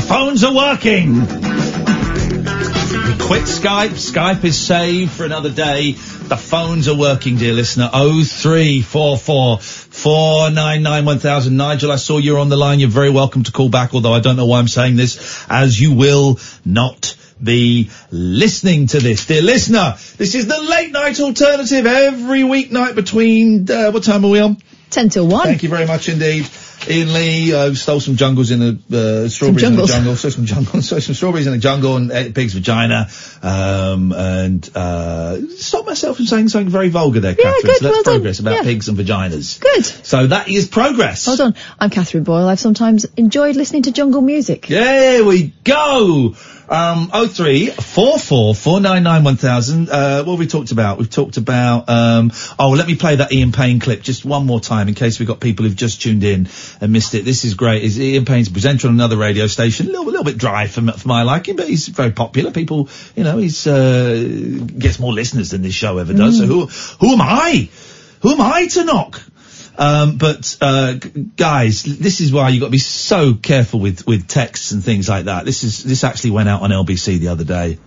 S6: phones are working. Quit Skype. Skype is saved for another day. The phones are working, dear listener. Oh three four four four nine nine one thousand. Nigel, I saw you're on the line. You're very welcome to call back, although I don't know why I'm saying this, as you will not be listening to this. Dear listener, this is the late night alternative every weeknight between, uh, what time are we on?
S7: 10 till 1.
S6: Thank you very much indeed. Ian Lee uh, stole some jungles in the uh, strawberries in the
S7: jungles.
S6: jungle. Stole some jungles, stole some strawberries in the jungle and ate a pig's vagina. Um, and uh, stop myself from saying something very vulgar there,
S7: Yeah,
S6: Catherine.
S7: good,
S6: so that's
S7: well done.
S6: progress about
S7: Yeah.
S6: pigs and vaginas.
S7: Good.
S6: So that is progress.
S7: Hold on. I'm Catherine Boyle. I've sometimes enjoyed listening to jungle music.
S6: There we go. Um, oh three four four four nine nine one thousand. Uh, what have we talked about? We've talked about. Um, oh, let me play that Ian Payne clip just one more time in case we've got people who've just tuned in and missed it. This is great. Is Ian Payne's a presenter on another radio station? A little, little bit dry for, m- for my liking, but he's very popular. People, you know, he's uh, gets more listeners than this show ever does. So who who am I? Who am I to knock? Um, but uh, g- guys, this is why you've got to be so careful with, with texts and things like that. This is this actually went out on LBC the other day.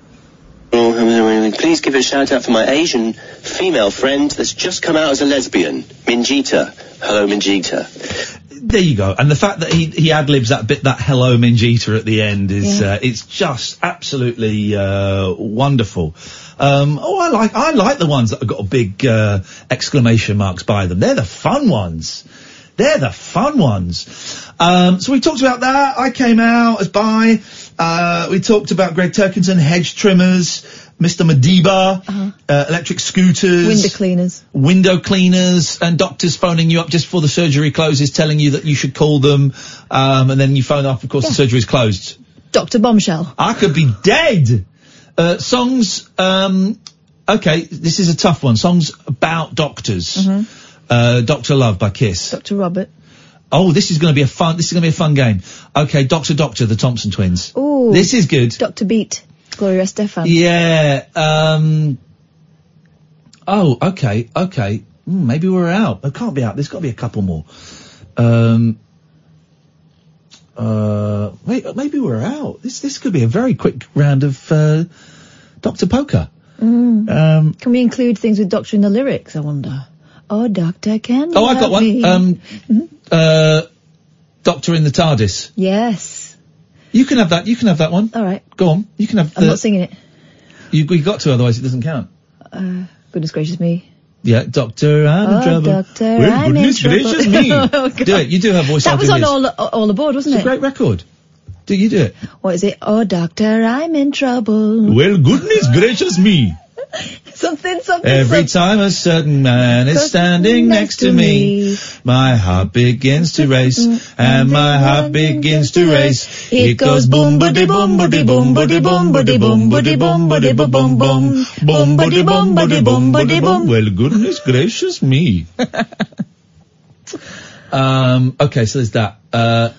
S18: Please give a shout out for my Asian female friend that's just come out as a lesbian, Minjita. Hello, Minjita.
S6: There you go. And the fact that he he ad libs that bit that hello Mingita at the end is
S18: Yeah.
S6: uh, it's just absolutely uh, wonderful. Um, oh, I like I like the ones that have got a big uh, exclamation marks by them. They're the fun ones. They're the fun ones. Um, so we talked about that. I came out as bi. Uh, we talked about Greg Turkington, hedge trimmers, Mr. Madiba, uh, electric scooters,
S7: Window cleaners.
S6: window cleaners and doctors phoning you up just before the surgery closes, telling you that you should call them, um, and then you phone up. Of course, the surgery's closed.
S7: Dr. Bombshell.
S6: I could be dead. Uh, songs. Um, okay, this is a tough one. Songs about doctors. Uh, Doctor Love by Kiss.
S7: Dr. Mm-hmm. Robert.
S6: Oh, this is going to be a fun. This is going to be a fun game. Okay, Doctor Doctor, the Thompson twins.
S7: Ooh.
S6: This is good.
S7: Dr. Beat. Gloria Estefan.
S6: Yeah. Um, oh, okay, okay. Hmm, maybe we're out. It can't be out. There's got to be a couple more. Um, uh, wait, maybe we're out. This this could be a very quick round of uh, Doctor Poker.
S7: Mm.
S6: Um,
S7: Can we include things with doctor in the lyrics, I wonder? Oh, doctor, can you
S6: Oh, I've got
S7: help
S6: one.
S7: me?
S6: Um,
S7: Mm-hmm.
S6: uh, Doctor in the TARDIS.
S7: yes.
S6: You can have that. You can have that one.
S7: All right.
S6: Go on. You can have.
S7: I'm
S6: the-
S7: not singing it.
S6: You we got to, otherwise it doesn't count.
S7: Uh, goodness gracious me.
S6: Yeah, Doctor, I'm
S7: oh,
S6: in trouble.
S7: doctor,
S6: Well,
S7: I'm
S6: goodness
S7: in trouble.
S6: gracious me.
S7: Oh, God.
S6: do it. You do have voice.
S7: That was on
S6: ideas.
S7: all, all aboard, wasn't
S6: It's a
S7: it?
S6: great record. Do you do it?
S7: What is it? Oh, doctor, I'm in trouble.
S6: Well, goodness gracious me.
S7: Something, something.
S6: Every time a certain man is standing next to me, my heart begins to race,
S7: Mm-hmm.
S6: and my heart begins to race. It goes boom, buddy, boom, buddy, boom, buddy, boom, buddy, boom, buddy, boom, buddy, boom, boom, boom, boom, buddy, boom, buddy, boom, buddy, boom. Well, goodness gracious me. um, okay, so there's that. Uh,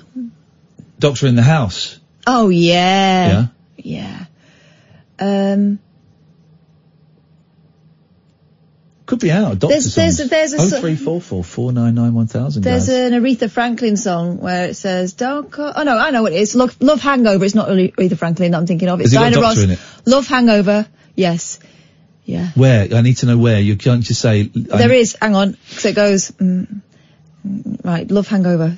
S6: Doctor in the House.
S7: Oh,
S6: Yeah.
S7: yeah. Yeah. Um,
S6: Could be out. oh Doctor
S7: There's- there's-
S6: songs.
S7: there's a so-
S6: 0344 499 1000,
S7: there's
S6: guys.
S7: an Aretha Franklin song where it says, don't call, oh no, I know what it is. Love, Love Hangover. It's not really Aretha Franklin that I'm thinking of. It's
S6: Has it got
S7: Diana
S6: Doctor
S7: Ross.
S6: in it?
S7: Love Hangover. Yes.
S6: Where? I need to know where. You can't just say. I-
S7: There is. Hang on. So it goes. Mm, mm, right. Love hangover.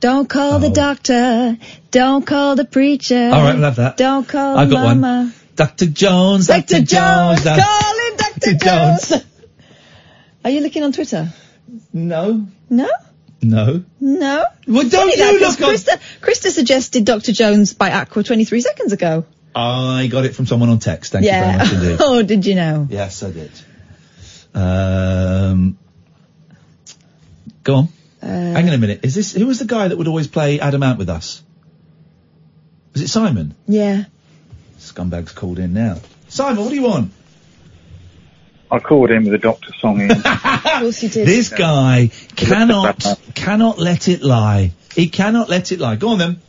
S7: Don't call the doctor. Don't call the preacher.
S6: Oh. All right, we'll have that.
S7: Don't call
S6: I've got one.
S7: mama.
S6: Dr. Jones, Dr. Jones, Dr.
S7: Calling Dr. Jones. Are you looking on Twitter?
S6: No.
S7: No.
S6: No.
S7: No.
S6: Well,
S7: don't
S6: you look on-
S7: Krista, Krista suggested Dr. Jones by Aqua 23 seconds ago.
S6: I got it from someone on text. Thank
S7: yeah.
S6: you very much indeed.
S7: oh, did you know?
S6: yes, I did. Um, go on.
S7: Uh,
S6: Hang on a minute. Is this who was the guy that would always play Adam Ant with us? Was it Simon?
S7: Yeah.
S6: Scumbag's called in now. Simon, what do you want?
S22: I called in with a doctor song in.
S7: of course you did.
S6: This guy cannot cannot let it lie. He cannot let it lie. Go on then.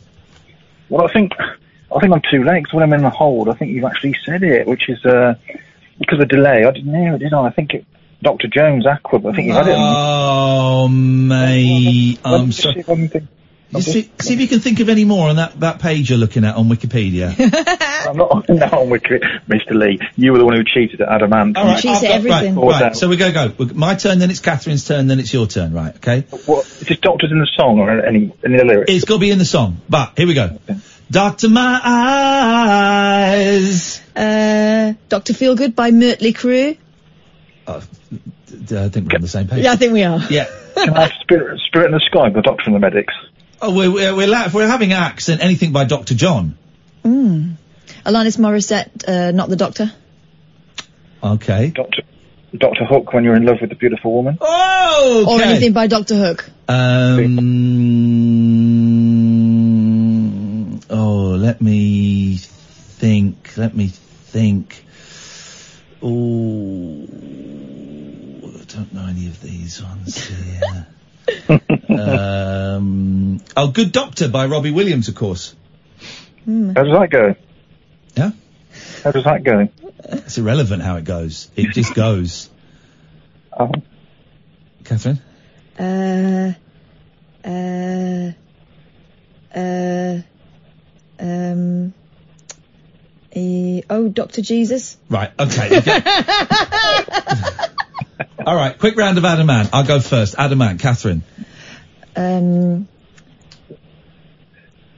S22: well, I think I think I'm two legs. When I'm in the hold, I think you've actually said it, which is uh, because of delay. I didn't hear it, did I? I think it, Dr. Jones Aqua. but I think you had it.
S6: Oh, mate. I'm sorry. You see, see if you can think of any more on that, that page you're looking at on Wikipedia.
S22: I'm not on, no, I'm with you. Mr. Lee. You were the one who cheated at Adam Ant.
S6: All right, I've got- Right, right, so we go go. We- My turn, then it's Catherine's turn, then it's your turn. Right, okay.
S22: What is this doctor's in the song or any any of the lyrics?
S6: It's got to be in the song. But here we go. Doctor, my eyes.
S7: Uh, Doctor Feelgood by Mertley Crew.
S6: Uh, D- I think we're on the same page.
S7: Yeah, I think we are.
S6: Yeah.
S22: Can I have Spirit, Spirit in the Sky, the Doctor and the Medics?
S6: Oh, we're we're, we're, la- if we're having acts, then anything by Doctor John.
S7: Mm. Alanis Morissette, uh, Not the Doctor.
S6: Okay.
S22: Doctor Doctor Hook, when you're in love with a beautiful woman.
S6: Oh,
S7: Or anything by Doctor Hook.
S6: Um. Oh, let me think. Let me think. Oh, I don't know any of these ones here. um. Oh, Good Doctor by Robbie Williams, of course.
S22: How does that go?
S6: Yeah.
S22: How does that go?
S6: It's irrelevant how it goes. It just goes.
S22: Oh.
S6: Catherine.
S7: Uh, uh, uh, um, eh, oh, Doctor Jesus.
S6: Right. Okay. you go. All right. Quick round of Adamant. I'll go first. Adamant. Catherine.
S7: Um,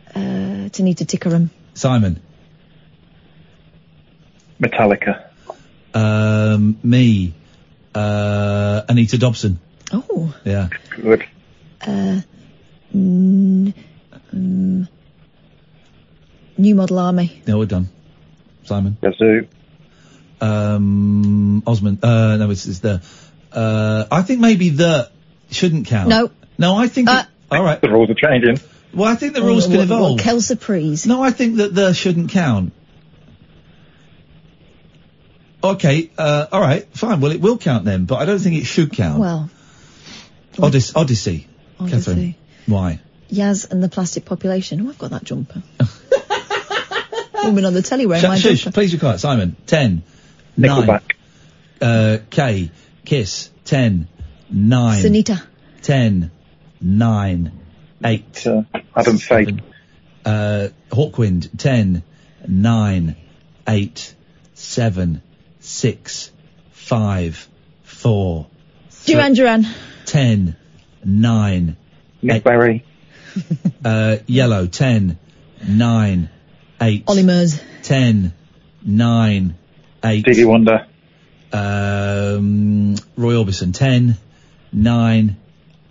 S7: uh, Tanita Tikaram.
S6: Simon.
S22: Metallica.
S6: Um, me. Uh, Anita Dobson.
S7: Oh.
S6: Yeah.
S22: Good.
S7: Uh, mm, mm, New Model Army.
S6: No, we're done. Simon.
S22: Yazoo.
S6: Um, Osman. Uh, no, it's, it's the. Uh, I think maybe the shouldn't count.
S7: No.
S6: No, I think. it- all right.
S22: The rules are changing.
S6: Well, I think the rules
S7: Or-
S6: can
S7: or- or
S6: evolve.
S7: Kelsa Prees.
S6: No, I think that the shouldn't count. Okay, uh, all right, fine. Well, it will count then, but I don't think it should count.
S7: Well,
S6: Odyssey, Odyssey, Catherine. Why?
S7: Yaz and the Plastic Population. Oh, I've got that jumper. Woman on the telly wearing my
S6: Sh- shush,
S7: jumper.
S6: please be quiet, Simon. Ten. Nine. Uh, K. Kiss. Ten. Nine.
S7: Sunita.
S6: Ten. Nine. Eight.
S22: Adam Faith.
S6: Uh, Hawkwind. Ten. Nine. Eight. Seven. Six. Five. Four.
S7: Duran Duran.
S6: Ten. Nine.
S22: Nick Berry.
S6: Uh, yellow. Ten. Nine. Eight.
S7: Ollie Murs.
S6: Ten. Nine. Eight.
S22: Stevie Wonder.
S6: Um, Roy Orbison, 10, 9,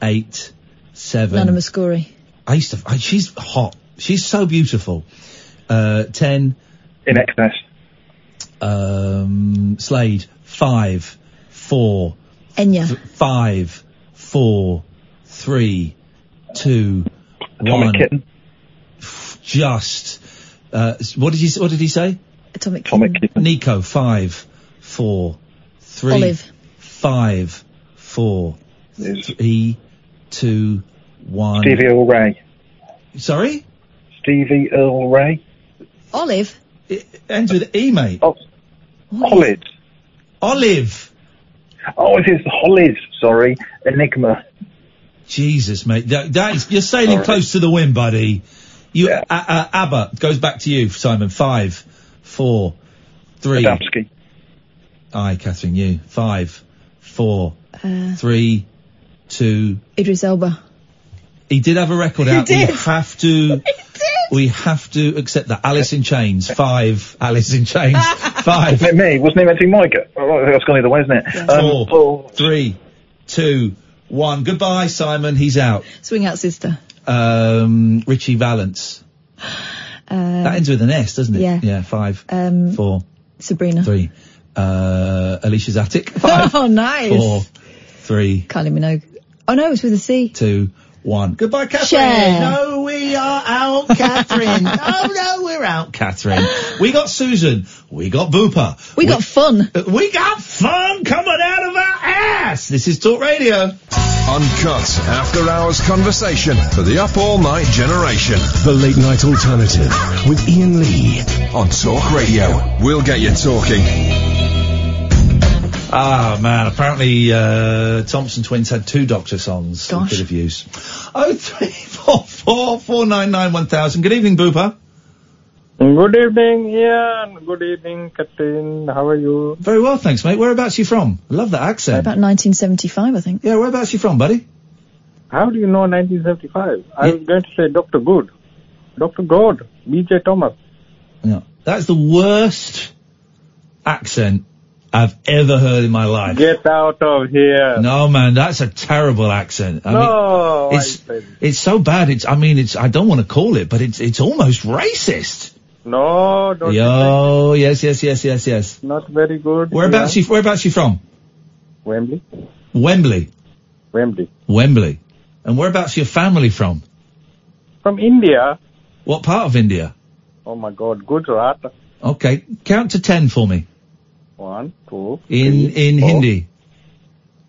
S6: 8, 7.
S7: Nana Muscuri.
S6: I used to, I, she's hot. She's so beautiful. Uh, 10.
S22: In excess.
S6: Um, Slade, 5, 4,
S7: Enya.
S6: 5, 4, 3, 2,
S22: Atomic
S6: 1.
S22: Kitten.
S6: Just, uh, s- what did you, what did he say?
S7: Atomic.
S6: Nico, 5, 4, 3.
S7: Olive.
S6: five, four, three, two, one.
S22: Stevie Earl Ray.
S6: Sorry?
S22: Stevie Earl Ray.
S7: Olive.
S6: It ends with E, mate.
S22: Oh. Hollids.
S6: Olive.
S22: Oh, it is Hollids. Sorry. Enigma.
S6: Jesus, mate. That, that is, you're sailing
S22: Sorry.
S6: close to the wind, buddy. You, uh, uh, ABBA, goes back to you, Simon. Five, four, three.
S22: Adamski.
S6: Aye, Catherine, you. Five, four,
S7: Uh,
S6: three, two.
S7: Idris Elba.
S6: He did have a record
S7: He
S6: out.
S7: did.
S6: We have to. We have to accept that. Alice in Chains. Five. Alice in Chains. Five.
S22: Wasn't it me? Wasn't it meant to be Micah? Oh, that's gone either way, isn't it? Um,
S6: Four, three, two, one. Goodbye, Simon. He's out.
S7: Swing Out Sister.
S6: Um, Richie Valence.
S7: Uh,
S6: that ends with an S, doesn't it?
S7: yeah.
S6: Yeah. Five,
S7: um,
S6: four,
S7: Sabrina.
S6: three. Uh, Alicia's attic. Five,
S7: Oh, nice.
S6: four, three,
S7: Kylie Minogue. Oh no, it's with a C.
S6: two, one. Goodbye, Catherine.
S7: Cher.
S6: No, we are out, Catherine. no, no, we're out, Catherine. We got Susan. We got Booper.
S7: We got fun.
S6: Uh, We got fun coming out of our ass. This is Talk Radio.
S1: Uncut after hours conversation for the up all night generation. The late night alternative with Ian Lee on Talk Radio. We'll get you talking.
S6: Ah man, apparently uh, Thompson Twins had two Doctor songs we could have used. Oh three four four four nine nine one thousand. Good evening, Booper.
S8: Good evening, Ian. Good evening, Kathleen. How are you?
S6: Very well, thanks, mate. Whereabouts you from? I love that accent.
S7: About 1975, I think.
S6: Yeah, whereabouts you from, buddy?
S8: How do you know 1975? I was going to say Dr. Good. Dr. Good. B.J. Thomas.
S6: Yeah. That's the worst accent I've ever heard in my life.
S8: Get out of here.
S6: No, man, that's a terrible accent. I
S8: No,
S6: mean,
S8: I
S6: it's
S8: said-
S6: it's so bad. It's I mean, it's I don't want to call it, but it's it's almost racist.
S8: No, don't you think?
S6: Yo, yes, yes, yes, yes, yes.
S8: Not very good.
S6: Whereabouts you Whereabouts you from?
S8: Wembley.
S6: Wembley.
S8: Wembley.
S6: Wembley. And whereabouts your family from?
S8: From India.
S6: What part of India?
S8: Oh my God, Gujarat.
S6: Okay, count to ten for me
S8: One, two,
S6: in in Hindi.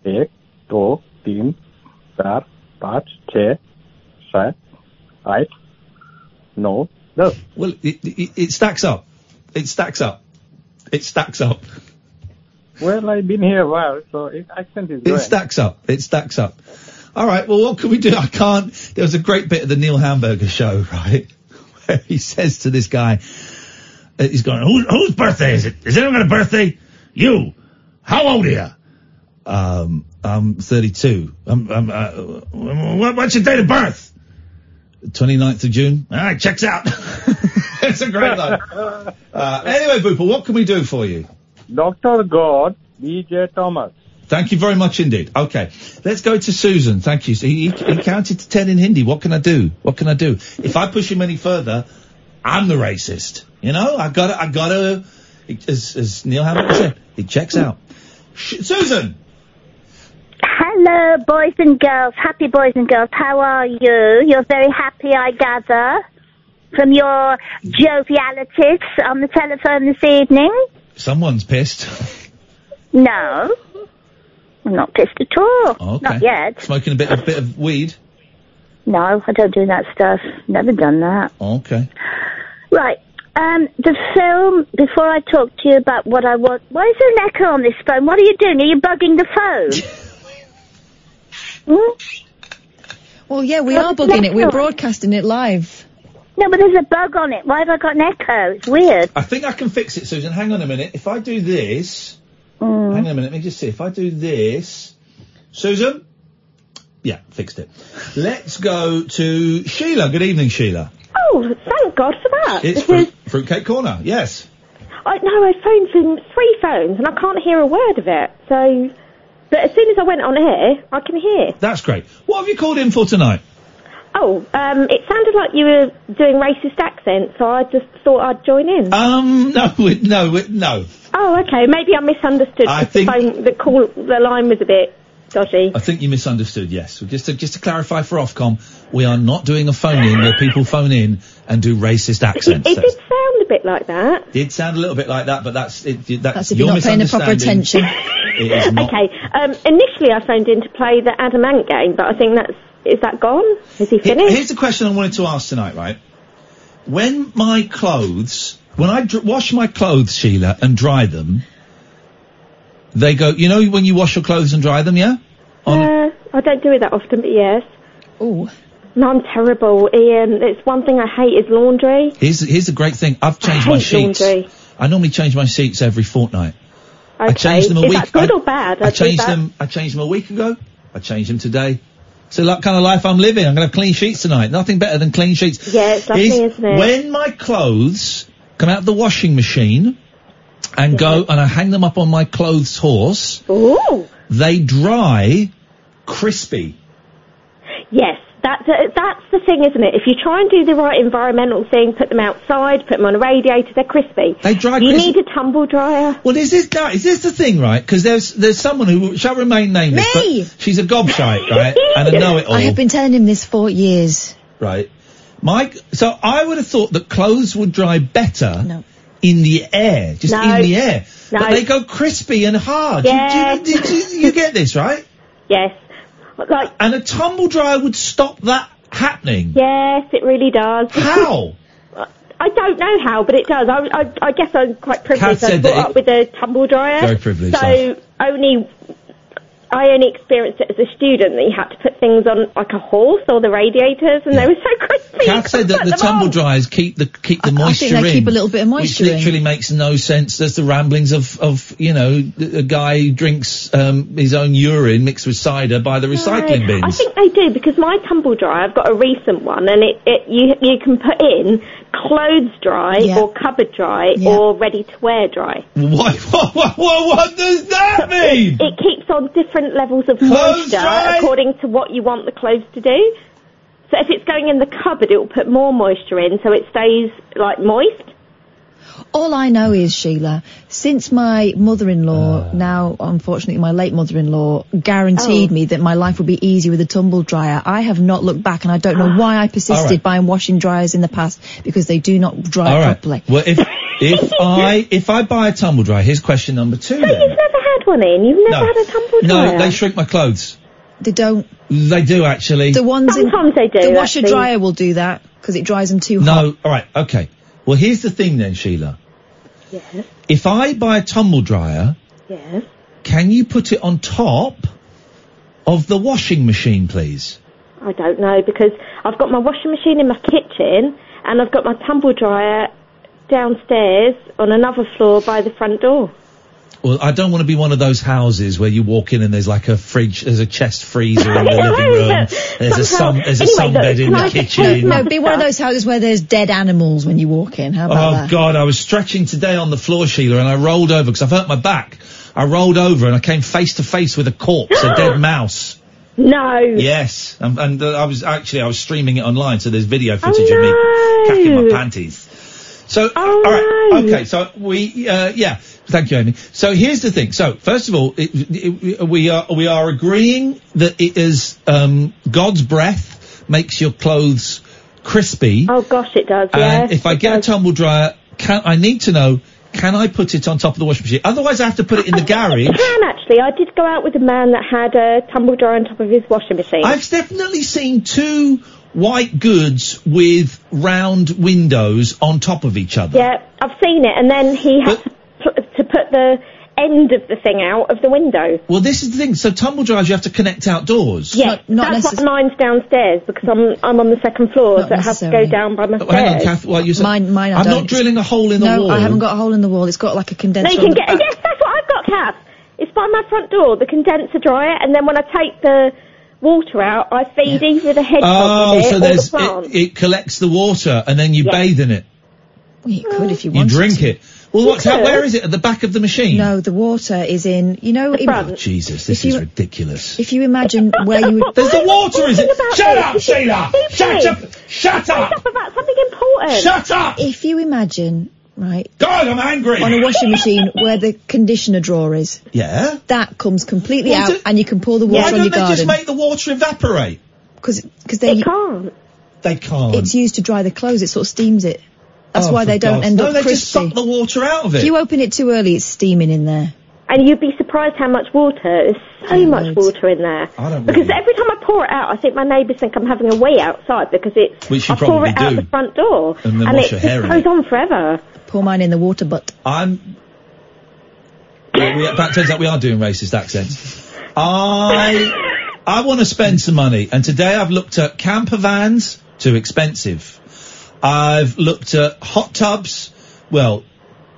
S8: एक दो तीन चार पाँच छः सात आठ नौ दस
S6: Well, it, it, it stacks up. It stacks up. It stacks up.
S8: Well, I've been here a while, so it accent is
S6: It
S8: going.
S6: stacks up. It stacks up. All right. Well, what can we do? I can't. There was a great bit of the Neil Hamburger show, right, where he says to this guy, uh, he's going, Who, "Whose birthday is it? Is anyone got a birthday? You? How old are you? Um, I'm 32. I'm, I'm uh, what, what's your date of birth? 29th of June. All right, checks out. it's a great line. Uh, anyway, Booper, what can we do for you?
S8: Dr. God, B.J. Thomas.
S6: Thank you very much indeed. Okay, let's go to Susan. Thank you. He, he, he counted to ten in Hindi. What can I do? What can I do? If I push him any further, I'm the racist. You know, I gotta, I gotta. As, as Neil Hamilton said, it checks out. Sh- Susan,
S23: Hello, boys and girls. Happy boys and girls. How are you? You're very happy, I gather, from your jovialities on the telephone this evening.
S6: someone's pissed.
S23: No, I'm not pissed at all.
S6: Okay.
S23: Not yet.
S6: Smoking a bit, a bit of weed.
S23: No, I don't do that stuff. Never done that.
S6: Okay.
S23: Right. Um, the film. Before I talk to you about what I want, why is there an echo on this phone? What are you doing? Are you bugging the phone? Hmm?
S7: Well, yeah, we are bugging it. We're broadcasting it live.
S23: No, but there's a bug on it. Why have I got an echo? It's weird.
S6: I think I can fix it, Susan. Hang on a minute. If I do this,
S24: Mm.
S6: hang on a minute. Let me just see. If I do this, Susan, yeah, fixed it. Let's go to Sheila. Good evening, Sheila.
S24: Oh, thank God for that.
S6: It's
S24: because
S6: fruit, Fruitcake Corner. Yes.
S24: I no, I phoned from three phones and I can't hear a word of it. So, but as soon as I went on air, I can hear.
S6: That's great. What have you called in for tonight?
S24: Oh, um, it sounded like you were doing racist accents, so I just thought I'd join in.
S6: Um, no, we- no, we- no.
S24: oh, okay, maybe I misunderstood.
S6: I
S24: 'cause the
S6: think-
S24: phone, the call, the line was a bit dodgy.
S6: I think you misunderstood. Yes. Just to just to clarify for Ofcom, we are not doing a phone in where people phone in and do racist
S24: It,
S6: accents.
S24: it
S6: That's-
S24: did sound a bit like that.
S6: did sound a little bit like that, but that's it, it- that's,
S24: That's if
S6: your
S24: you're not paying the proper
S6: misunderstanding. It is not.
S24: Okay. Um, initially, I phoned in to play the Adam Ant game, but I think that's is that gone? Is he
S6: Here-
S24: finished?
S6: Here's a question I wanted to ask tonight, right? When my clothes, when I dr- wash my clothes, Sheila, and dry them, they go. You know when you wash your clothes and dry them, yeah?
S24: Uh, I don't do it that often, but yes. Oh. No, I'm terrible, Ian. It's one thing I hate is laundry.
S6: Here's here's a great thing. I've changed
S24: I
S6: my
S24: hate
S6: sheets.
S24: laundry.
S6: I normally change my sheets every fortnight.
S24: Okay.
S6: I changed them a
S24: is
S6: week.
S24: that good
S6: I,
S24: or bad?
S6: I
S24: do
S6: changed
S24: that.
S6: them. I changed them a week ago. I changed them today. So that kind of life I'm living. I'm going to have clean sheets tonight. Nothing better than clean sheets.
S24: Yeah, it's lovely,
S6: Is
S24: isn't it?
S6: When my clothes come out of the washing machine and go and I hang them up on my clothes horse,
S24: Ooh.
S6: they dry crispy.
S24: Yes. That, that- that's the thing, isn't it? If you try and do the right environmental thing, put them outside, put them on a radiator, they're crispy.
S6: They dry
S24: You
S6: crisp-
S24: need a tumble dryer.
S6: Well, is this no, is this the thing, right? Because there's there's someone who shall remain nameless,
S7: Me!
S6: but she's a gobshite, right? and a know-it-all.
S7: I have been telling him this for years.
S6: right? Mike, so I would have thought that clothes would dry better in the air, just
S24: No.
S6: in the air.
S24: No.
S6: But they go crispy and hard. Do you- do you-
S24: Yes.
S6: do you- do you get this, right?
S24: Yes. Like,
S6: and a tumble dryer would stop that happening.
S24: Yes, it really does.
S6: How?
S24: I don't know how, but it does. I, I, I guess I'm quite
S6: Kath
S24: privileged. I
S6: said
S24: was brought
S6: that it-
S24: up with a tumble dryer.
S6: Very privileged,
S24: So only I only experienced it as a student that you had to put things on like a horse or the radiators, and they were so crispy.
S6: Kath said that the tumble dryers keep the keep the moisture
S7: think they
S6: in.
S7: keep a little bit of moisture
S6: which
S7: in.
S6: literally makes no sense. There's the ramblings of of you know a guy drinks um, his own urine mixed with cider by the recycling
S24: I
S6: bins.
S24: think they do because my tumble dryer, I've got a recent one, and it, it you you can put in clothes dry or cupboard dry or ready to wear dry.
S6: What what what what, what does that mean?
S24: It, it keeps on different levels of
S6: Clothes
S24: moisture
S6: dry?
S24: according to what you want the clothes to do. So if it's going in the cupboard, it will put more moisture in, so it stays like moist.
S7: All I know is, Sheila, since my
S6: Ah.
S7: mother-in-law, now unfortunately my late mother-in-law, guaranteed
S8: Oh.
S7: me that my life would be easy with a tumble dryer, I have not looked back and I don't know why I persisted
S6: right.
S7: buying washing dryers in the past because they do not dry
S6: All right.
S7: properly.
S6: Well, if if I if I buy a tumble dryer, here's question number two.
S24: So
S6: Then.
S24: you've never had one in. You've never had a tumble dryer.
S6: No, they shrink my clothes.
S7: They don't.
S6: They do actually.
S7: The ones
S24: Sometimes they do,
S7: The washer
S24: actually.
S7: dryer will do that because it dries them too hot.
S6: No, all right, okay. Well, here's the thing then, Sheila.
S24: Yes.
S6: If I buy a tumble dryer,
S24: Yes.
S6: can you put it on top of the washing machine, please?
S24: I don't know because I've got my washing machine in my kitchen and I've got my tumble dryer downstairs on another floor by the front door.
S6: Well, I don't want to be one of those houses where you walk in and there's like a fridge, there's a chest freezer in the living room, there's a sun, there's a sunbed in the kitchen.
S7: No, be one of those houses where there's dead animals when you walk in. How about
S6: Oh
S7: that?
S6: God, I was stretching today on the floor, Sheila, and I rolled over because I've hurt my back. I rolled over and I came face to face with a corpse, a dead mouse.
S24: No.
S6: Yes, and, and uh, I was actually I was streaming it online, so there's
S7: Oh,
S6: video footage of me cacking my panties. So
S7: Oh,
S6: all right, okay. So we uh, yeah, thank you, Amy. So here's the thing. So first of all, it, it, we are we are agreeing that it is um, God's breath makes your clothes crispy.
S24: Oh gosh, it does.
S6: And
S24: yes.
S6: if I get a tumble dryer, can, I need to know can I put it on top of the washing machine? Otherwise, I have to put it in the
S24: You
S6: garage.
S24: can actually. I did go out with a man that had a tumble dryer on top of his washing machine.
S6: I've definitely seen two white goods with round windows on top of each other.
S24: Yeah, I've seen it. And then he had to, pl- to put the end of the thing out of the window.
S6: Well, this is the thing. So tumble dryers, you have to connect outdoors.
S24: Yes, that's what mine's downstairs because I'm I'm on the second floor, so it has to go down by myself.
S6: Oh, Hang on, Kath. What you said?
S7: Mine, mine. I
S6: I'm
S7: don't.
S6: not drilling a hole in the
S7: no,
S6: wall.
S7: I haven't got a hole in the wall. It's got like a condenser.
S24: No, you
S7: on the
S24: can get.
S7: back.
S24: Yes, that's what I've got, Kath. It's by my front door, the condenser dryer, and then when I take the water out, I feed either the hedgehog
S6: Oh,
S24: with it
S6: so
S24: or
S6: there's
S24: the plant.
S6: it, it collects the water and then you bathe in it.
S7: Well, you could if you
S6: You
S7: wanted.
S6: drink
S7: to.
S6: it. Well, what's how, where is it? At the back of the machine?
S7: No, the water is in. You know, in-
S6: Oh, Jesus, this
S7: If
S6: is
S7: you-
S6: ridiculous.
S7: if you imagine where you would.
S6: There's the water, is it? Shut up,
S7: this?
S6: Sheila!
S7: It's
S6: Shut up!
S7: stupid.
S6: Shut up!
S24: about something important.
S6: Shut up!
S7: If you imagine, right?
S6: God, I'm angry.
S7: On a washing machine where the conditioner drawer is.
S6: Yeah.
S7: That comes completely
S6: Well,
S7: out,
S6: do-
S7: and you can pour the water
S6: Why
S7: on
S6: don't
S7: your
S6: they
S7: garden.
S6: just make the water evaporate?
S7: Because they
S24: can't.
S6: They can't.
S7: It's used to dry the clothes. It sort of steams it. That's
S6: Oh,
S7: why
S6: for
S7: they don't
S6: God's-
S7: end
S6: no,
S7: up
S6: they
S7: crispy.
S6: just suck the water out of
S7: If
S6: it.
S7: you open it too early, it's steaming in there.
S24: And you'd be surprised how much water. There's so much water in there.
S6: I don't
S24: because every time I pour it out, I think my neighbours think I'm having a wee outside because it's.
S6: Which you
S24: I pour it
S6: probably
S24: out
S6: do.
S24: the front door,
S6: And then wash
S24: it
S6: your
S24: just
S6: hair in
S24: goes
S6: it.
S24: on forever.
S7: Pour mine in the water butt.
S6: I'm. Well, we, that turns out we are doing racist accents. I I want to spend some money, and today I've looked at camper vans, too expensive. I've looked at hot tubs. Well,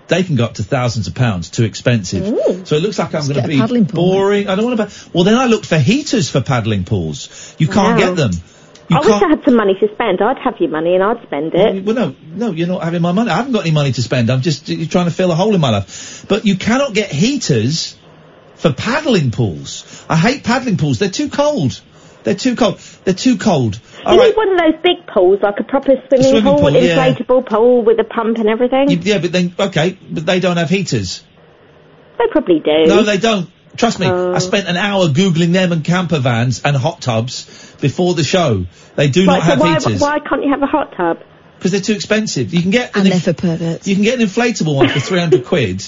S6: they can go up to thousands of pounds, too expensive. So it looks like I'm going
S7: get a
S6: to be
S7: paddling pool.
S6: boring. I don't want to. Well, then I looked for heaters for paddling pools. You can't
S24: Wow.
S6: get them. You
S24: I
S6: can't.
S24: wish I had some money to spend. I'd have your money and I'd spend it.
S6: Well, no, no, you're not having my money. I haven't got any money to spend. I'm just you're trying to fill a hole in my life. But you cannot get heaters for paddling pools. I hate paddling pools. They're too cold. They're too cold. They're too cold. All
S24: you
S6: right.
S24: need one of those big pools, like a proper swimming,
S6: swimming
S24: pool,
S6: pool, yeah.
S24: inflatable pool with a pump and everything.
S6: You- yeah, but then okay, but they don't have heaters.
S24: They probably do.
S6: No, they don't. Trust me.
S24: Oh.
S6: I spent an hour googling them and camper vans and hot tubs before the show. They do
S24: Right,
S6: not have
S24: so why,
S6: heaters.
S24: why can't you have a hot tub?
S6: because they're too expensive. You can get
S7: and they're for perverts.
S6: You can get an inflatable one for three hundred quid,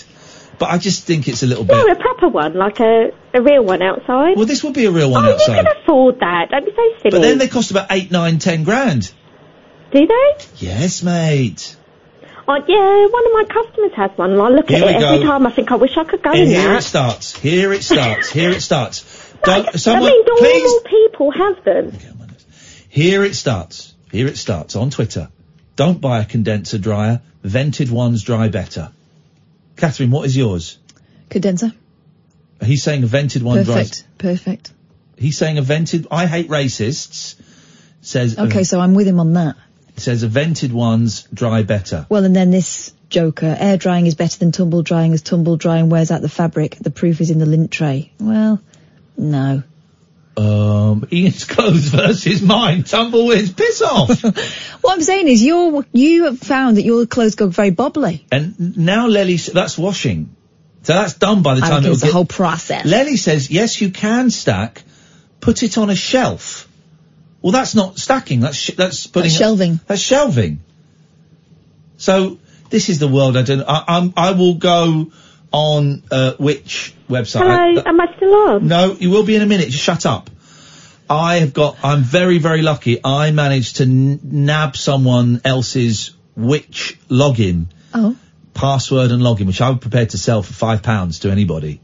S6: but I just think it's a little bit.
S24: No, a proper one, like a, a real one outside.
S6: Well, this would be a real one
S24: oh,
S6: outside.
S24: you can afford that. Don't be so silly.
S6: But then they cost about eight, nine, ten grand.
S24: Do they?
S6: Yes, mate.
S24: Oh, yeah, one of my customers has one, and I look
S6: Here
S24: at
S6: we
S24: it every
S6: go.
S24: time. I think I wish I could go
S6: And
S24: in
S6: here
S24: that.
S6: it starts. Here it starts. here it starts. Don't,
S24: I
S6: someone,
S24: mean, do
S6: please
S24: normal people have them?
S6: Here it starts. Here it starts on Twitter. Don't buy a condenser dryer. Vented ones dry better. Catherine, what is yours?
S7: Condenser.
S6: He's saying a vented one dries.
S7: Perfect. Perfect.
S6: He's saying a vented. I hate racists. Says uh,
S7: Okay, so I'm with him on that.
S6: says a vented ones dry better.
S7: Well, and then this joker, air drying is better than tumble drying as tumble drying wears out the fabric. The proof is in the lint tray. Well, no.
S6: Um, Ian's clothes versus mine. Tumble wins. Piss off.
S7: What I'm saying is you're, you have found that your clothes go very bobbly.
S6: and now Lely, s- that's washing. So that's done by the
S7: I
S6: time
S7: reckon
S6: it'll
S7: it's the
S6: get-
S7: whole process.
S6: Lely says, yes, you can stack. Put it on a shelf. Well, that's not stacking. That's sh- that's putting
S7: That's shelving.
S6: That's shelving. So this is the world. I don't. I, I'm. I will go on uh, which website?
S24: Hello, am I still on?
S6: No, you will be in a minute. Just shut up. I have got. I'm very, very lucky. I managed to n- nab someone else's which login
S7: Oh.
S6: password and login, which I was prepared to sell for five pounds to anybody.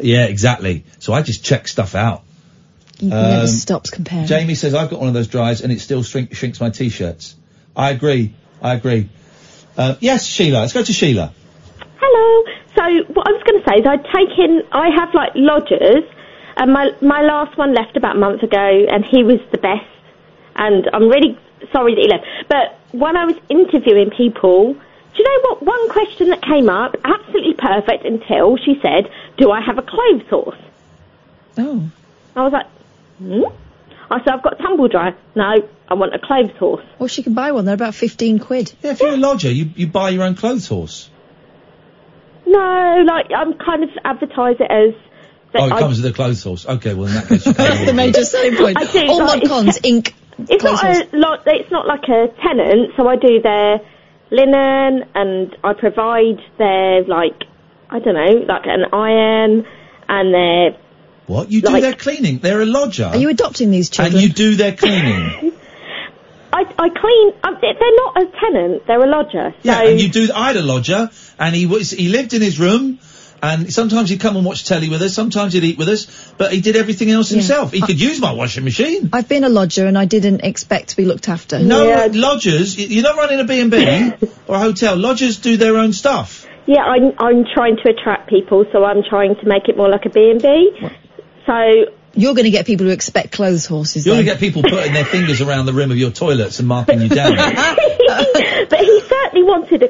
S6: Yeah, exactly. So I just check stuff out.
S7: You never
S6: Um,
S7: stops comparing.
S6: Jamie says I've got one of those dries and it still shrink- shrinks my t-shirts. I agree. I agree. Uh, yes, Sheila. Let's go to Sheila.
S24: Hello. So what I was going to say is I'd taken, I have like lodgers, and my my last one left about a month ago, and he was the best, and I'm really sorry that he left. But when I was interviewing people, do you know what? One question that came up, absolutely perfect, until she said, "Do I have a clove source?"
S7: Oh.
S24: I was like, hmm? I said, "I've got tumble dryer." No, I want a clove source.
S7: Well, she can buy one. They're about 15 quid.
S6: Yeah, if you're a lodger, you, you buy your own clothes horse.
S24: No, like I'm kind of advertise it as. that
S6: Oh, it
S24: I-
S6: comes with a clothes horse. Okay, well in that case, you
S7: That's the major selling point.
S24: I do,
S7: All
S24: like,
S7: mod
S24: it's-
S7: cons, ink.
S24: It's not
S7: clothes.
S24: a lot. It's not like a tenant. So I do their linen, and I provide their like I don't know, like an iron, and their
S6: what you do
S24: Like-
S6: their cleaning. They're a lodger. Are
S7: you adopting these
S6: children? And you do their cleaning.
S24: I I clean. Um, they- they're not a tenant. They're a lodger. So
S6: Yeah, and you do. I had a lodger, and he was he lived in his room, and sometimes he'd come and watch telly with us, sometimes he'd eat with us, but he did everything else himself. He could use my washing machine.
S7: I've been a lodger and I didn't expect to be looked after.
S6: No lodgers. y- You're not running a B and B or a hotel. Lodgers do their own stuff.
S24: yeah, I'm I'm trying to attract people, so I'm trying to make it more like a B and B. So
S7: You're going to get people who expect clothes horses.
S6: You
S7: then.
S6: only get people putting their fingers around the rim of your toilets and marking you down.
S24: but he certainly wanted a.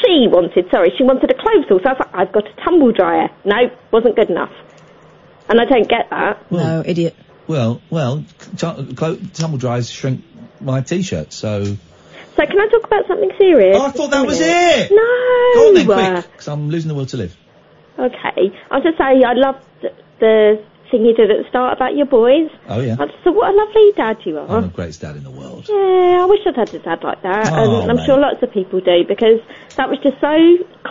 S24: She wanted, sorry, she wanted a clothes horse. I was like, I've got a tumble dryer. No, wasn't good enough. And I don't get that.
S7: no,
S6: Hmm.
S7: idiot.
S6: Well, well, t- clo- tumble dries shrink my t-shirt. So
S24: So can I talk about something serious?
S6: Oh, I thought
S24: Just a
S6: that was
S24: minute.
S6: it.
S24: No.
S6: go on then, quick, because I'm losing the will to live.
S24: Okay. I was just saying, I loved the thing you did at the start about your boys.
S6: Oh yeah,
S24: I just thought, what a lovely dad you are.
S6: I'm the greatest dad in the world.
S24: Yeah, I wish I'd had a dad like that,
S6: Oh,
S24: and I'm
S6: mate.
S24: sure lots of people do because that was just so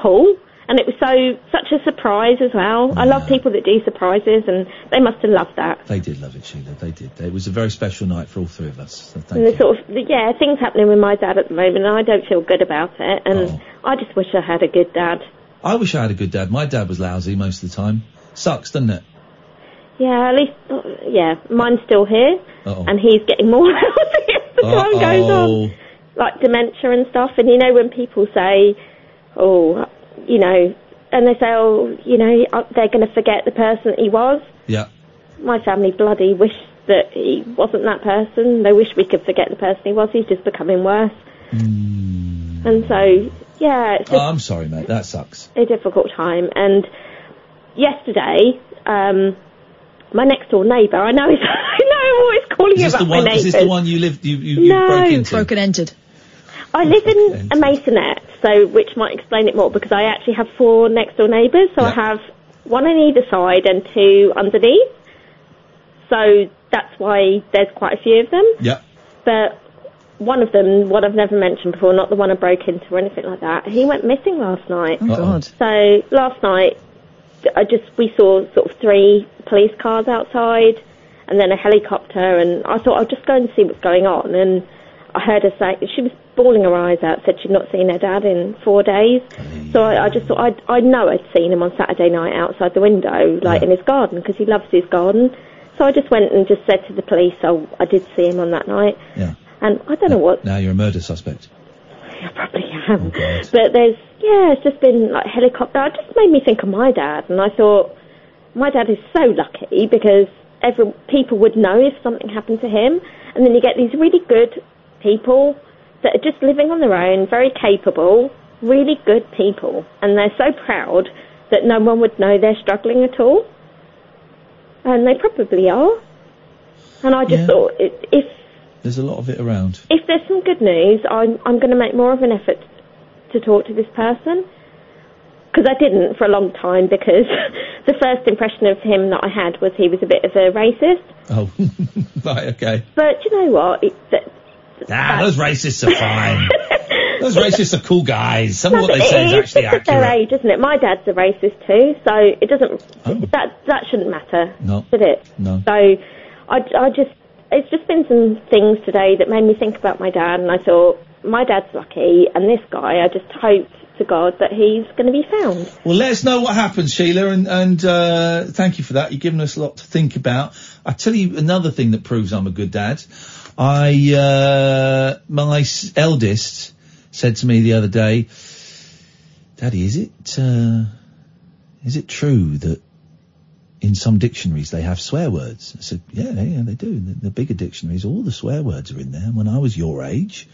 S24: cool, and it was so such a surprise as well. I love people that do surprises, and they must have loved that.
S6: They did love it, Sheila. They did. It was a very special night for all three of us. So thank
S24: and the sort of yeah things happening with my dad at the moment, and I don't feel good about it, and
S6: Oh.
S24: I just wish I had a good dad.
S6: I wish I had a good dad. My dad was lousy most of the time. Sucks, doesn't it?
S24: Yeah, at least oh, yeah, mine's still here,
S6: Uh-oh.
S24: and he's getting more lousy as the time goes on.
S6: Uh-oh.
S24: like dementia and stuff. And you know when people say, oh, you know, and they say, oh, you know, uh, they're going to forget the person that he was.
S6: Yeah.
S24: My family bloody wish that he wasn't that person. They wish we could forget the person he was. He's just becoming worse.
S6: Hmm.
S24: And so, yeah, it's just
S6: Oh, I'm sorry, mate. That sucks.
S24: a difficult time. And yesterday, um, my next door neighbour, I know, he's, I know, I'm always calling
S6: Is
S24: you
S6: this
S24: about
S6: the one?
S24: my
S6: Is
S24: neighbours.
S6: this the one you lived? You you, you
S24: No.
S6: broke into?
S7: Broken entered.
S24: I live in a masonette, so which might explain it more because I actually have four next door neighbours. So I have one on either side and two underneath. So that's why there's quite a few of them.
S6: Yeah.
S24: But one of them, what I've never mentioned before, not the one I broke into or anything like that, he went missing last night.
S7: Oh, God.
S24: So last night, I just we saw sort of three police cars outside, and then a helicopter, and I thought I'll just go and see what's going on. And I heard her say she was bawling her eyes out, said she'd not seen her dad in four days. So I, I just thought I'd, I know I'd seen him on Saturday night outside the window, like in his garden, because he loves his garden. so I just went and just said to the police, oh, I did see him on that night.
S6: Yeah.
S24: And I don't know what
S6: Now you're a murder suspect.
S24: probably am. but there's, yeah, it's just been like helicopter. It just made me think of my dad, and I thought my dad is so lucky because every people would know if something happened to him, and then you get these really good people that are just living on their own, very capable, really good people, and they're so proud that no one would know they're struggling at all, and they probably are. And I just
S6: Yeah.
S24: thought, i- if
S6: There's a lot of it around.
S24: if there's some good news, I'm, I'm going to make more of an effort to talk to this person. Because I didn't for a long time because the first impression of him that I had was he was a bit of a racist.
S6: Oh, right, okay.
S24: But do you know what? It, that,
S6: Ah, those racists are fine. those racists are cool guys. Some of what
S24: but
S6: they say
S24: it
S6: is
S24: is
S6: actually
S24: just at their
S6: accurate. Oh.
S24: age, isn't it? My dad's a racist too, so it doesn't. That that shouldn't matter,
S6: No,
S24: should it?
S6: no.
S24: So I, I just, it's just been some things today that made me think about my dad, and I thought, my dad's lucky, and this guy, I just hope to God that he's going to be found.
S6: Well, let us know what happens, Sheila, and, and uh, thank you for that. You've given us a lot to think about. I tell you another thing that proves I'm a good dad. I uh, my s- eldest said to me the other day, "Daddy, is it uh, is it true that in some dictionaries they have swear words?" I said, "Yeah, yeah, they do. The, the bigger dictionaries, all the swear words are in there." And when I was your age,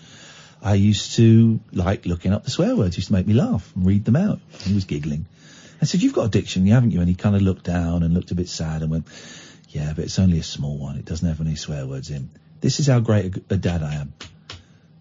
S6: I used to like looking up the swear words. It used to make me laugh and read them out. He was giggling. I said, "You've got a dictionary, haven't you?" And he kind of looked down and looked a bit sad and went, "Yeah, but it's only a small one. It doesn't have any swear words in." This is how great a g- a, dad I am.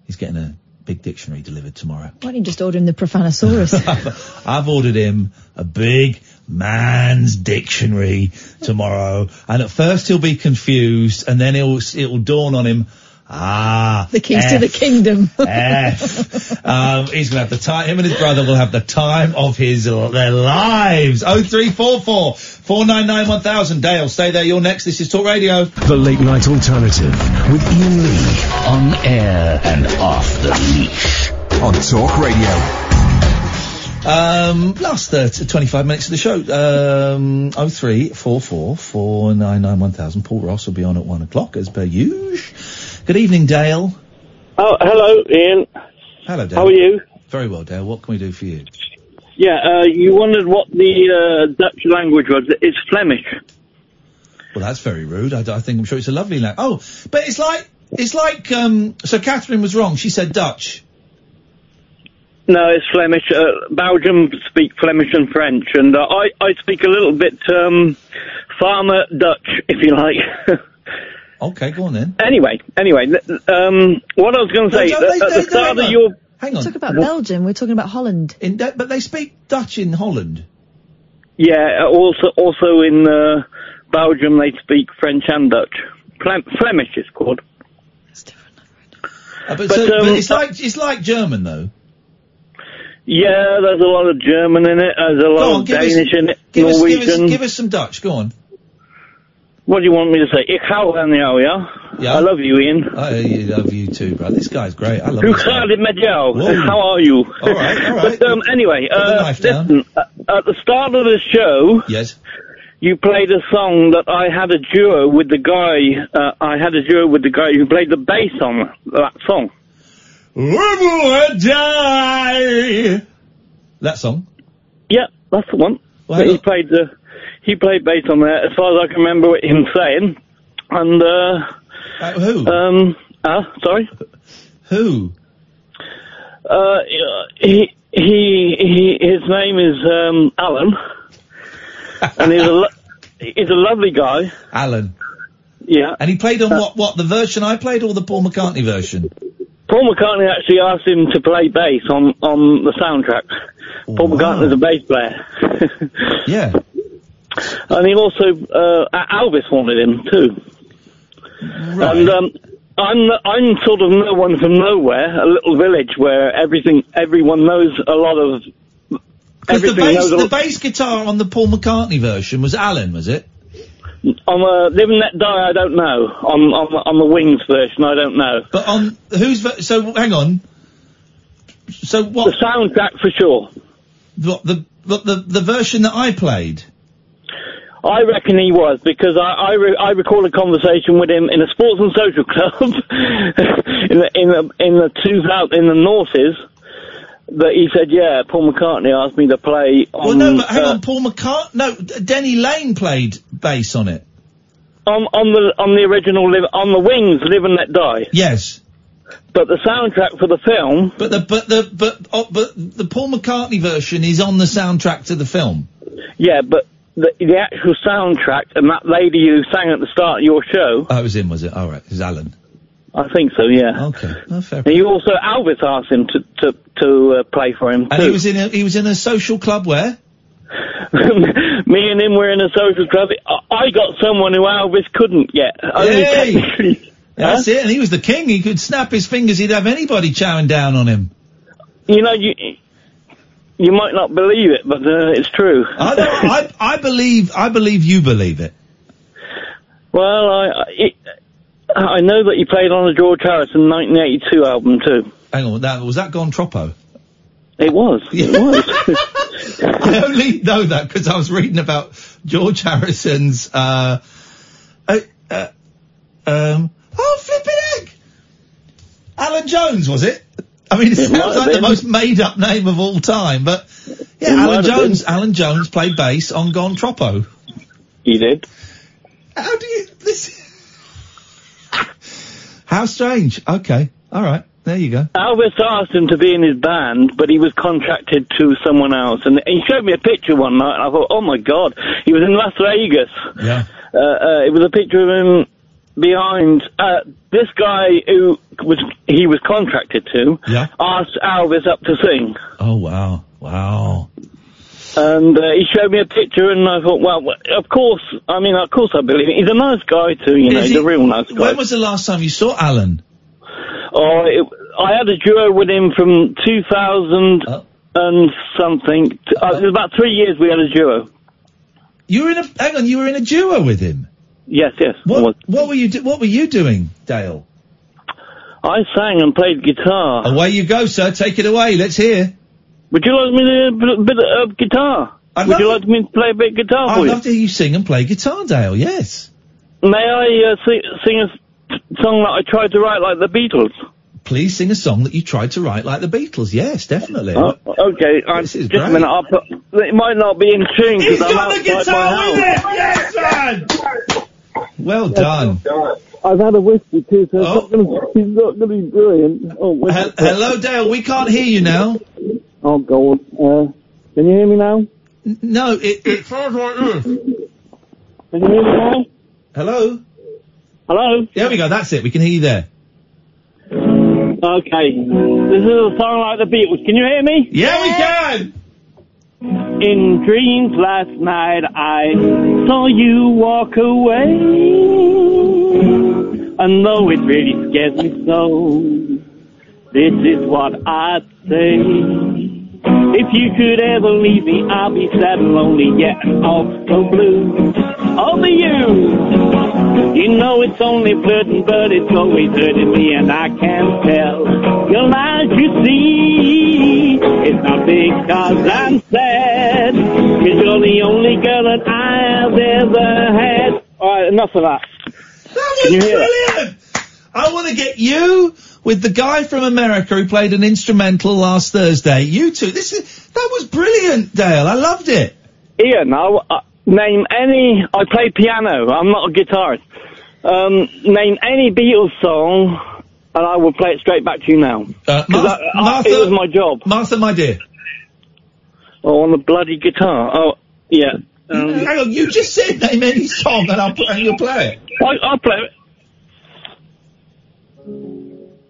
S6: He's getting a big dictionary delivered tomorrow.
S7: Why don't you just order him the Profanosaurus?
S6: I've ordered him a big man's dictionary tomorrow, and at first he'll be confused, and then it'll it'll dawn on him. Ah,
S7: the keys to
S6: F.
S7: the kingdom.
S6: F. Um, he's going to have the time, him and his brother will have the time of his, their lives. 0344 499 1000. Dale, stay there. You're next. This is Talk Radio.
S1: The Late Night Alternative with Ian Lee. On air and off the leash. On Talk Radio.
S6: Um, last uh, t- 25 minutes of the show. Um, 0344 499 1000. Paul Ross will be on at one o'clock as per usual. Good evening, Dale.
S11: Oh, hello, Ian.
S6: Hello, Dale.
S11: How are you?
S6: Very well, Dale. What can we do for you?
S11: Yeah, uh, you wondered what the uh, Dutch language was. It's Flemish.
S6: Well, that's very rude. I, I think I'm sure it's a lovely language. Oh, but it's like it's like um. So Catherine was wrong. She said Dutch.
S11: No, it's Flemish. Uh, Belgium speak Flemish and French, and uh, I, I speak a little bit um, farmer Dutch, if you like.
S6: Okay, go on then.
S11: anyway, anyway, th- um, what I was going to say
S7: don't
S11: that
S7: they-
S11: at
S7: they-
S11: the start
S7: they-
S11: of your
S6: Hang on.
S7: Talk about Belgium. We're talking about Holland.
S6: In that, but they speak Dutch in Holland.
S11: yeah, uh, also also in uh, Belgium they speak French and Dutch. Flem- Flemish is called.
S6: Uh, but,
S11: But,
S6: so,
S11: um,
S6: but it's like it's like German though.
S11: Yeah, there's a lot of German in it. There's a lot
S6: Go on,
S11: of
S6: give us-
S11: Oh, Danish in it.
S6: give us- give us-
S11: Norwegian.
S6: give us some Dutch. Go on.
S11: What do you want me to say? Ik hou van jou, yeah? I love you, Ian.
S6: I love you too, brother. This guy's great. I love
S11: Who
S6: this guy.
S11: crowded my jail?
S6: Whoa.
S11: Oh, How are you?
S6: All right, all right.
S11: But um, anyway,
S6: Put the
S11: uh,
S6: knife down.
S11: listen, uh, at the start of the show,
S6: yes,
S11: you played a song that I had a duo with the guy. Uh, I had a duo with the guy who played the bass on that song.
S6: That song.
S11: Yeah, that's the one.
S6: Well,
S11: he played the he played bass on there. As far as I can remember, what him saying, and uh,
S6: who?
S11: Um, uh, sorry,
S6: who?
S11: Uh, he he he. His name is um, Alan, and he's a lo- he's a lovely guy.
S6: Alan.
S11: Yeah.
S6: And he played
S11: Uh,
S6: on what? What the version I played or the Paul McCartney version?
S11: Paul McCartney actually asked him to play bass on on the soundtrack. Paul McCartney's a bass player.
S6: yeah.
S11: And he also uh, Al- Elvis wanted him too. And um, I'm I'm sort of no one from nowhere, a little village where everything everyone knows a lot of.
S6: Because the
S11: Everything
S6: bass,
S11: knows a
S6: the
S11: lot-
S6: bass guitar on the Paul McCartney version was Alan, was it?
S11: On uh, live and let die, I don't know. On on on the Wings version, I don't know.
S6: But on who's ver- so? Hang on. So what? The
S11: soundtrack for sure.
S6: What the what the the version that I played?
S11: I reckon he was because I I, re- I recall a conversation with him in a sports and social club in the in the in the two thousand in the noughties that he said, yeah, Paul McCartney asked me to play. On,
S6: Well, no, but hang
S11: uh,
S6: on, Paul McCart. No, D- Denny Lane played bass on it.
S11: on on the on the original live on the wings live and let die
S6: yes
S11: but the soundtrack for the film
S6: but the but the but oh, but the Paul McCartney version is on the soundtrack to the film.
S11: yeah but the, the actual soundtrack and that lady who sang at the start of your show
S6: oh, it was him was it all right it was alan
S11: i think so yeah
S6: okay
S11: and you also Alvis asked him to to to uh, play for him
S6: And
S11: too.
S6: he was in a he was in a social club where
S11: me and him were in a social club I- i got someone who Alvis couldn't get Only
S6: Hey!
S11: technically.
S6: that's
S11: Oh, Huh?
S6: it, and he was the king. He could snap his fingers, he'd have anybody chowing down on him.
S11: you know you you might not believe it but uh, it's true
S6: I don't, I I believe I believe you believe it.
S11: Well, I I, it, I know that you played on the George Harrison 1982 album too.
S6: Hang on, that was that Gone Troppo?
S11: It was. It was.
S6: I only know that because I was reading about George Harrison's. Uh, uh, uh, um, oh, flipping egg! Alan Jones was it? I mean, it,
S3: It might
S6: sounds
S3: have
S6: like the
S3: been.
S6: most made-up name of all time, but yeah,
S3: It might
S6: Alan
S3: have
S6: Jones. Alan Jones played bass on Gone Troppo.
S11: He did.
S6: How do you this? How strange. Okay, all right, there you go.
S11: Elvis asked him to be in his band, but he was contracted to someone else. And he showed me a picture one night, and I thought, oh my god, he was in Las Vegas.
S6: Yeah.
S11: Uh, uh, it was a picture of him behind uh, this guy who was he was contracted to.
S6: Yeah.
S11: Asked Elvis up to sing.
S6: Oh wow, wow.
S11: And uh, he showed me a picture, and I thought, well, w- of course. I mean, of course, I believe it. He's a nice guy too, you know.
S6: Is
S11: He's a
S6: he-
S11: real nice guy.
S6: When was the last time you saw Alan?
S11: Oh, it, I had a duo with him from 2000
S6: Oh.
S11: and something. T- Uh, it was about three years we had a duo.
S6: You were in a hang on. You were in a duo with him.
S11: Yes, yes.
S6: What What were you do, What were you doing, Dale?
S11: I sang and played guitar.
S6: Away you go, sir. Take it away. Let's hear.
S11: Would you like me to do a bit- bit of guitar?
S6: I'd
S11: Would
S6: love
S11: you
S6: it.
S11: like me to play a bit of
S5: Oh,
S11: guitar
S6: I'd
S11: for you?
S6: love to hear you sing and play guitar, Dale. Yes,
S11: May I uh, sing, sing a s- song that I tried to write like the Beatles?
S6: please sing a song that you tried to write like the Beatles. Yes, definitely.
S11: Oh, okay, I'm, just a minute. I'll put, it might not be in tune because I'm outside my house.
S6: Yes, Well done. Oh.
S5: I've had a whiskey too, so it's not gonna, it's not going to be brilliant. Oh, wait.
S6: Hello, Dale. We can't hear you now.
S5: oh go on. Uh, can you hear me now?
S6: No, it, it sounds like this.
S5: Can you hear me now?
S6: Hello.
S5: Hello.
S6: There we go. That's it. We can hear you there.
S5: Okay. This is a song like the Beatles. Can you hear me?
S6: Yeah, we can.
S5: In dreams last night, I saw you walk away.
S10: And though it really scares me so, this is what I'd say. If you could ever leave me, I'll be sad and lonely, yeah, and also blue. Over you! You know it's only flirting, but it's always hurting me, and I can't tell. Your lies you see, it's not because I'm sad, you you're the only girl that I've ever had. Alright, enough of that.
S6: That was brilliant. I want to get you with the guy from America who played an instrumental last Thursday. You two. This is that was brilliant, Dale. I loved it.
S11: Ian, I, I, name any. I play piano. I'm not a guitarist. Um, name any Beatles song, and I will play it straight back to you now.
S6: Uh,
S11: Martha, it was my job.
S6: Martha, my dear.
S11: Oh, on the bloody guitar. Oh, yeah. Um,
S6: Hang on, you just said name any song and I'll put, and you'll play it.
S11: I, I'll play it.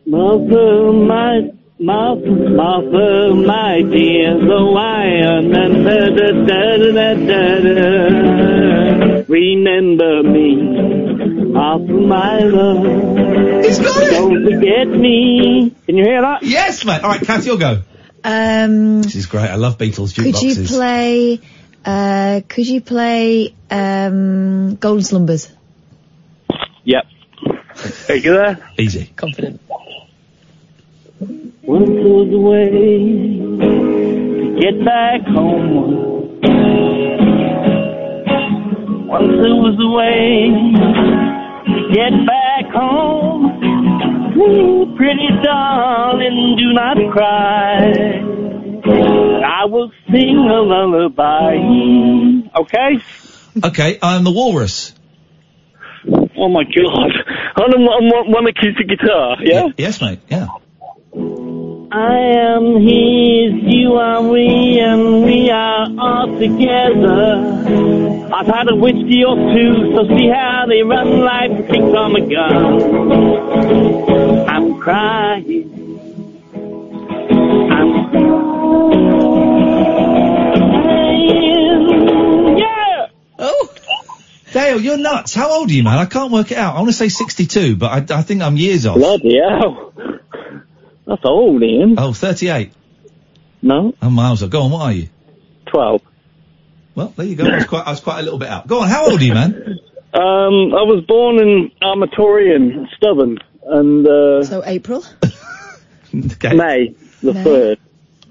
S10: Mother, my, mother, mother, my dear, though I am a da da da da da da. Remember me, of my love.
S6: He's got it.
S10: Don't forget me. Can you hear that?
S6: Yes, mate. All right, Kath, you'll go.
S7: Um,
S6: This is great. I love Beatles
S7: could you
S6: jukeboxes.
S7: play? Uh, could you play um, Golden Slumbers?
S11: Yep. Are you there?
S6: Easy.
S7: Confident.
S10: Once was the way to get back home.
S5: Once there was a way to get back home. Ooh, pretty darling, do not cry. I will sing a lullaby. Okay?
S6: Okay, I'm the walrus.
S11: Oh my god. I'm on one, one, one acoustic guitar, yeah?
S6: Yes, mate, yeah.
S5: I am his, you are we, and we are all together. I've had a whiskey or two, so see how they run like sticks on a gun. I'm crying. I'm crying. Yeah!
S6: Oh! Dale, you're nuts. How old are you, man? I can't work it out. I want to say 62, but I, I think I'm years off.
S11: Bloody hell. That's old, Ian.
S6: Oh, 38.
S11: No.
S6: I'm miles off. Go on, what are you?
S11: 12.
S6: Well, there you go. I was quite, I was quite a little bit out. Go on, how old are you, man?
S11: Um, I was born in Armatorian, Stubborn, and, uh...
S7: So April?
S6: Okay.
S11: May the
S7: May.
S11: 3rd.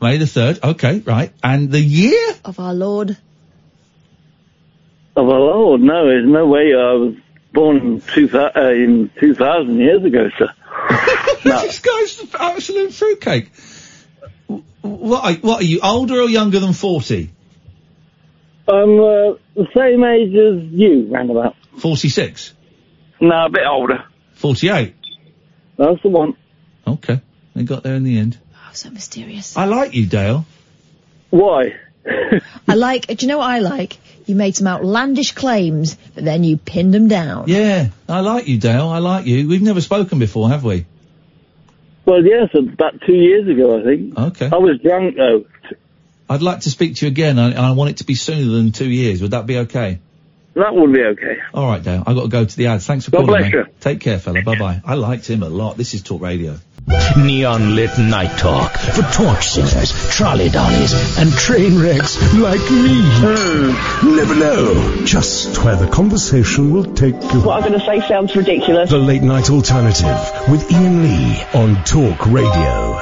S6: May the 3rd. Okay, right. And the year?
S7: Of our Lord.
S11: Oh, well, oh, no, there's no way I was born in, two, thou- uh, in 2,000 years ago, sir.
S6: this guy's an absolute fruitcake. W- What are, what are you, older or younger than 40?
S11: I'm uh, the same age as you, roundabout.
S6: 46?
S11: No, a bit older.
S6: 48?
S11: That's the one.
S6: Okay. They got there in the end.
S7: Oh, so mysterious.
S6: I like you, Dale.
S11: Why?
S7: I like, do you know what I like? You made some outlandish claims, but then you pinned them down.
S6: Yeah, I like you, Dale. I like you. We've never spoken before, have we?
S11: Well, yes, about two years ago, I think.
S6: Okay.
S11: I was drunk, though.
S6: I'd like to speak to you again, and and I want it to be sooner than two years. Would that be okay?
S11: That would be okay.
S6: All right, Dale. I've got to go to the ads. Thanks for
S11: God
S6: calling.
S11: bless
S6: mate. Take care, fella. Bye bye. I liked him a lot. This is Talk Radio.
S9: Neon lit night talk for torch singers, trolley dollies, and train wrecks like me.
S12: Hmm.
S1: Never know just where the conversation will take you.
S12: What I'm going to say sounds ridiculous.
S1: The Late Night Alternative with Ian Lee on Talk Radio.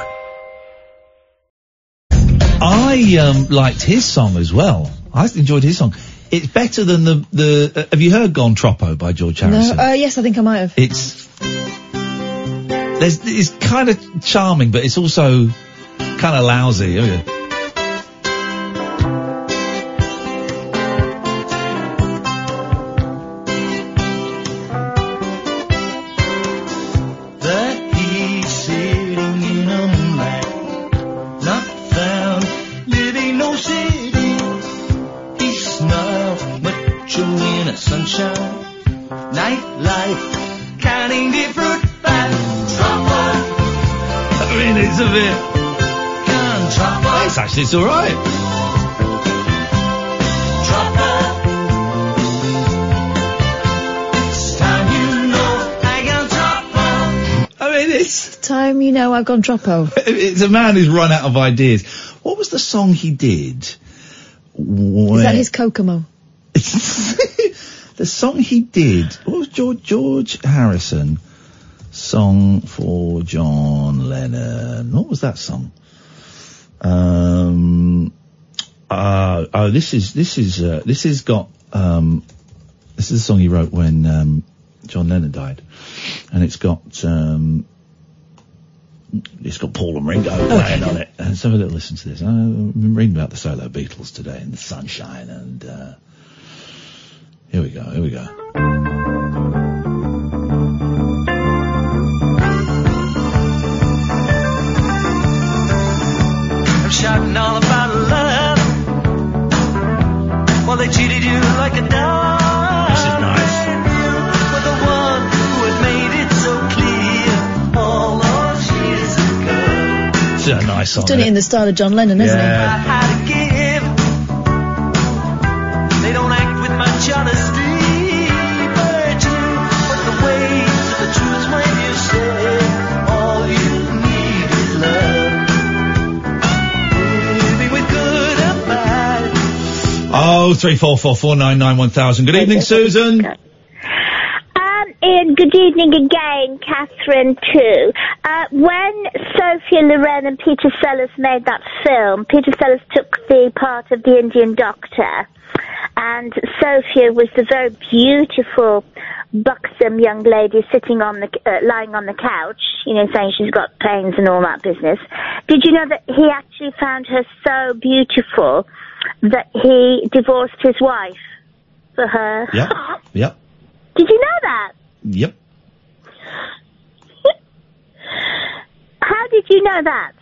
S6: I um, liked his song as well. I enjoyed his song. It's better than the the. Uh, have you heard "Gone Troppo" by George
S7: No,
S6: Harrison?
S7: uh, yes, I think I might have.
S6: It's there's it's kind of charming, but it's also kind of lousy. isn't it?
S3: That he's sitting in a man, not found living no city. He smiles macho in a sunshine, nightlife, counting the fruit by Trumpa.
S6: I mean, it's a bit. It's actually it's all right.
S3: It's time you know I got Trumpa.
S6: I mean, it's
S7: time you know I've gone troppo.
S6: It's a man who's run out of ideas. What was the song he did?
S7: Is
S6: Where-
S7: that his Kokomo?
S6: the song he did. What was George George Harrison? Song for John Lennon. What was that song? Um. Uh, oh, this is this is uh, this has got um. This is a song he wrote when um, John Lennon died, and it's got um. It's got Paul and Ringo playing on it. Let's have a little listen to this. I've been reading about the solo Beatles today and the sunshine and. Uh, here we go, here we go.
S3: I'm shouting all about love. Well, they cheated you like a dog. This is nice. But the one who had made it so clear all those years ago.
S6: It's a nice song.
S7: He's done it in the style of John Lennon, hasn't
S6: Yeah.
S3: How to give. They don't act with much honesty. but you- but the ways of the truth when you say all you need is love. Leave me with good and bad.
S6: Oh, three four four four nine nine one thousand. Good evening, Susan.
S23: Um, Ian, good evening again, Catherine too. Uh, when Sophia Loren and Peter Sellers made that film, Peter Sellers took the part of the Indian doctor. and Sophia was the very beautiful, buxom young lady sitting on the uh, lying on the couch, you know, saying she's got pains and all that business. Did you know that he actually found her so beautiful that he divorced his wife for her?
S6: Yep. Yep.
S23: Did you know that?
S6: Yep.
S23: How did you know that?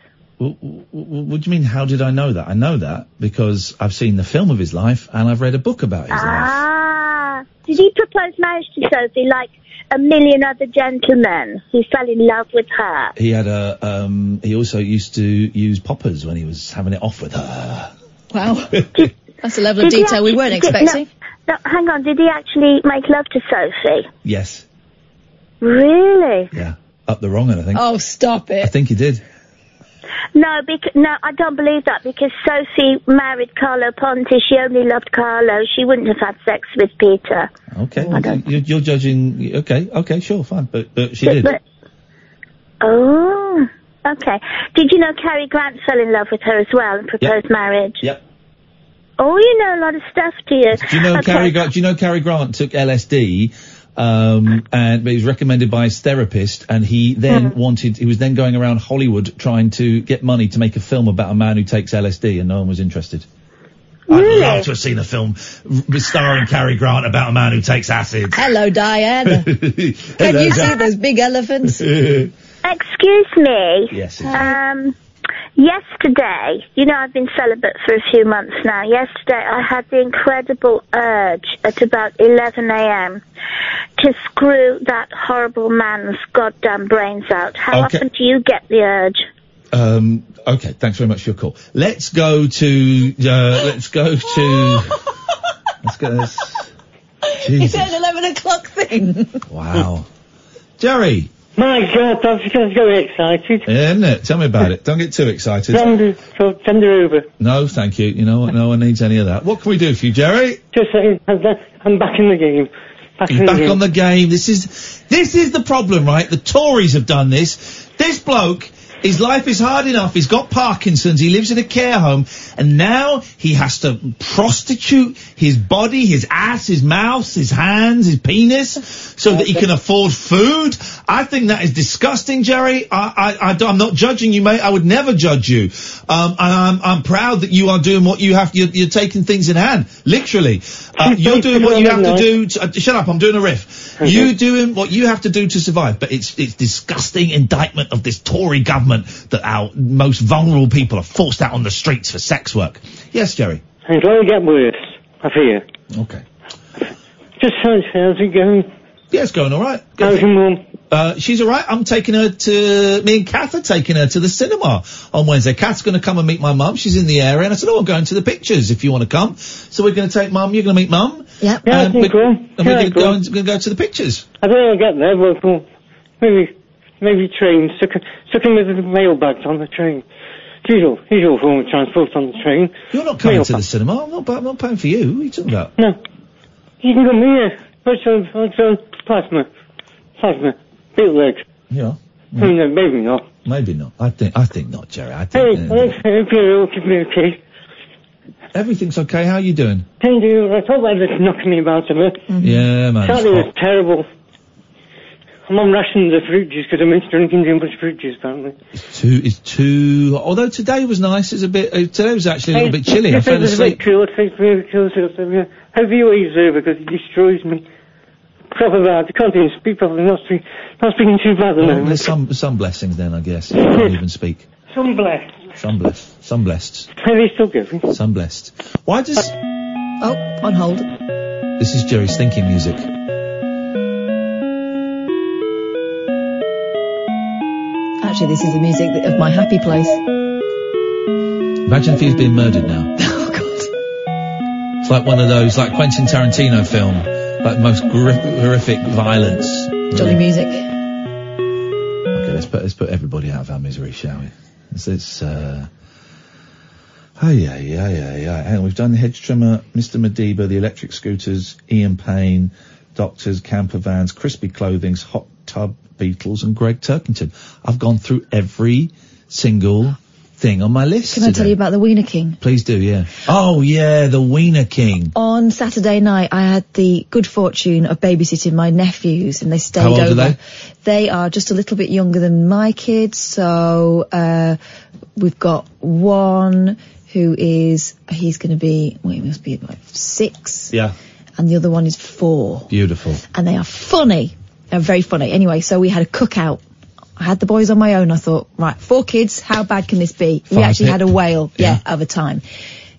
S6: W- w- w- What do you mean? How did I know that? I know that because I've seen the film of his life and I've read a book about his life.
S23: Ah, did he propose marriage to Sophie like a million other gentlemen who fell in love with her?
S6: He had a. Um, he also used to use poppers when he was having it off with her.
S7: Wow. That's a level of
S23: Did he
S7: detail we
S23: actu-
S7: weren't
S23: did- no,
S7: expecting.
S23: no, hang on, did he actually make love to Sophie?
S6: Yes,
S23: Really?
S6: up the wrong end. I think.
S23: Oh,
S7: stop
S6: I think he did.
S23: No, bec- no, I don't believe that because Sophie married Carlo Ponti. She only loved Carlo. She wouldn't have had sex with Peter.
S6: Okay, you're, you're judging. Okay, okay, sure, fine, but but she
S23: But-
S6: did.
S23: but- oh, okay. Did you know Cary Grant fell in love with her as well and proposed marriage?
S6: Yep.
S23: Oh, you know a lot of stuff, do you?
S6: Do you know
S23: okay.
S6: Cary Grant? Do you know Cary Grant took LSD? Um, and but he was recommended by his therapist, and he then wanted. He was then going around Hollywood trying to get money to make a film about a man who takes LSD, and no one was interested. I'd love to have seen a film r- starring Cary Grant about a man who takes acid.
S7: Hello, Diana. Can you see those big elephants?
S23: Excuse me.
S6: Yes.
S23: Um, yesterday, you know, I've been celibate for a few months now. Yesterday, I had the incredible urge at about 11 a.m. to screw that horrible man's goddamn brains out. How
S6: Okay.
S23: often do you get the urge?
S6: Um, okay, thanks very much for your call. Let's go to. Uh, let's go to. let's go. Let's,
S7: It's
S6: Jesus,
S7: an 11 o'clock thing.
S6: wow, Jerry.
S13: My God, that's just so excited.
S6: Yeah, isn't it? Tell me about it. Don't get too excited.
S13: Send her, so send her over.
S6: No, thank you. You know what? No one needs any of that. What can we do for you, Jerry?
S13: Just saying, I'm back- I'm back in the game. Back
S6: He's
S13: in
S6: back
S13: the game.
S6: on the game. This is this is the problem, right? The Tories have done this. This bloke, his life is hard enough. He's got Parkinson's. He lives in a care home, and now he has to prostitute his body, his ass, his mouth, his hands, his penis, so that he can afford food. I think that is disgusting, Jerry. I, I, I don't- I'm not judging you, mate. I would never judge you. Um, and I'm, I'm proud that you are doing what you have. You're, you're taking things in hand, literally. Uh, you're doing what you have to do to, uh, shut up, I'm doing a riff. You doing what you have to do to survive, but it's it's disgusting indictment of this Tory government that our most vulnerable people are forced out on the streets for sex work. Yes, Jerry.
S13: And it's only get worse, I fear.
S6: Okay.
S13: Just saying, how's it going?
S6: Yeah, it's going all right.
S13: How's your mum?
S6: Uh, she's all right. I'm taking her to me and Kath are taking her to the cinema on Wednesday. Kath's going to come and meet my mum. She's in the area, and I said, "Oh, I'm going to the pictures if you want to come." So we're going to take mum. You're going to meet mum.
S7: Yep.
S13: Yeah, I
S6: and
S13: think
S6: we're,
S13: so.
S6: and we're
S13: Yeah,
S6: going to
S13: cool.
S6: go, and- gonna go to the pictures.
S13: I don't know I'll get there, but well, maybe, maybe train, stuck, stuck in with the mailbags on the train. Usual, usual form of transport on the train.
S6: You're not Coming to the cinema. I'm not, I'm not paying for you. What are you talking about?
S13: No. You can come here. What's on, what's on plasma? Plasma. Big legs.
S6: Yeah.
S13: I mean, no, maybe not.
S6: Maybe not. I think I think not, Jerry. Mm. I
S13: Hey,
S6: think uh,
S13: Alex, I hope you're all keeping okay.
S6: everything's okay. How are you doing?
S13: Thank you. I thought about this knocking me about a bit.
S7: Mm-hmm.
S6: Yeah, man. it's
S13: Saturday
S6: hot.
S13: was terrible. I'm on rations of fruit juice because I'm into drinking too much fruit juice, apparently.
S6: Too it's too. Although today was nice. It's a bit. Uh, today was actually a little
S13: Hey,
S6: bit chilly. I
S13: this
S6: fell
S13: is a
S6: asleep.
S13: bit cool. Thanks for the cool stuff. Yeah. Have you always there because it destroys me. Proper bad. I can't even speak properly. Not, speak, not speaking too bad at the
S6: Well,
S13: moment.
S6: there's some some blessings then, I guess. I can't even speak.
S13: Some blessed.
S6: Some blessed. Some blessed.
S13: Are they still going?
S6: Some blessed. Why does
S7: Oh, on hold.
S6: this is Jerry's thinking music?
S7: Actually, this is the music of my happy place.
S6: Imagine if he's been murdered now.
S7: Oh, God.
S6: It's like one of those, like Quentin Tarantino film, like most gri- horrific violence.
S7: Jolly music.
S6: Okay, let's put let's put everybody out of our misery, shall we? It's, it's uh, oh yeah, yeah, yeah, yeah. Hang on, we've done the hedge trimmer, Mr. Madiba, the electric scooters, Ian Payne, doctors, camper vans, crispy clothings, hot tub, Beatles, and Greg Turkington. I've gone through every single thing on my list.
S7: Can I tell you about the Wiener King?
S6: Please do, yeah. Oh yeah, the Wiener King.
S7: On Saturday night, I had the good fortune of babysitting my nephews, and they stayed
S6: How old are
S7: over.
S6: they?
S7: They are just a little bit younger than my kids, so uh, we've got one who is he's going to be well, he must be about six,
S6: Yeah,
S7: and the other one is four,
S6: beautiful.
S7: and they are funny. They're very funny. Anyway, so we had a cookout. I had the boys on my own. I thought, right, four kids. How bad can this be? we
S6: Fire
S7: actually
S6: pit.
S7: had a whale, yeah, of a time.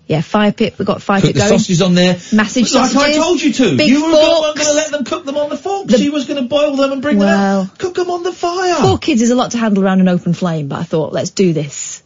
S7: Yeah, fire pit. We got fire
S6: Cook
S7: pit
S6: the
S7: going.
S6: sausages on there.
S7: Massive
S6: Like I
S7: sausages,
S6: told you to.
S7: Big
S6: You were
S7: forks.
S6: not gonna let them cook them on the fork. She was going to boil them and bring them out. Cook them on the fire.
S7: Four kids is a lot to handle around an open flame, but I thought, let's do this.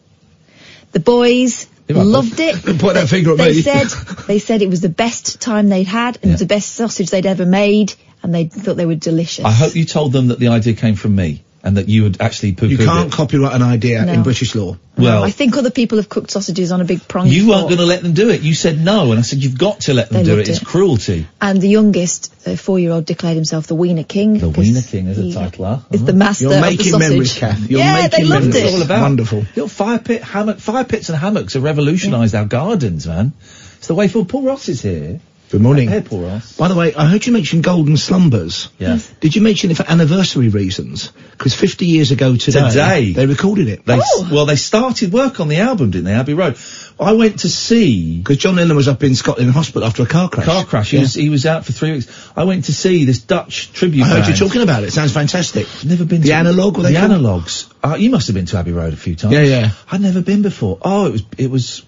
S7: The boys
S3: You might
S7: loved it.
S3: Point that finger at
S7: they
S3: me.
S7: said they said it was the best time they'd had and it was the best sausage they'd ever made, and they thought they were delicious.
S6: I hope you told them that the idea came from me and that you had actually poo-pooed
S14: You can't
S6: it.
S14: copyright an idea
S7: No.
S14: in British law.
S6: Well,
S7: I think other people have cooked sausages on a big prong.
S6: you weren't going to let them do it. You said no, and I said you've got to let them
S7: They
S6: do it.
S7: loved
S6: It's
S7: it.
S6: cruelty.
S7: And the youngest, a four-year-old, declared himself the Wiener King.
S6: The Wiener King is a title. huh?
S7: is the master
S6: You're
S7: of the
S6: making
S7: sausage.
S6: memories, Kath. You're
S7: yeah,
S6: making
S7: they loved
S6: memories.
S7: it.
S6: That's all about. Little fire pit hammock, fire pits and hammocks have revolutionised our gardens, man. It's the way forward. Paul Ross is here.
S14: Good morning.
S6: Hey, Paul Ross.
S14: By the way, I heard you mention Golden Slumbers.
S6: Yes.
S14: Did you mention it for anniversary reasons? Because 50 years ago today,
S6: Today.
S14: they recorded it. Oh.
S6: They, Well, they started work on the album, didn't they? Abbey Road. I went to see because
S14: John Lennon was up in Scotland hospital after a car crash.
S6: Car crash. He
S14: Yeah.
S6: was he was out for three weeks. I went to see this Dutch tribute.
S14: I heard you
S6: band.
S14: talking about it. Sounds fantastic.
S6: Never been
S14: the analog.
S6: the analogues. Uh, you must have been to Abbey Road a few times.
S14: Yeah, yeah.
S6: I'd never been before. Oh, it was it was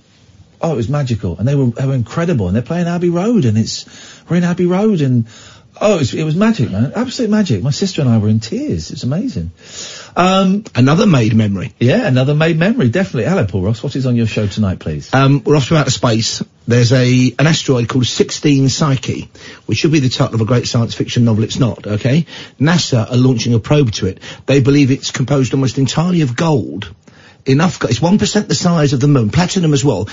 S6: oh it was magical, and they were they were incredible, and they're playing Abbey Road, and it's we're in Abbey Road, and oh it was it was magic, man, absolute magic. My sister and I were in tears. It's amazing. Um,
S14: another made memory.
S6: Yeah, another made memory. Definitely. Hello, Paul Ross. What is on your show tonight, please?
S14: Um, we're off to outer space. There's a an asteroid called 16 Psyche, which should be the title of a great science fiction novel. It's not. Okay. NASA are launching a probe to it. They believe it's composed almost entirely of gold. Enough. go- It's one percent the size of the moon. Platinum as well.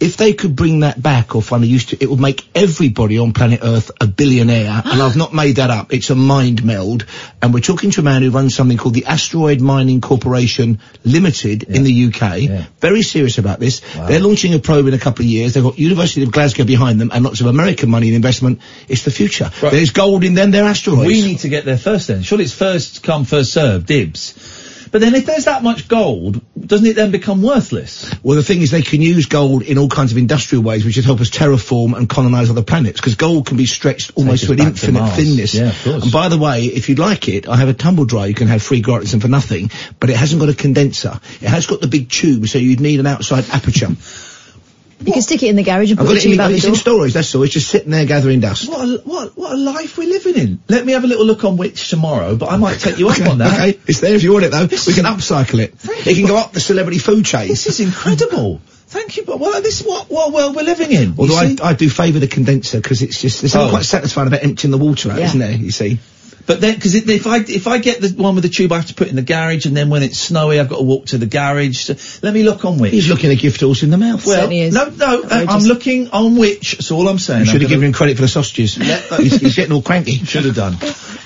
S14: If they could bring that back or find a use to it, it would make everybody on planet Earth a billionaire. and I've not made that up. It's a mind meld. And we're talking to a man who runs something called the Asteroid Mining Corporation Limited in the UK. Very serious about this. They're launching a probe in a couple of years. They've got University of Glasgow behind them and lots of American money and investment. It's the future. There's gold in them. They're asteroids.
S6: We need to get there first then. Surely it's first come, first serve, dibs. But then if there's that much gold, doesn't it then become worthless?
S14: Well, the thing is, they can use gold in all kinds of industrial ways, which would help us terraform and colonize other planets, because gold can be stretched almost
S6: us
S14: to an
S6: back to
S14: infinite
S6: Mars.
S14: thinness.
S6: Yeah, of course.
S14: And by the way, if you'd like it, I have a tumble dryer you can have free gratis and for nothing, but it hasn't got a condenser. It has got the big tube, so you'd need an outside aperture.
S7: You can stick it in the garage and
S14: I've
S7: put
S14: got
S7: the
S14: it in,
S7: tube out the
S14: it's in
S7: door.
S14: storage, that's all. It's just sitting there gathering dust.
S6: What a, what, what a life we're living in. Let me have a little look on which tomorrow, but I might take you up on that.
S14: Okay, it's there if you want it though. We can upcycle it. It can go up the celebrity food chain. This
S6: is incredible. Thank you, but well, this is what, what world we're living in. you
S14: Although I,
S6: see?
S14: I do favour the condenser because it's just there's something
S6: Oh.
S14: quite satisfying about emptying the water out,
S6: Yeah.
S14: isn't there? You see.
S6: But then, because if I if I get the one with the tube, I have to put it in the garage, and then when it's snowy, I've got to walk to the garage. So let me look on which.
S14: He's looking a gift horse in the mouth.
S6: Well, no, no, uh, I'm looking on which. That's all I'm
S14: You
S6: saying. I'm
S14: should have
S6: gonna- uh,
S14: given him credit for the sausages. he's, he's getting all cranky.
S6: Should have done.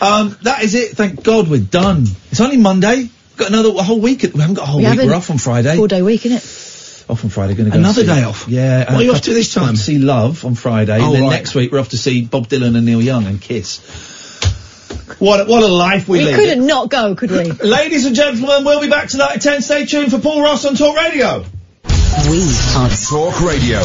S6: Um, that is it. Thank God we're done. It's only Monday. We've got another a whole week. Oh, We haven't got a whole
S7: We
S6: week.
S7: haven't.
S6: We're off on Friday.
S7: Four day week, innit?
S6: Off on Friday. Going to go
S14: Another
S6: and see-
S14: day off?
S6: Yeah. uh,
S14: What
S6: and
S14: are you
S6: off
S14: up to this time?
S6: To see Love on Friday.
S14: Oh,
S6: and then
S14: right.
S6: next week we're off to see Bob Dylan and Neil Young and Kiss. What a, what a life we,
S7: We,
S6: live.
S7: couldn't not go, could we?
S6: Ladies and gentlemen, we'll be back tonight at 10. Stay tuned for Paul Ross on Talk Radio.
S2: We
S1: Talk Radio.